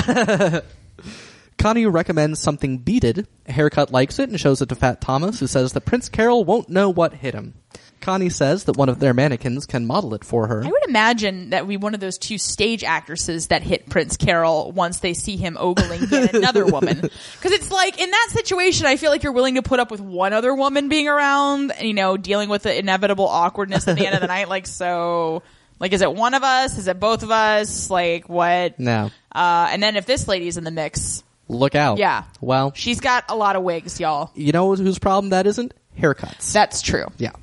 A: Connie recommends something beaded. Haircut likes it and shows it to Fat Thomas, who says that Prince Carol won't know what hit him. Connie says that one of their mannequins can model it for her.
B: I would imagine that we one of those two stage actresses that hit Prince Carol once they see him ogling yet another woman. Because it's like in that situation, I feel like you're willing to put up with one other woman being around, and you know, dealing with the inevitable awkwardness at the end of the [LAUGHS] night. Like, so, like, is it one of us? Is it both of us? Like, what?
A: No.
B: Uh, and then if this lady's in the mix,
A: Look out.
B: Yeah.
A: Well,
B: she's got a lot of wigs, y'all.
A: you know whose problem that isn't? Haircuts.
B: That's true.
A: Yeah.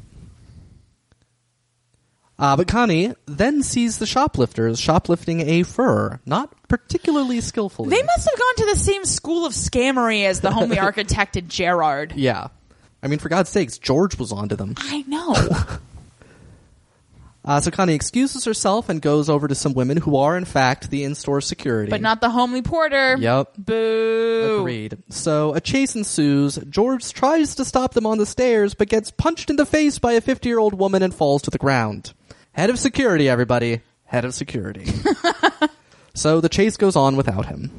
A: Uh, but Connie then sees the shoplifters shoplifting a fur, not particularly skillfully.
B: They must have gone to the same school of scammery as the homely architect at Gerard.
A: yeah. I mean, for God's sakes, George was onto them.
B: I know.
A: Uh, so Connie excuses herself and goes over to some women who are, in fact, the in-store security.
B: but not the homely porter.
A: Yep.
B: Boo.
A: Agreed. So a chase ensues. George tries to stop them on the stairs, but gets punched in the face by a 50 year old woman and falls to the ground. Head of security, everybody. Head of
B: [LAUGHS]
A: security. so the chase goes on without him.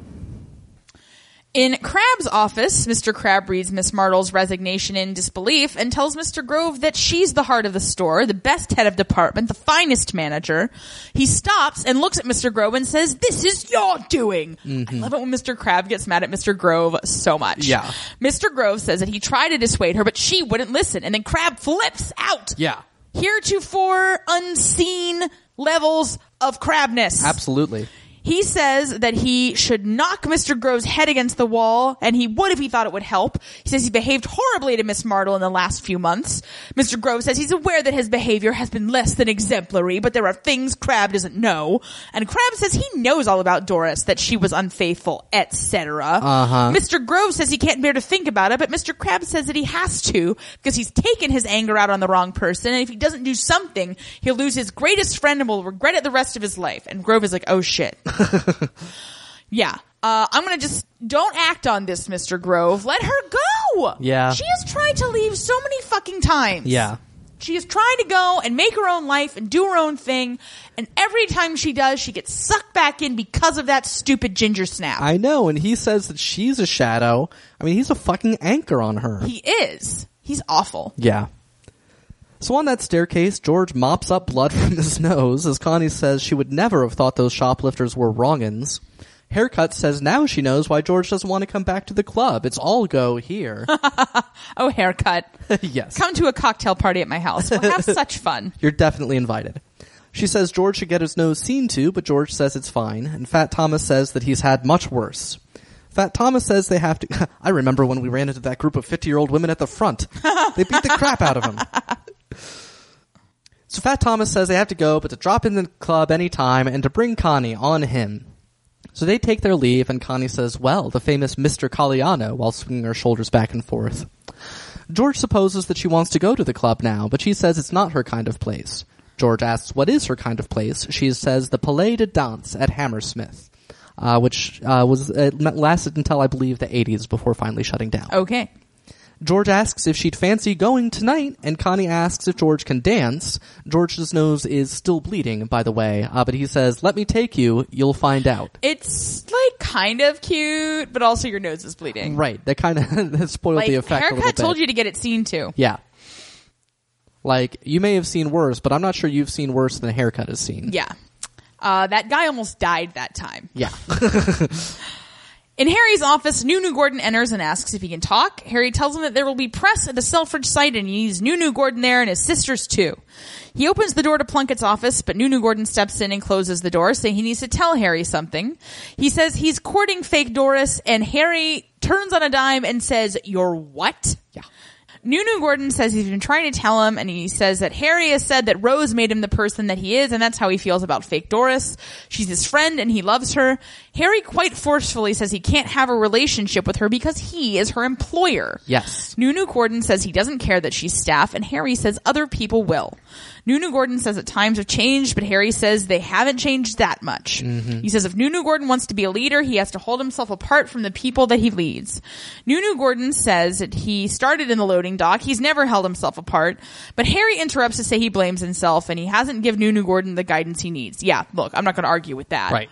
B: In Crab's office, Mr. Crab reads Miss Martle's resignation in disbelief and tells Mr. Grove that she's the heart of the store, the best head of department, the finest manager. He stops and looks at Mr. Grove and says, "This is your doing." I love it when Mr. Crab gets mad at Mr. Grove so much.
A: Mm-hmm. Yeah.
B: Mr. Grove says that he tried to dissuade her, but she wouldn't listen, and then Crab flips out.
A: Yeah.
B: Heretofore unseen levels of crabness.
A: Absolutely.
B: He says that he should knock Mr. Grove's head against the wall, and he would if he thought it would help. He says he behaved horribly to Miss Martle in the last few months. Mr. Grove says he's aware that his behavior has been less than exemplary, but there are things Crab doesn't know. And Crab says he knows all about Doris, that she was unfaithful, etc. Uh-huh. Mr. Grove says he can't bear to think about it, but Mr. Crab says that he has to, because he's taken his anger out on the wrong person, and if he doesn't do something, he'll lose his greatest friend and will regret it the rest of his life. And Grove is like, oh shit. Yeah. Uh, I'm gonna just don't act on this, Mr. Grove. Let her go.
A: Yeah.
B: She has tried to leave so many fucking times.
A: Yeah.
B: She has tried to go and make her own life and do her own thing, and every time she does, she gets sucked back in because of that stupid ginger snap.
A: I know, and he says that she's a shadow. I mean, he's a fucking anchor on her.
B: he is. He's awful.
A: Yeah. So on that staircase, George mops up blood [LAUGHS] from his nose as Connie says she would never have thought those shoplifters were wrongins. Haircut says now she knows why George doesn't want to come back to the club. It's all go here.
B: Oh,
A: [LAUGHS]
B: haircut.
A: yes.
B: Come to a cocktail party at my house. We'll have such fun.
A: You're definitely invited. She says George should get his nose seen to, but George says it's fine, and Fat Thomas says that he's had much worse. Fat Thomas says they have to. [LAUGHS] I remember when we ran into that group of 50 year old women at the front. They beat the crap out of him. So Fat Thomas says they have to go, but to drop in the club anytime and to bring Connie on him. So they take their leave, and Connie says, Well, the famous Mr. Colliano, while swinging her shoulders back and forth. George supposes that she wants to go to the club now, but she says it's not her kind of place. George asks what is her kind of place. She says the Palais de Danse at Hammersmith, uh, which uh, was it lasted until I believe the 80s before finally shutting down.
B: Okay.
A: George asks if she'd fancy going tonight, and Connie asks if George can dance. George's nose is still bleeding, by the way, uh, but he says, "Let me take you. You'll find out."
B: It's like kind of cute, but also your nose is bleeding.
A: Right? [LAUGHS] That kind of spoiled
B: Like
A: the effect. a little
B: haircut
A: bit.
B: told you to get it seen to.
A: Yeah. Like you may have seen worse, but I'm not sure you've seen worse than a haircut has seen.
B: Yeah. Uh, that guy almost died that time.
A: Yeah.
B: In Harry's office, Nunu Gordon enters and asks if he can talk. Harry tells him that there will be press at the Selfridge site and he needs Nunu Gordon there and his sisters too. He opens the door to Plunkett's office, but Nunu Gordon steps in and closes the door, saying he needs to tell Harry something. He says he's courting fake Doris and Harry turns on a dime and says, you're what?
A: Yeah.
B: Nunu Gordon says he's been trying to tell him, and he says that Harry has said that Rose made him the person that he is, and that's how he feels about fake Doris. She's his friend, and he loves her. Harry quite forcefully says he can't have a relationship with her because he is her employer.
A: Yes.
B: Nunu Gordon says he doesn't care that she's staff, and Harry says other people will. Nunu Gordon says that times have changed, but Harry says they haven't changed that much. He says if Nunu Gordon wants to be a leader, he has to hold himself apart from the people that he leads. Nunu Gordon says that he started in the loading dock. He's never held himself apart, but Harry interrupts to say he blames himself and he hasn't given Nunu Gordon the guidance he needs. Yeah, look, I'm not going to argue with that.
A: Right.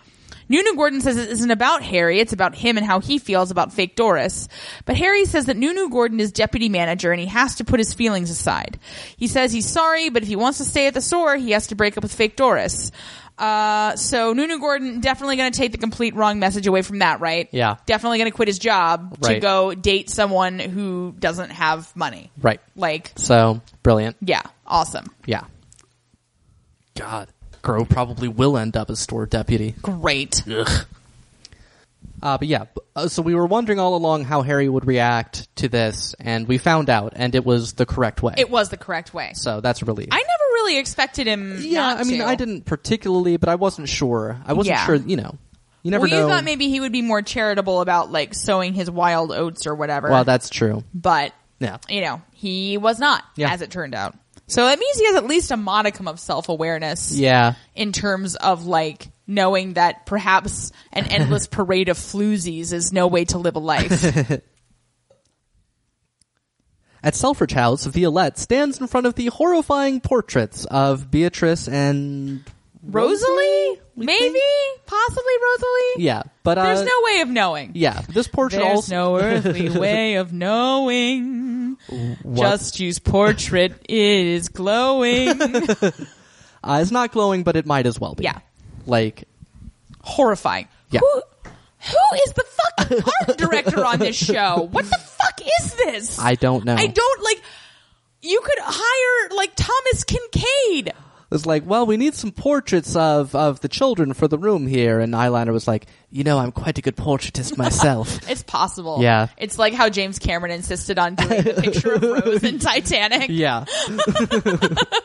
B: Nunu Gordon says it isn't about Harry, it's about him and how he feels about fake Doris. But Harry says that Nunu Gordon is deputy manager and he has to put his feelings aside. He says he's sorry, but if he wants to stay at the store, he has to break up with fake Doris. Uh, so Nunu Gordon definitely gonna take the complete wrong message away from that, right?
A: Yeah.
B: Definitely gonna quit his job to
A: Right.
B: go date someone who doesn't have money.
A: Right.
B: Like,
A: [LAUGHS] So brilliant.
B: yeah, awesome.
A: Yeah. God. Grow probably will end up as store deputy.
B: Great.
A: Uh, but yeah, b- uh, so we were wondering all along how Harry would react to this, and we found out, and it was the correct way.
B: It was the correct way.
A: so that's a relief.
B: I never really expected him.
A: yeah,
B: not
A: I mean,
B: to.
A: I didn't particularly, but I wasn't sure. I wasn't
B: Yeah.
A: sure, you know. You never
B: well,
A: know.
B: you thought maybe he would be more charitable about like sowing his wild oats or whatever.
A: well, that's true.
B: but
A: Yeah.
B: you know he was not,
A: Yeah.
B: as it turned out. So that means he has at least a modicum of self awareness.
A: Yeah.
B: In terms of like knowing that perhaps an
A: [LAUGHS]
B: endless parade of floozies is no way to live a life.
A: At Selfridge House, Violette stands in front of the horrifying portraits of Beatrice and
B: Rosalie,
A: [LAUGHS] we
B: maybe,
A: think?
B: possibly Rosalie.
A: yeah, but uh,
B: There's no way of knowing.
A: yeah. This portrait
B: There's
A: also
B: no
A: [LAUGHS]
B: earthly way of knowing.
A: What?
B: Just use portrait. it is glowing.
A: uh, it's not glowing, but it might as well be.
B: Yeah.
A: like
B: Horrifying.
A: Yeah.
B: Who, who is the fucking
A: [LAUGHS]
B: art director on this show? What the fuck is this?
A: I don't know.
B: I don't like. You could hire like Thomas Kincaid.
A: was like, well, we need some portraits of, of the children for the room here. And Eyeliner was like, you know, I'm quite a good portraitist myself.
B: It's possible.
A: Yeah.
B: It's like how James Cameron insisted on doing the picture of
A: [LAUGHS]
B: Rose in Titanic.
A: yeah.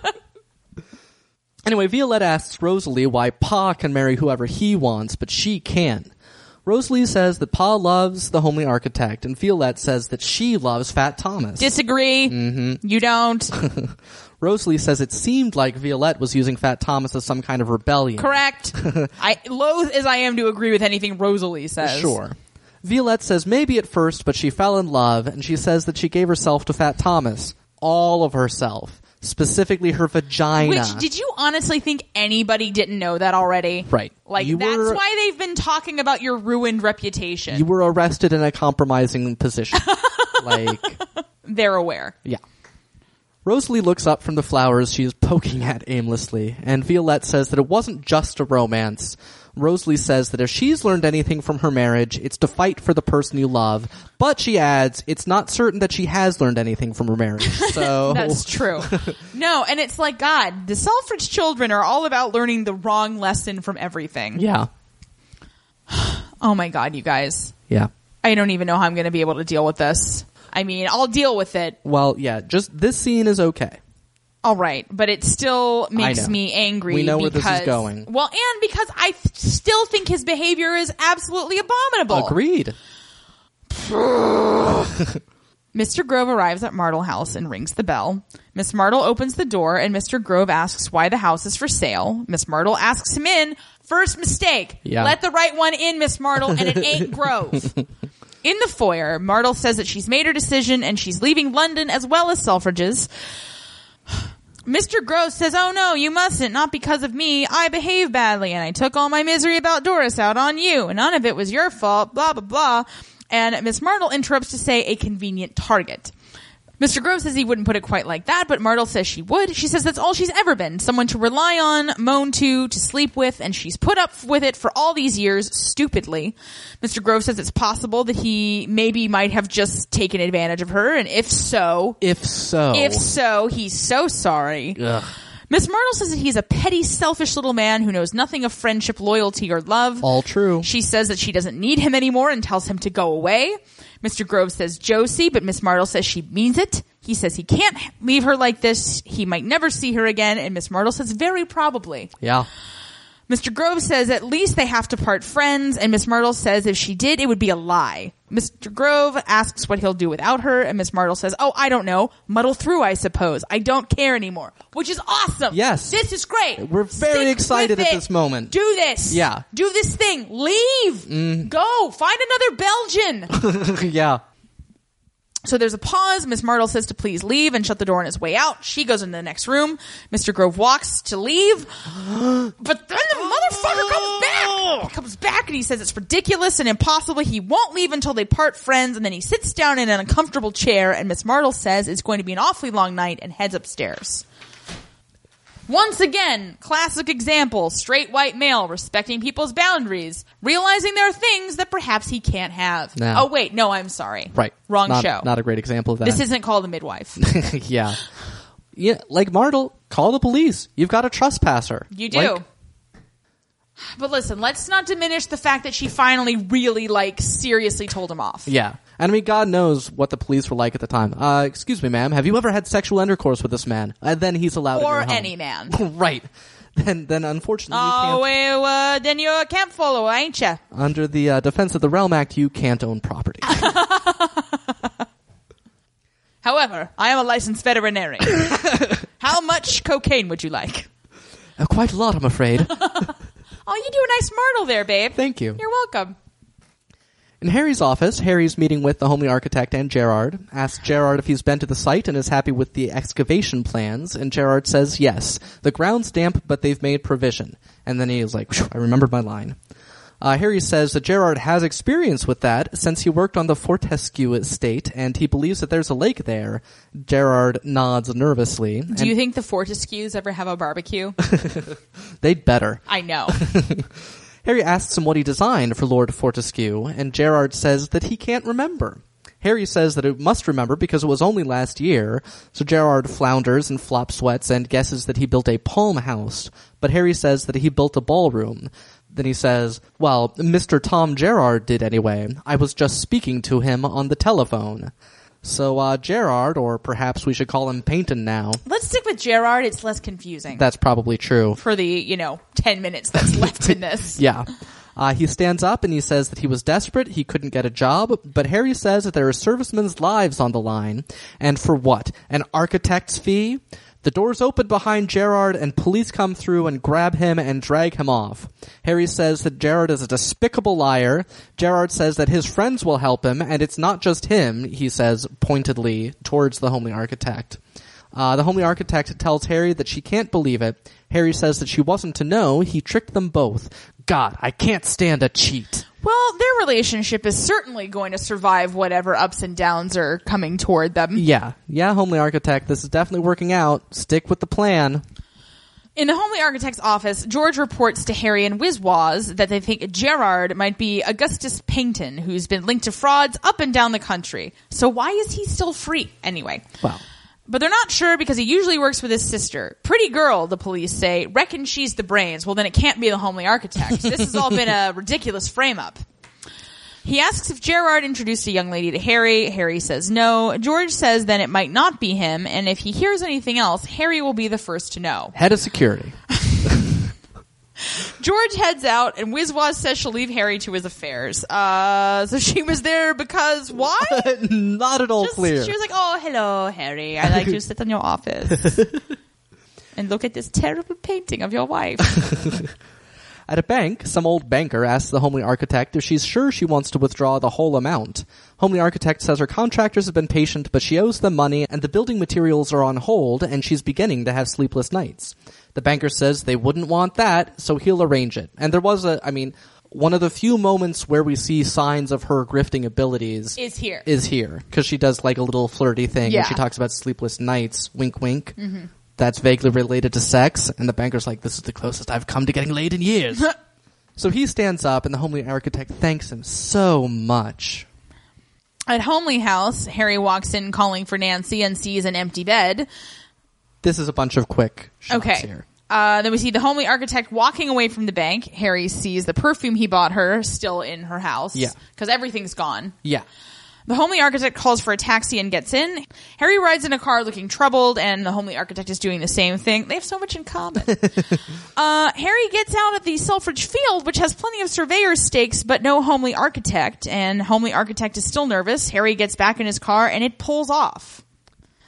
A: [LAUGHS] anyway, Violette asks Rosalie why Pa can marry whoever he wants, but she can't. Rosalie says that Pa loves the homely architect, and Violette says that she loves Fat Thomas.
B: Disagree.
A: Mm-hmm.
B: You don't.
A: [LAUGHS] Rosalie says it seemed like Violette was using Fat Thomas as some kind of rebellion.
B: Correct. I loath as I am to agree with anything Rosalie says.
A: Sure. Violette says maybe at first, but she fell in love, and she says that she gave herself to Fat Thomas. All of herself. Specifically her vagina.
B: Which did you honestly think anybody didn't know that already?
A: Right.
B: Like
A: You
B: that's
A: were-
B: why they've been talking about your ruined reputation.
A: you were arrested in a compromising
B: [LAUGHS]
A: position. like,
B: They're aware.
A: yeah. Rosalie looks up from the flowers she is poking at aimlessly, and Violette says that it wasn't just a romance. Rosalie says that if she's learned anything from her marriage, it's to fight for the person you love. But she adds, it's not certain that she has learned anything from her
B: [LAUGHS]
A: marriage. So [LAUGHS]
B: That's true. no, and it's like God, the Selfridge children are all about learning the wrong lesson from everything.
A: Yeah.
B: Oh my God, you guys.
A: Yeah.
B: I don't even know how I'm going to be able to deal with this. I mean, I'll deal with it.
A: Well, yeah, just this scene is okay.
B: All right, but it still makes
A: know.
B: me angry.
A: We know where
B: because,
A: this is going.
B: Well, and because I th- still think his behavior is absolutely abominable.
A: Agreed.
B: Mr. Grove arrives at Martle House and rings the bell. Miss Martle opens the door and Mr. Grove asks why the house is for sale. Miss Martle asks him in. First mistake.
A: Yeah.
B: Let the right one in, Miss Martle, and it ain't Grove. In the foyer, Martle says that she's made her decision and she's leaving London as well as Selfridges. Mr. Grove says, Oh no, you mustn't, not because of me. I behaved badly and I took all my misery about Doris out on you. and None of it was your fault, blah, blah, blah. And Miss Martle interrupts to say a convenient target. Mr. Grove says he wouldn't put it quite like that, but Martel says she would. She says that's all she's ever been someone to rely on, moan to, to sleep with, and she's put up with it for all these years, stupidly. Mr. Grove says it's possible that he maybe might have just taken advantage of her, and if so,
A: If so,
B: if so, he's so sorry.
A: Oh. Ugh.
B: Miss Martle says that he's a petty, selfish little man who knows nothing of friendship, loyalty, or love.
A: all true.
B: She says that she doesn't need him anymore and tells him to go away. Mr. Grove says Josie, but Miss Martle says she means it. He says he can't leave her like this. He might never see her again. And Miss Martle says very probably.
A: yeah, [LAUGHS]
B: Mr. Grove says at least they have to part friends, and Miss Martle says if she did, it would be a lie. Mr. Grove asks what he'll do without her, and Miss Martle says, Oh, I don't know. Muddle through, I suppose. I don't care anymore. Which is awesome.
A: Yes.
B: This is great.
A: We're very
B: Stick
A: excited
B: with
A: at
B: it.
A: this moment.
B: Do this.
A: Yeah. Mm.
B: Do this thing. Leave. Go. Find another Belgian.
A: yeah.
B: so there's a pause. Miss Martle says to please leave and shut the door on his way out. She goes into the next room. Mr. Grove walks
A: [GASPS]
B: to leave. But then the motherfucker comes back. Comes back and he says it's ridiculous and impossible. He won't leave until they part friends. And then he sits down in an uncomfortable chair. And Miss Martle says it's going to be an awfully long night and heads upstairs. Once again, classic example: straight white male respecting people's boundaries, realizing there are things that perhaps he can't have.
A: No.
B: Oh wait, no, I'm sorry.
A: Right.
B: wrong
A: Not-
B: show.
A: Not a great example of that.
B: this isn't called
A: [LAUGHS]
B: the midwife.
A: yeah. Yeah, like Martle, call the police. You've got a trespasser.
B: You do.
A: Like,
B: but listen, let's not diminish the fact that she finally really, like, seriously told him off.
A: yeah. And I mean, God knows what the police were like at the time. Uh, excuse me, ma'am. Have you ever had sexual intercourse with this man? And then he's allowed in
B: Or
A: your home. [LAUGHS]
B: any man.
A: right. Then, then unfortunately, you
B: Oh,
A: can't,
B: well, uh, then you're a camp follower, ain't ya?
A: under the uh, Defense of the Realm Act, you can't own
B: [LAUGHS]
A: property. Uh,
B: However, I am a
A: [LAUGHS]
B: licensed veterinarian. How much cocaine would you like?
A: Uh, quite a lot, I'm afraid.
B: Oh, you do a nice martle there, babe.
A: Thank you.
B: You're welcome.
A: In Harry's office, Harry's meeting with the homely architect and Gerard. Asks Gerard if he's been to the site and is happy with the excavation plans, and Gerard says yes. The ground's damp, but they've made provision. And then he is like, "Phew, I remembered my line. Uh, Harry says that Gerard has experience with that since he worked on the Fortescue estate, and he believes that there's a lake there. Gerard nods nervously. and
B: Do you think the Fortescues ever have a barbecue?
A: they'd better.
B: I
A: [LAUGHS]
B: know.
A: Harry asks him what he designed for Lord Fortescue, and Gerard says that he can't remember. Harry says that it must remember because it was only last year, so Gerard flounders and flop sweats and guesses that he built a palm house, but Harry says that he built a ballroom. Then he says, Well, Mr. Tom Gerard did anyway. I was just speaking to him on the telephone. So, uh, Gerard, or perhaps we should call him Paynton now.
B: Let's stick with Gerard. It's less confusing
A: That's probably true.
B: for the, you know, 10 minutes that's
A: [LAUGHS]
B: left in this.
A: Yeah. Uh, he stands up and he says that he was desperate, he couldn't get a job, but Harry says that there are servicemen's lives on the line. And for what? An architect's fee? The doors open behind Gerard and police come through and grab him and drag him off. Harry says that Gerard is a despicable liar. Gerard says that his friends will help him, and it's not just him, he says pointedly towards the homely architect. Uh, the homely architect tells Harry that she can't believe it. Harry says that she wasn't to know. He tricked them both. God, I can't stand a cheat.
B: Well, their relationship is certainly going to survive whatever ups and downs are coming toward them.
A: Yeah, yeah, homely architect, this is definitely working out. Stick with the plan.
B: In the Homely Architect's office, George reports to Harry and Wiswas that they think Gerard might be Augustus Paynton, who's been linked to frauds up and down the country. So why is he still free anyway?
A: Well,
B: But they're not sure because he usually works with his sister. Pretty girl, the police say, reckon she's the brains. Well, then it can't be the homely architect. This has all been a ridiculous frame up. He asks if Gerard introduced a young lady to Harry. Harry says no. George says then it might not be him, and if he hears anything else, Harry will be the first to know.
A: head of security.
B: George heads out, and Wizwaz says she'll leave Harry to his affairs. Uh, so she was there because why?
A: Not at all
B: Just-
A: clear.
B: She was like, "Oh, hello, Harry.
A: [LAUGHS]
B: I like to sit in your office and look at this terrible painting of
A: [LAUGHS]
B: your wife."
A: At a bank, some old banker asks the homely architect if she's sure she wants to withdraw the whole amount. Homely architect says her contractors have been patient, but she owes them money and the building materials are on hold and she's beginning to have sleepless nights. The banker says they wouldn't want that, so he'll arrange it. And there was a, I mean, one of the few moments where we see signs of her grifting abilities
B: Is here.
A: is here because she does like a little flirty thing
B: Yeah.
A: and
B: Mm-hmm.
A: she talks about sleepless nights wink wink that's vaguely related to sex and the banker's like this is the closest i've come to getting laid in
B: [LAUGHS]
A: years so he stands up and the homeland architect thanks him so much
B: At Homely House, Harry walks in calling for Nancy and sees an empty bed.
A: this is a bunch of quick shots
B: Okay.
A: here
B: Uh, then we see the homely architect walking away from the bank. Harry sees the perfume he bought her still in her house.
A: Yeah.
B: Because everything's gone.
A: yeah
B: The homely architect calls for a taxi and gets in. Harry rides in a car looking troubled, and the homely architect is doing the same thing. They have so much in common. uh, Harry gets out at the Selfridge Field, which has plenty of surveyor stakes, but no homely architect. And homely architect is still nervous. Harry gets back in his car, and it pulls off.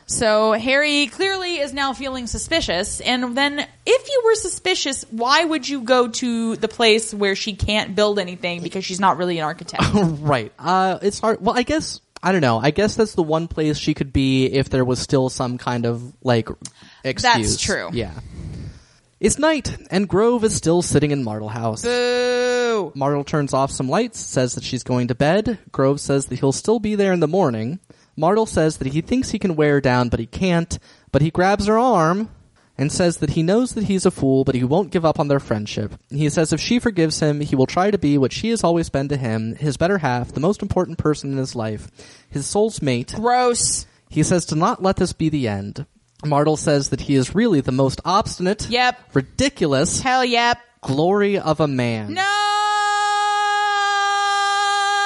B: So Harry clearly is now feeling suspicious. And then, if you were suspicious, why would you go to the place where she can't build anything because she's not really an architect?
A: right uh it's hard well i guess i don't know i guess that's the one place she could be if there was still some kind of like excuse
B: true.
A: yeah it's night and grove is still sitting in martle house
B: Boo!
A: Martel turns off some lights, says that she's going to bed. Grove says that he'll still be there in the morning. Martel says that he thinks he can wear her down, but he can't. But he grabs her arm and says that he knows that he's a fool, but he won't give up on their friendship. He says if she forgives him, he will try to be what she has always been to him his better half, the most important person in his life, his soul's mate.
B: Gross.
A: He says to not let this be the end. Martel says that he is really the most obstinate,
B: Yep.
A: ridiculous
B: Hell yep.
A: glory of a man.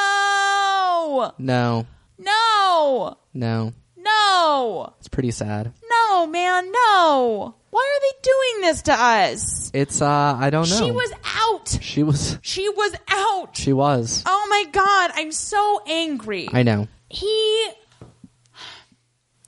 B: No!
A: No.
B: No!
A: No.
B: No!
A: It's pretty sad.
B: No, man, no! Why are they doing this to us?
A: It's uh I don't know.
B: She was out!
A: she was
B: She was out!
A: she was.
B: oh my god, I'm so angry.
A: I know.
B: he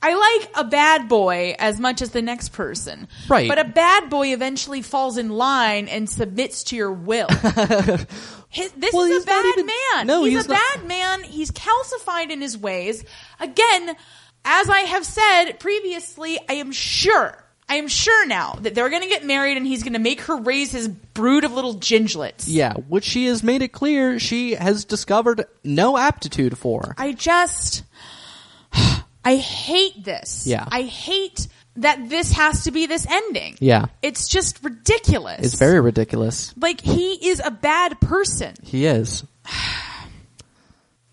B: I like a bad boy as much as the next person.
A: Right.
B: But a bad boy eventually falls in line and submits to
A: [LAUGHS]
B: your will. His- this
A: Well,
B: is
A: he's not
B: a bad
A: even-
B: man.
A: no,
B: he's,
A: he's
B: a
A: not-
B: bad man. He's calcified in his ways. Again, as I have said previously, I am sure, I am sure now that they're going to get married and he's going to make her raise his brood of little ginglets.
A: Yeah, which she has made it clear she has discovered no aptitude for.
B: I just [SIGHS] I hate this.
A: Yeah.
B: I hate that this has to be this ending.
A: Yeah.
B: It's just ridiculous.
A: It's very ridiculous.
B: like he is a bad person.
A: He is. [SIGHS]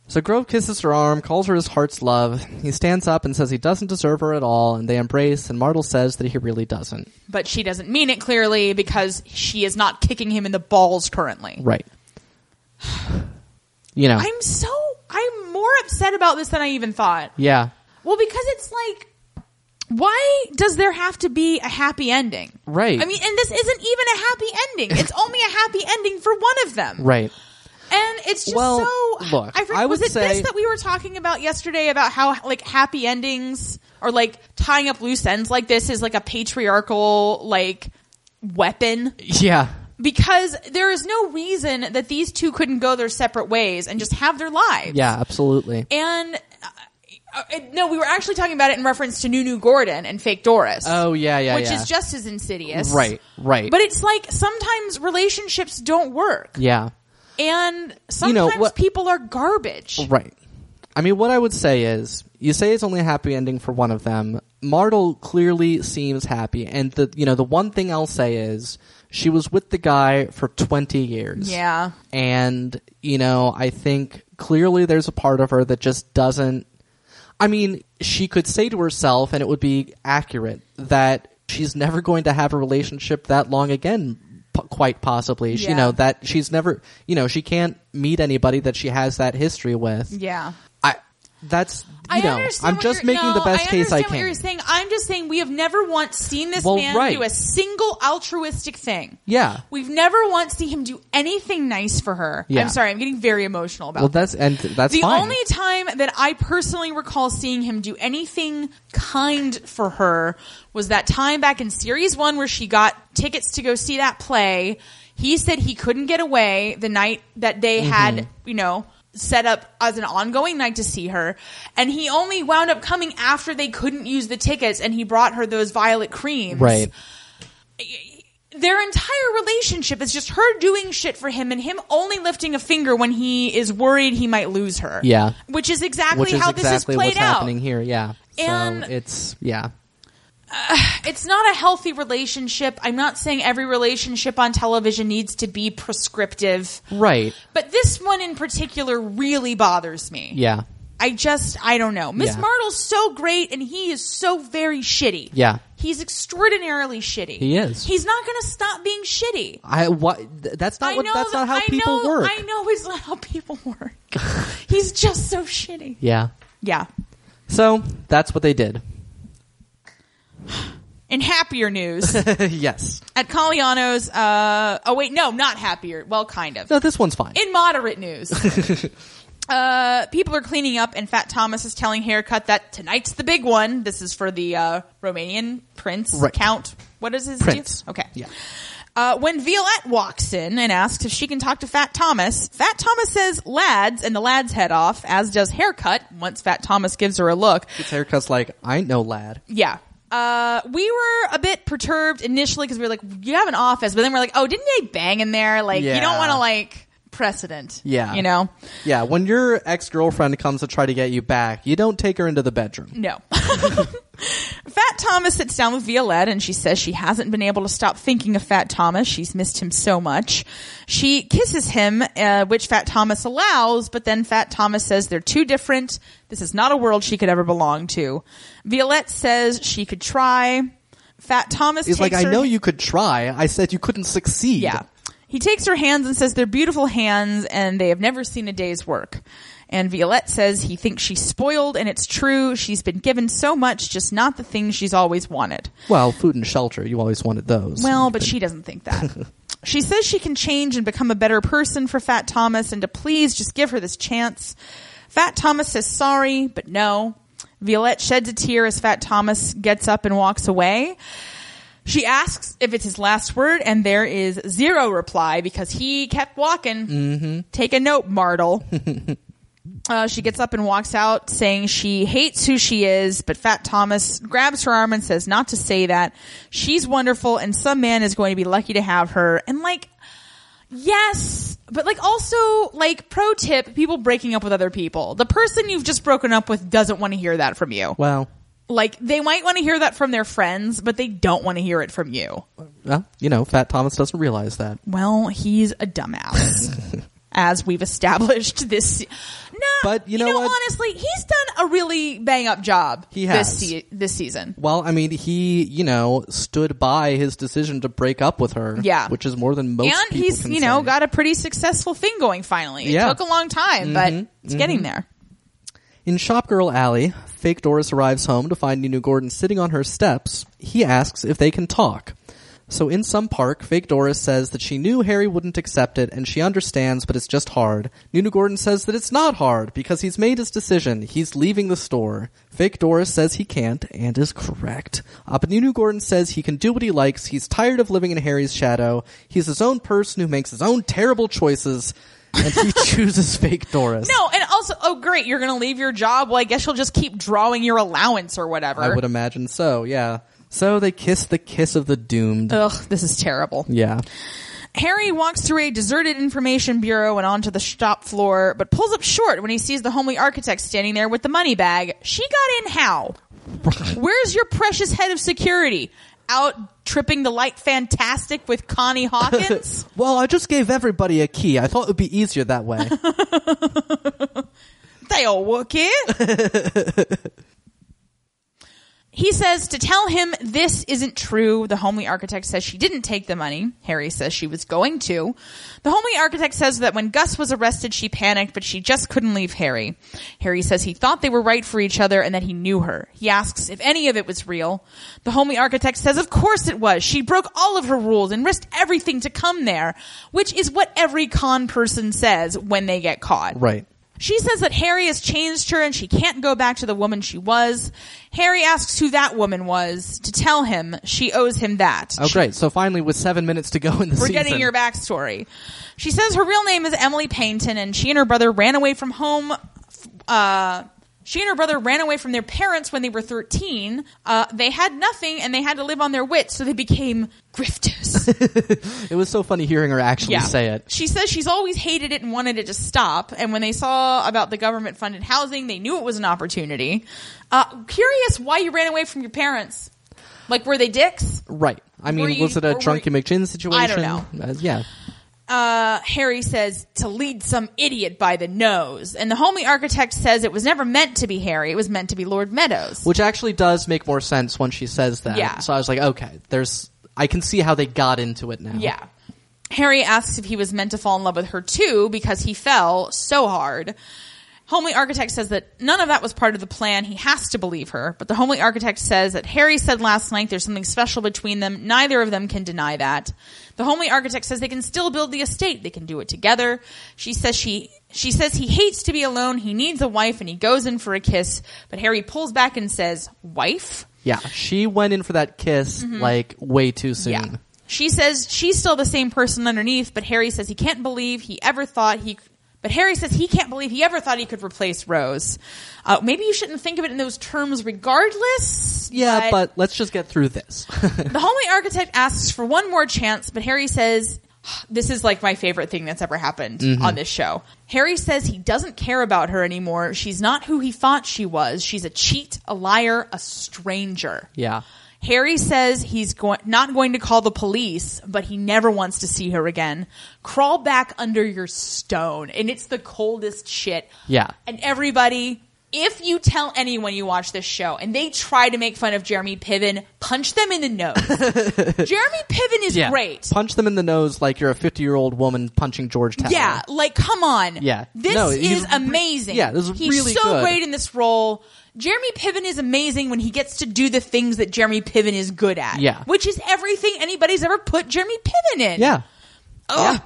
A: So Grove kisses her arm, calls her his heart's love. He stands up and says he doesn't deserve her at all, and they embrace, and Martel says that he really doesn't.
B: But she doesn't mean it clearly because she is not kicking him in the balls currently.
A: Right. [SIGHS] You know.
B: I'm so I'm more upset about this than I even thought.
A: yeah.
B: Well, because it's like why does there have to be a happy ending?
A: Right.
B: I mean, and this isn't even a happy ending. It's only a happy ending for one of them.
A: Right.
B: And it's just
A: Well,
B: so.
A: look,
B: I, forget-
A: I
B: was
A: would
B: it
A: say-
B: this that we were talking about yesterday about how like happy endings or like tying up loose ends like this is like a patriarchal like weapon
A: Yeah.
B: because there is no reason that these two couldn't go their separate ways and just have their lives.
A: Yeah, absolutely.
B: And uh, uh, no, we were actually talking about it in reference to Nunu Gordon and Fake Doris.
A: Oh, yeah, yeah,
B: which
A: yeah.
B: is just as insidious.
A: Right, right.
B: But it's like sometimes relationships don't work.
A: yeah.
B: And
A: You
B: sometimes
A: know, what-
B: people are garbage.
A: Right. I mean, what I would say is, you say it's only a happy ending for one of them. Martel clearly seems happy, and the you know the one thing I'll say is she was with the guy for twenty years.
B: Yeah.
A: and you know I think clearly there's a part of her that just doesn't. I mean, she could say to herself, and it would be accurate that she's never going to have a relationship that long again. P- quite possibly, you
B: Yeah.
A: know that she's never, you know, she can't meet anybody that she has that history with.
B: Yeah.
A: I that's you know I'm
B: what
A: just
B: you're-
A: making the
B: no,
A: best case I
B: I understand what you're
A: can.
B: saying. I'm just saying we have never once seen this
A: Well,
B: man
A: right.
B: do a single altruistic thing.
A: Yeah.
B: We've never once seen him do anything nice for her.
A: Yeah.
B: I'm sorry, I'm getting very emotional about
A: Well,
B: that.
A: that's and that's
B: The
A: fine.
B: only time that I personally recall seeing him do anything kind for her was that time back in series one where she got tickets to go see that play. He said he couldn't get away the night that they
A: Mm-hmm.
B: had, you know, set up as an ongoing night to see her. And he only wound up coming after they couldn't use the tickets and he brought her those violet creams.
A: right.
B: their entire relationship is just her doing shit for him and him only lifting a finger when he is worried he might lose her.
A: Yeah.
B: Which is exactly
A: which is
B: how this is
A: exactly
B: played
A: what's
B: out.
A: happening here. Yeah,
B: And-
A: so it's yeah,
B: It's not a healthy relationship. I'm not saying every relationship on television needs to be prescriptive,
A: right.
B: but this one in particular really bothers me.
A: Yeah,
B: I just, I don't know. Miss
A: Yeah.
B: Martle's so great and he is so very shitty.
A: Yeah.
B: He's extraordinarily shitty.
A: He is.
B: He's not going to stop being shitty.
A: I what? th- That's not what. That's
B: that-
A: not how
B: I
A: people
B: know,
A: work.
B: I know it's not how people work. [LAUGHS] He's just so shitty.
A: Yeah.
B: Yeah.
A: So that's what they
B: [LAUGHS]
A: did.
B: In
A: [LAUGHS]
B: happier news,
A: yes.
B: at Colliano's, uh, oh wait, no, not happier. Well, kind of.
A: No, this one's fine.
B: In
A: [LAUGHS]
B: moderate news, uh, people are cleaning up, and Fat Thomas is telling Haircut that tonight's the big one. This is for the uh, Romanian prince,
A: Right.
B: count. What is his
A: Prince.
B: deal? Okay.
A: Yeah.
B: Uh, when Violette walks in and asks if she can talk to Fat Thomas, Fat Thomas says lads, and the lads head off, as does Haircut once Fat Thomas gives her a look.
A: Its haircut's like I ain't no lad.
B: Yeah. Uh, we were a bit perturbed initially because we were like, you have an office, but then we're like, oh, didn't they bang in there? Like, you don't
A: Yeah.
B: want to like precedent.
A: Yeah.
B: You know?
A: Yeah, when your ex girlfriend comes to try to get you back, you don't take her into the bedroom.
B: No. [LAUGHS] Fat Thomas sits down with Violette and she says she hasn't been able to stop thinking of Fat Thomas. She's missed him so much. She kisses him, uh, which Fat Thomas allows, but then Fat Thomas says they're too different. This is not a world she could ever belong to. Violette says she could try. Fat Thomas
A: He's like,
B: takes
A: I
B: her-
A: know you could try. I said you couldn't succeed.
B: Yeah. He takes her hands and says they're beautiful hands and they have never seen a day's work. And Violette says he thinks she's spoiled and it's true. She's been given so much, just not the things she's always wanted.
A: Well, food and shelter, you always wanted those.
B: Well, but she doesn't think that. [LAUGHS] she says she can change and become a better person for Fat Thomas and to please just give her this chance. Fat Thomas says sorry, but no. Violette sheds a tear as Fat Thomas gets up and walks away. She asks if it's his last word, and there is zero reply because he kept walking. Mm-hmm. Take a note, Martle. Uh, she gets up and walks out saying she hates who she is, but Fat Thomas grabs her arm and says not to say that. She's wonderful and some man is going to be lucky to have her. And like, yes, but like also, like, pro tip, people breaking up with other people. The person you've just broken up with doesn't want to hear that from you.
A: Well,
B: Like, they might want to hear that from their friends, but they don't want to hear it from you.
A: well, you know, Fat Thomas doesn't realize that.
B: Well, he's a
A: [LAUGHS]
B: dumbass. As we've established this, no,
A: But you know what?
B: honestly, he's done a really bang up job.
A: He
B: this,
A: has.
B: se- this season.
A: Well, I mean, he, you know, stood by his decision to break up with her.
B: Yeah.
A: Which is more than most
B: and
A: people
B: he's
A: can
B: you know
A: say.
B: got a pretty successful thing going finally. It
A: Yeah. Mm-hmm,
B: took a long time, but it's getting there.
A: In Shopgirl Alley, fake Doris arrives home to find Ninu Gordon sitting on her steps. He asks if they can talk. So in some park, fake Doris says that she knew Harry wouldn't accept it and she understands, but it's just hard. Nunu Gordon says that it's not hard because he's made his decision. He's leaving the store. Fake Doris says he can't and is correct. Uh, but Nunu Gordon says he can do what he likes. He's tired of living in Harry's shadow. He's his own person who makes his own terrible choices and he [LAUGHS] chooses fake Doris.
B: No, and also, oh great, you're gonna leave your job. Well, I guess you'll just keep drawing your allowance or whatever.
A: I would imagine so, yeah. So they kiss the kiss of the doomed.
B: Ugh, this is terrible.
A: yeah.
B: Harry walks through a deserted information bureau and onto the shop floor, but pulls up short when he sees the homely architect standing there with the money bag. She got in how? Where's your precious head of security? Out tripping the light fantastic with Connie Hawkins?
A: Well, I just gave everybody a key. I thought it would be easier that way.
B: they all work here. [LAUGHS] he says to tell him this isn't true. The homely architect says she didn't take the money. Harry says she was going to. The homely architect says that when Gus was arrested, she panicked, but she just couldn't leave Harry. Harry says he thought they were right for each other and that he knew her. He asks if any of it was real. The homely architect says, of course it was. She broke all of her rules and risked everything to come there, which is what every con person says when they get
A: [LAUGHS]
B: caught.
A: right.
B: She says that Harry has changed her and she can't go back to the woman she was. Harry asks who that woman was to tell him she owes him that.
A: Oh, great. So finally, with seven minutes to go in the
B: We're
A: season.
B: getting your backstory. She says her real name is Emily Paynton and she and her brother ran away from home. f- Uh, She and her brother ran away from their parents when they were 13. Uh, they had nothing and they had to live on their wits, so they became grifters.
A: It was so funny hearing her actually say it.
B: She says she's always hated it and wanted it to stop. And when they saw about the government funded housing, they knew it was an opportunity. Uh, curious why you ran away from your parents. Like, were they dicks?
A: Right. I mean,
B: you-
A: was it a
B: were- were
A: drunky
B: you-
A: McChin situation?
B: know.
A: Uh, yeah.
B: Uh, Harry says to lead some idiot by the nose. And the homely architect says it was never meant to be Harry. It was meant to be Lord Meadows.
A: Which actually does make more sense when she says that.
B: Yeah.
A: So I was like, okay, there's, I can see how they got into it now.
B: Yeah. Harry asks if he was meant to fall in love with her too because he fell so hard. Homely Architect says that none of that was part of the plan. He has to believe her. But the Homely Architect says that Harry said last night there's something special between them. Neither of them can deny that. The Homely Architect says they can still build the estate. They can do it together. She says she she says he hates to be alone. He needs a wife and he goes in for a kiss. But Harry pulls back and says, "Wife?"
A: Yeah. She went in for that kiss, like, way too soon.
B: Yeah. She says she's still the same person underneath, but Harry says he can't believe he ever thought he. But Harry says he can't believe he ever thought he could replace Rose. Uh, maybe you shouldn't think of it in those terms, regardless.
A: Yeah, but let's just get through this. [LAUGHS]
B: the homely architect asks for one more chance, but Harry says. This is like my favorite thing that's ever happened
A: Mm-hmm.
B: on this show. Harry says he doesn't care about her anymore. She's not who he thought she was. She's a cheat, a liar, a stranger.
A: yeah.
B: Harry says he's going not going to call the police, but he never wants to see her again. Crawl back under your stone, and it's the coldest shit.
A: Yeah.
B: And everybody, if you tell anyone you watch this show and they try to make fun of Jeremy Piven, punch them in the nose. Jeremy Piven is great.
A: Punch them in the nose like you're a 50 year old woman punching George Tower.
B: Yeah, like come on.
A: Yeah.
B: this
A: No,
B: is
A: he's-
B: amazing.
A: yeah, this is
B: he's
A: really
B: so
A: good.
B: great in this role. Jeremy Piven is amazing when he gets to do the things that Jeremy Piven is good at.
A: Yeah.
B: which is everything anybody's ever put Jeremy Piven in.
A: Yeah.
B: Ugh.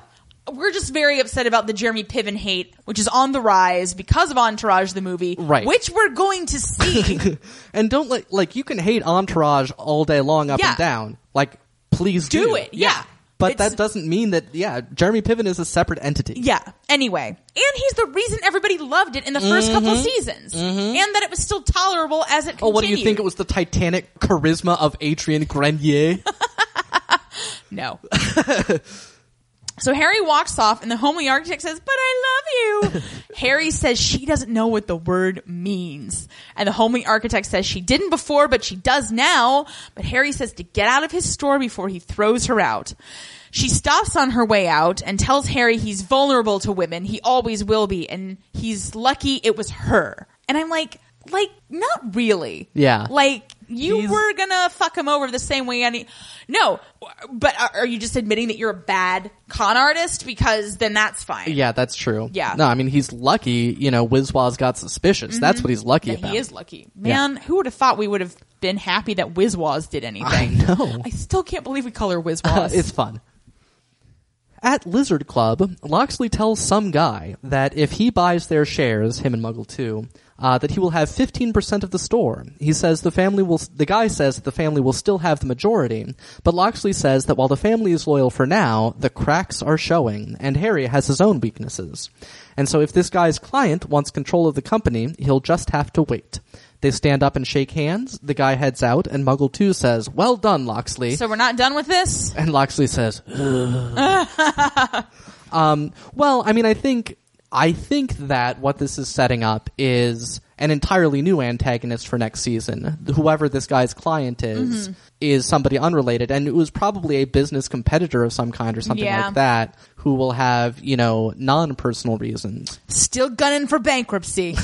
B: We're just very upset about the Jeremy Piven hate, which is on the rise because of Entourage, the movie,
A: Right.
B: Which we're going to see.
A: [LAUGHS] And don't like like you can hate Entourage all day long, up
B: Yeah.
A: and down. Like, please do,
B: Do it, yeah.
A: But
B: It's-
A: that doesn't mean that. Yeah, Jeremy Piven is a separate entity.
B: Yeah. Anyway, and he's the reason everybody loved it in the 1st couple of seasons, and that it was still tolerable as it.
A: Mm-hmm. Oh, what do you think
B: continued.
A: it was? The Titanic charisma of Adrian
B: [LAUGHS]
A: Grenier.
B: No. [LAUGHS] so Harry walks off, and the homely architect says, But I love you. Harry says she doesn't know what the word means. And the homely architect says she didn't before, but she does now. But Harry says to get out of his store before he throws her out. She stops on her way out and tells Harry he's vulnerable to women. He always will be. And he's lucky it was her. And I'm like, like, not really.
A: Yeah.
B: Like, you
A: He's-
B: were gonna fuck him over the same way any. No, but are- are you just admitting that you're a bad con artist? Because then that's fine.
A: yeah, that's true.
B: Yeah.
A: No, I mean he's lucky. You know, Wizwaz got suspicious. That's what he's lucky
B: That
A: about.
B: Mm-hmm. he is lucky, man. Who would have thought we would have been happy that Wizwaz did
A: I
B: anything?
A: know.
B: I still can't believe we call her
A: Uh,
B: Wizwaz.
A: [LAUGHS] it's fun. At Lizard Club, Loxley tells some guy that if he buys their shares, him and Muggle too, uh, that he will have fifteen percent of the store. He says the family will. The guy says that the family will still have the majority, but Loxley says that while the family is loyal for now, the cracks are showing, and Harry has his own weaknesses. And so, if this guy's client wants control of the company, he'll just have to wait. They stand up and shake hands. The guy heads out, and Muggle Two says, "Well done, Loxley."
B: so we're not done with this.
A: And Loxley says, "Ugh." um, "Well, I mean, I think, I think that what this is setting up is an entirely new antagonist for next season. Whoever this guy's client
B: Mm-hmm.
A: is is somebody unrelated, and it was probably a business competitor of some kind or something
B: Yeah.
A: like that, who will have you know non-personal reasons.
B: Still gunning for bankruptcy.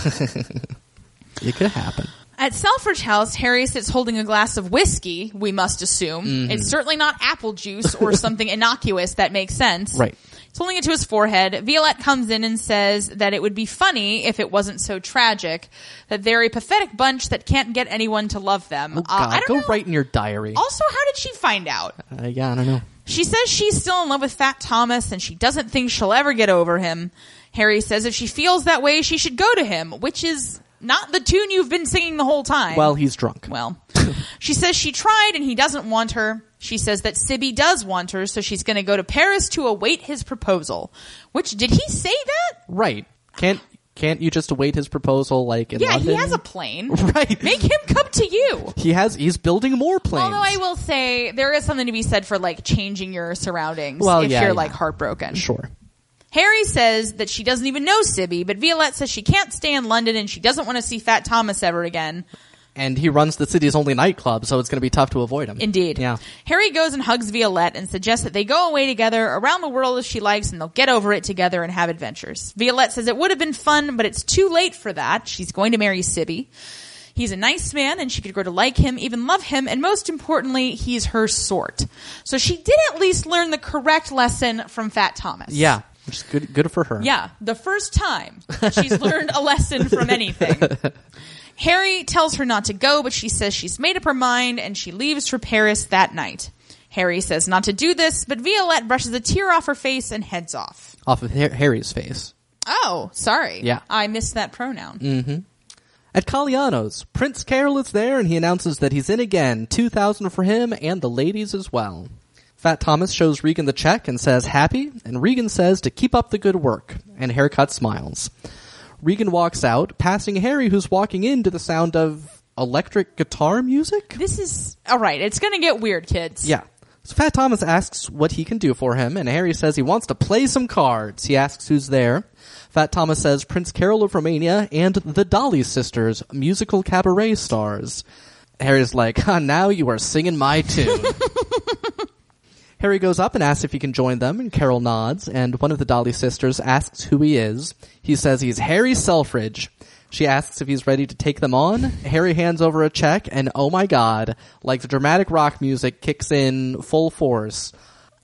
A: It could happen.
B: At Selfridge House, Harry sits holding a glass of whiskey, we must assume.
A: Mm-hmm.
B: It's certainly not apple
A: [LAUGHS]
B: juice or something innocuous that makes sense.
A: Right.
B: He's holding it to his forehead. Violette comes in and says that it would be funny if it wasn't so tragic, that they're a pathetic bunch that can't get anyone to love them.
A: Oh
B: Uh, I
A: God,
B: don't
A: go
B: know. Oh.
A: write in your diary.
B: Also, how did she find out?
A: Uh, yeah, I don't know.
B: She says she's still in love with Fat Thomas and she doesn't think she'll ever get over him. Harry says if she feels that way, she should go to him, which is not the tune you've been singing the whole time.
A: Well, he's drunk.
B: Well, she says she tried and he doesn't want her. She says that Sibby does want her, so she's going to go to Paris to await his proposal. Which did he say that?
A: Right? Can't Can't you just await his proposal, like in
B: Yeah, he
A: London?
B: has a
A: [LAUGHS]
B: plane.
A: right.
B: Make him come to you.
A: he has. He's building more planes.
B: Although I will say there is something to be said for like changing your surroundings
A: Well,
B: if
A: yeah,
B: you're
A: yeah.
B: like heartbroken.
A: Sure.
B: Harry says that she doesn't even know Sibby, but Violette says she can't stay in London and she doesn't want to see Fat Thomas ever again.
A: And he runs the city's only nightclub, so it's going to be tough to avoid him.
B: Indeed.
A: Yeah.
B: Harry goes and hugs Violette and suggests that they go away together around the world as she likes and they'll get over it together and have adventures. Violette says it would have been fun, but it's too late for that. She's going to marry Sibby. He's a nice man and she could grow to like him, even love him, and most importantly, he's her sort. So she did at least learn the correct lesson from Fat Thomas.
A: Yeah. Which is good. Good for her.
B: Yeah, the first time that she's learned a lesson from anything. Harry tells her not to go, but she says she's made up her mind and she leaves for Paris that night. Harry says not to do this, but Violette brushes a tear off her face and heads off.
A: Off of Har- Harry's face.
B: Oh, sorry.
A: Yeah.
B: I missed that pronoun.
A: At Caliano's, Prince Carol is there and he announces that he's in again, 2000 for him and the ladies as well. Fat Thomas shows Regan the check and says happy, and Regan says to keep up the good work, and Haircut smiles. Regan walks out, passing Harry who's walking in to the sound of electric guitar music?
B: This is, all right, it's going to get weird, kids.
A: Yeah. So Fat Thomas asks what he can do for him, and Harry says he wants to play some cards. He asks who's there. Fat Thomas says Prince Carol of Romania and the Dolly Sisters, musical cabaret stars. Harry's like, huh, now you are singing my tune. Harry goes up and asks if he can join them, and Carol nods, and one of the Dolly sisters asks who he is. He says he's Harry Selfridge. She asks if he's ready to take them on. Harry hands over a check, and oh my god, like the dramatic rock music kicks in full force.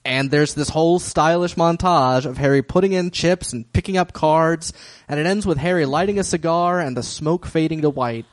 A: And there's this whole stylish montage of Harry putting in chips and picking up cards, and it ends with Harry lighting a cigar and the smoke fading to white.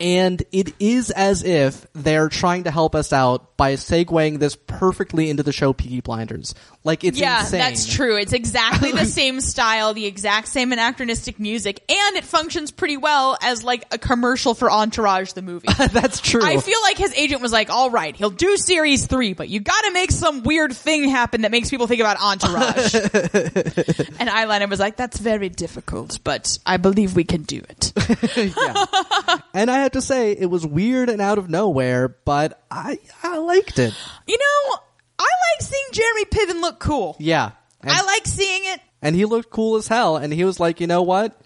A: And it is as if they're trying to help us out by segueing this perfectly into the show Peaky Blinders. Like it's
B: Yeah,
A: insane.
B: that's true. It's exactly [LAUGHS] the same style, the exact same anachronistic music, and it functions pretty well as like a commercial for Entourage the movie.
A: [LAUGHS] That's true.
B: I feel like his agent was like, "All right, he'll do series three, but you got to make some weird thing happen that makes people think about
A: [LAUGHS]
B: Entourage." and Eyeliner was like, "That's very difficult, but I believe we can do
A: [LAUGHS]
B: it."
A: Yeah.
B: [LAUGHS]
A: and I have to say, it was weird and out of nowhere, but I I liked it.
B: you know, I like seeing Jeremy Piven look cool.
A: Yeah. And,
B: I like seeing it.
A: and he looked cool as hell. And he was like, you know what?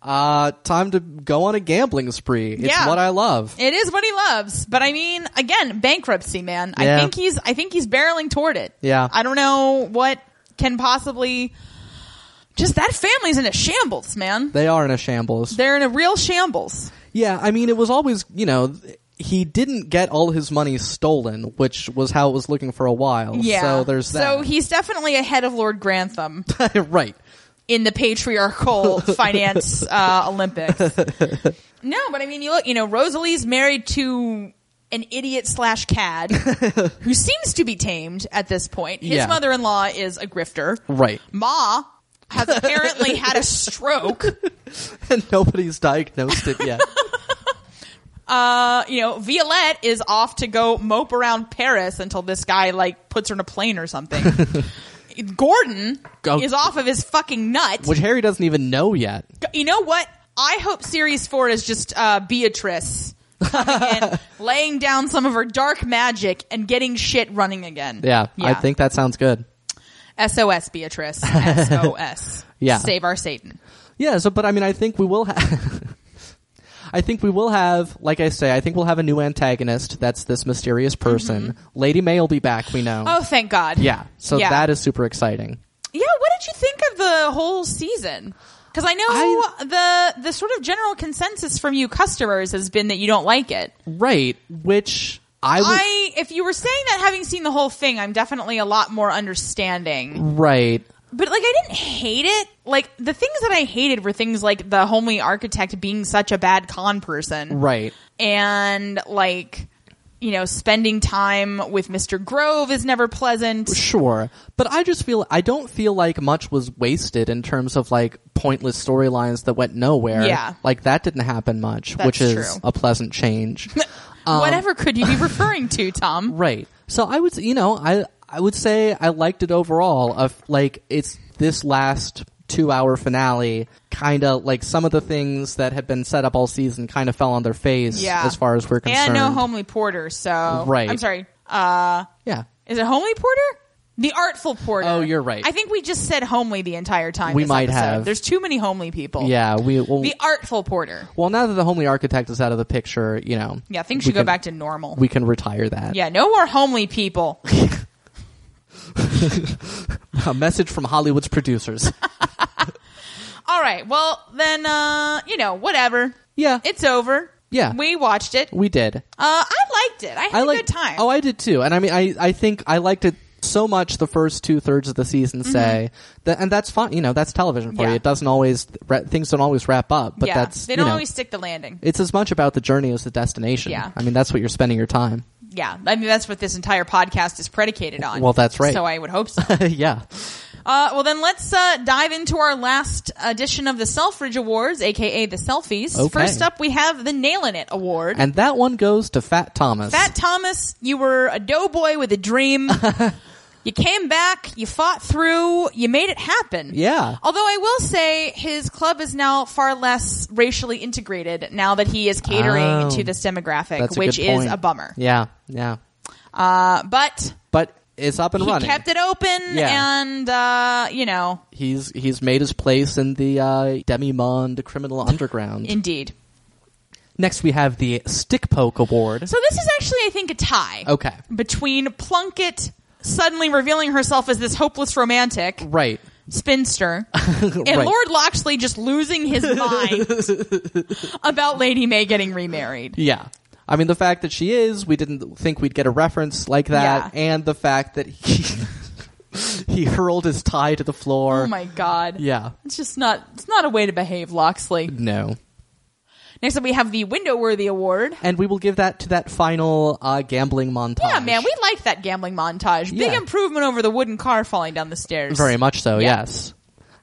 A: Uh, time to go on a gambling spree. It's
B: Yeah.
A: what I love.
B: It is what he loves, but I mean, again, bankruptcy, man.
A: Yeah.
B: I think he's, I think he's barreling toward it.
A: Yeah.
B: I don't know what can possibly. Just that family's in a shambles, man.
A: they are in a shambles.
B: They're in a real shambles.
A: Yeah, I mean, it was always, you know, th- he didn't get all his money stolen, which was how it was looking for a while.
B: Yeah.
A: So there's that.
B: So he's definitely ahead of Lord Grantham [LAUGHS]
A: [LAUGHS] right.
B: in the
A: [LAUGHS]
B: patriarchal finance uh, Olympics. No, but I mean, you look, you know, Rosalie's married to an idiot slash
A: [LAUGHS]
B: cad who seems to be tamed at this point. His
A: Yeah.
B: mother in law is a grifter.
A: Right. [LAUGHS]
B: Ma has apparently had a stroke.
A: And nobody's diagnosed it
B: [LAUGHS]
A: yet.
B: Uh, you know, Violette is off to go mope around Paris until this guy like puts her in a plane
A: [LAUGHS]
B: or something. Gordon
A: Go-
B: is off of his fucking nut.
A: which Harry doesn't even know yet.
B: you know what? I hope series four is just uh, Beatrice
A: [LAUGHS]
B: coming in, laying down some of her dark magic and getting shit running again.
A: Yeah, I think that sounds good. [LAUGHS]
B: SOS Beatrice. SOS.
A: Yeah.
B: Save our Satan.
A: Yeah, so, but I mean, I think we will have. [LAUGHS] I think we will have, like I say, I think we'll have a new antagonist. That's this mysterious person. Lady May will be back, we know.
B: Mm-hmm. Oh, thank God.
A: yeah, so
B: Yeah.
A: that is super exciting.
B: Yeah, what did you think of the whole season? Because I know the the sort of general consensus from you customers has been that you don't like it.
A: Right, which I would.
B: I, if you were saying that having seen the whole thing, I'm definitely a lot more understanding.
A: right.
B: But like, I didn't hate it. Like the things that I hated were things like the homely architect being such a bad con person,
A: Right.
B: and like you know spending time with Mr. Grove is never pleasant.
A: Sure, but I just feel I don't feel like much was wasted in terms of like pointless storylines that went nowhere.
B: Yeah.
A: like that didn't happen much,
B: That's
A: which is
B: true.
A: a pleasant
B: [LAUGHS]
A: change. um,
B: Whatever could you be referring
A: [LAUGHS]
B: to, Tom?
A: right. So I would, s- you know, I I would say I liked it overall. Of like, it's this last two hour finale, kind of like some of the things that had been set up all season kind of fell on their face
B: Yeah.
A: as far as we're concerned.
B: And no Homely Porter, so
A: Right.
B: I'm sorry. Uh,
A: Yeah.
B: is it Homely Porter? The Artful Porter.
A: Oh, you're right.
B: I think we just said Homely the entire time.
A: We
B: this
A: might
B: episode.
A: have.
B: There's too many Homely people.
A: Yeah. We, well,
B: The Artful Porter.
A: well, now that the homely architect is out of the picture, you know.
B: Yeah, things
A: we
B: should go
A: can-
B: back to normal.
A: We can retire that.
B: yeah, no more Homely people.
A: [LAUGHS] A message from Hollywood's
B: [LAUGHS]
A: producers.
B: All right. Well, then, uh, you know, whatever.
A: yeah.
B: It's over.
A: Yeah.
B: We watched it. Uh,
A: we did.
B: I liked it. I had
A: I
B: a
A: like
B: good time.
A: Oh, I did too. And I mean, I I think I liked it so much the first two thirds of the season. Say that, and that's fine. You know, that's television for
B: Mm-hmm. Yeah.
A: you. It doesn't always ra- things don't always wrap up, but
B: yeah.
A: that's
B: they
A: you
B: don't
A: know,
B: always stick the landing.
A: It's as much about the journey as the destination.
B: Yeah.
A: I mean, that's what you're spending your time. [LAUGHS]
B: Yeah. I mean, that's what this entire podcast is predicated on.
A: Well, that's right.
B: So I would
A: [LAUGHS]
B: hope so.
A: yeah.
B: Uh, well, then let's uh, dive into our last edition of the Selfridge Awards, aka the Selfies.
A: Okay.
B: First up, we have the Nailin' It Award.
A: And that one goes to Fat Thomas.
B: Fat Thomas, you were a doughboy with
A: [LAUGHS]
B: a dream. you came back, you fought through, you made it happen.
A: Yeah.
B: Although I will say his club is now far less racially integrated now that he is catering
A: Oh.
B: to this demographic,
A: That's a
B: which
A: good
B: is
A: point.
B: a bummer.
A: Yeah. Yeah.
B: Uh, but
A: But it's up and
B: he
A: running.
B: kept it open
A: Yeah.
B: and, uh, you know,
A: he's he's made his place in the uh, demi-monde criminal underground.
B: indeed.
A: Next, we have the Stick Poke Award.
B: So this is actually, I think, a tie.
A: Okay.
B: Between Plunkett suddenly revealing herself as this hopeless romantic
A: Right. [LAUGHS]
B: spinster and
A: Right.
B: Lord Loxley just
A: [LAUGHS]
B: losing his mind about Lady May getting remarried.
A: Yeah. I mean, the fact that she is, we didn't think we'd get a reference like that,
B: Yeah.
A: and the fact that he [LAUGHS] he hurled his tie to the floor.
B: Oh my god.
A: Yeah.
B: It's just not it's not a way to behave, Loxley.
A: No.
B: Next up we have the Window Worthy Award.
A: And we will give that to that final uh, gambling montage.
B: Yeah, man, we liked that gambling montage. Big
A: Yeah.
B: improvement over the wooden car falling down the stairs.
A: Very much so,
B: Yeah.
A: yes.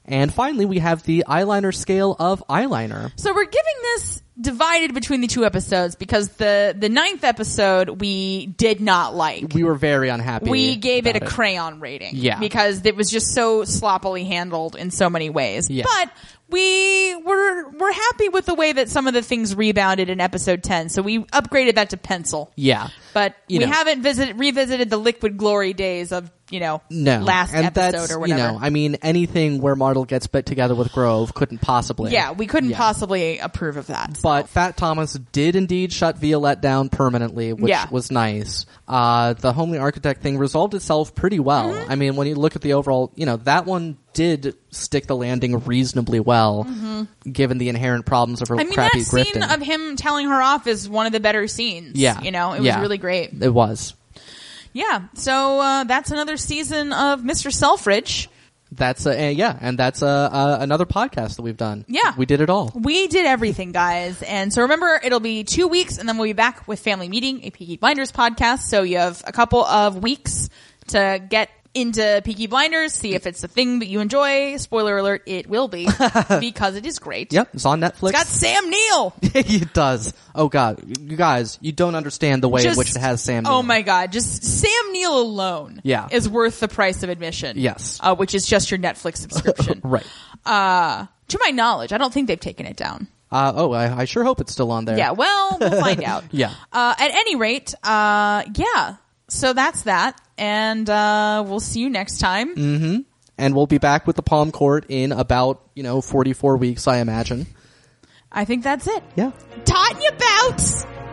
A: And finally, we have the eyeliner scale of eyeliner.
B: So we're giving this divided between the two episodes because the the ninth episode we did not like.
A: We were very unhappy.
B: we gave it a
A: about
B: crayon rating.
A: Yeah.
B: Because it was just so sloppily handled in so many ways.
A: Yeah.
B: But we were we're happy with the way that some of the things rebounded in episode ten, so we upgraded that to pencil.
A: Yeah.
B: But
A: You
B: we
A: know.
B: haven't visited revisited the liquid glory days of, you know,
A: No.
B: last
A: and
B: episode
A: that's,
B: or whatever.
A: You know, I mean, anything where Martel gets put together with Grove couldn't possibly.
B: yeah, we couldn't
A: Yeah.
B: possibly approve of that.
A: But Fat Thomas did indeed shut Violette down permanently, which
B: Yeah.
A: was nice. Uh, the homely architect thing resolved itself pretty well.
B: Mm-hmm.
A: I mean, when you look at the overall, you know, that one did stick the landing reasonably well, given the inherent problems of her
B: Mm-hmm. I mean
A: crappy
B: that scene
A: grifting.
B: of him telling her off is one of the better scenes.
A: yeah,
B: You know, it was
A: Yeah.
B: really great.
A: It was.
B: Yeah. So uh, that's another season of Mr. Selfridge.
A: That's a, uh, yeah, and that's a, uh, another podcast that we've done.
B: Yeah.
A: we did it all.
B: We did everything, guys. And so remember, it'll be two weeks and then we'll be back with Family Meeting, a Peaky Blinders podcast. So you have a couple of weeks to get into Peaky Blinders, see if it's a thing that you enjoy. Spoiler alert, it
A: [LAUGHS]
B: will be because it is great.
A: Yep, it's on Netflix.
B: It's got Sam Neill.
A: [LAUGHS] it does. Oh God, you guys, you don't understand the way in
B: Just-
A: which it has Sam.
B: Oh
A: Neill.
B: my God. Just Sam Neill alone
A: Yeah.
B: is worth the price of admission.
A: Yes.
B: Uh, which is just your Netflix subscription.
A: [LAUGHS] Right.
B: Uh, to my knowledge, I don't think they've taken it down.
A: Uh, oh, I, I sure hope it's still on there.
B: Yeah, well,
A: [LAUGHS]
B: we'll find out.
A: Yeah.
B: Uh, at any rate, uh, yeah. So that's that, and uh, we'll see you next time.
A: Mm. and we'll be back with the Palm Court in about you know 44 weeks, I imagine.
B: I think that's it.
A: Yeah.
B: Taught you bouts.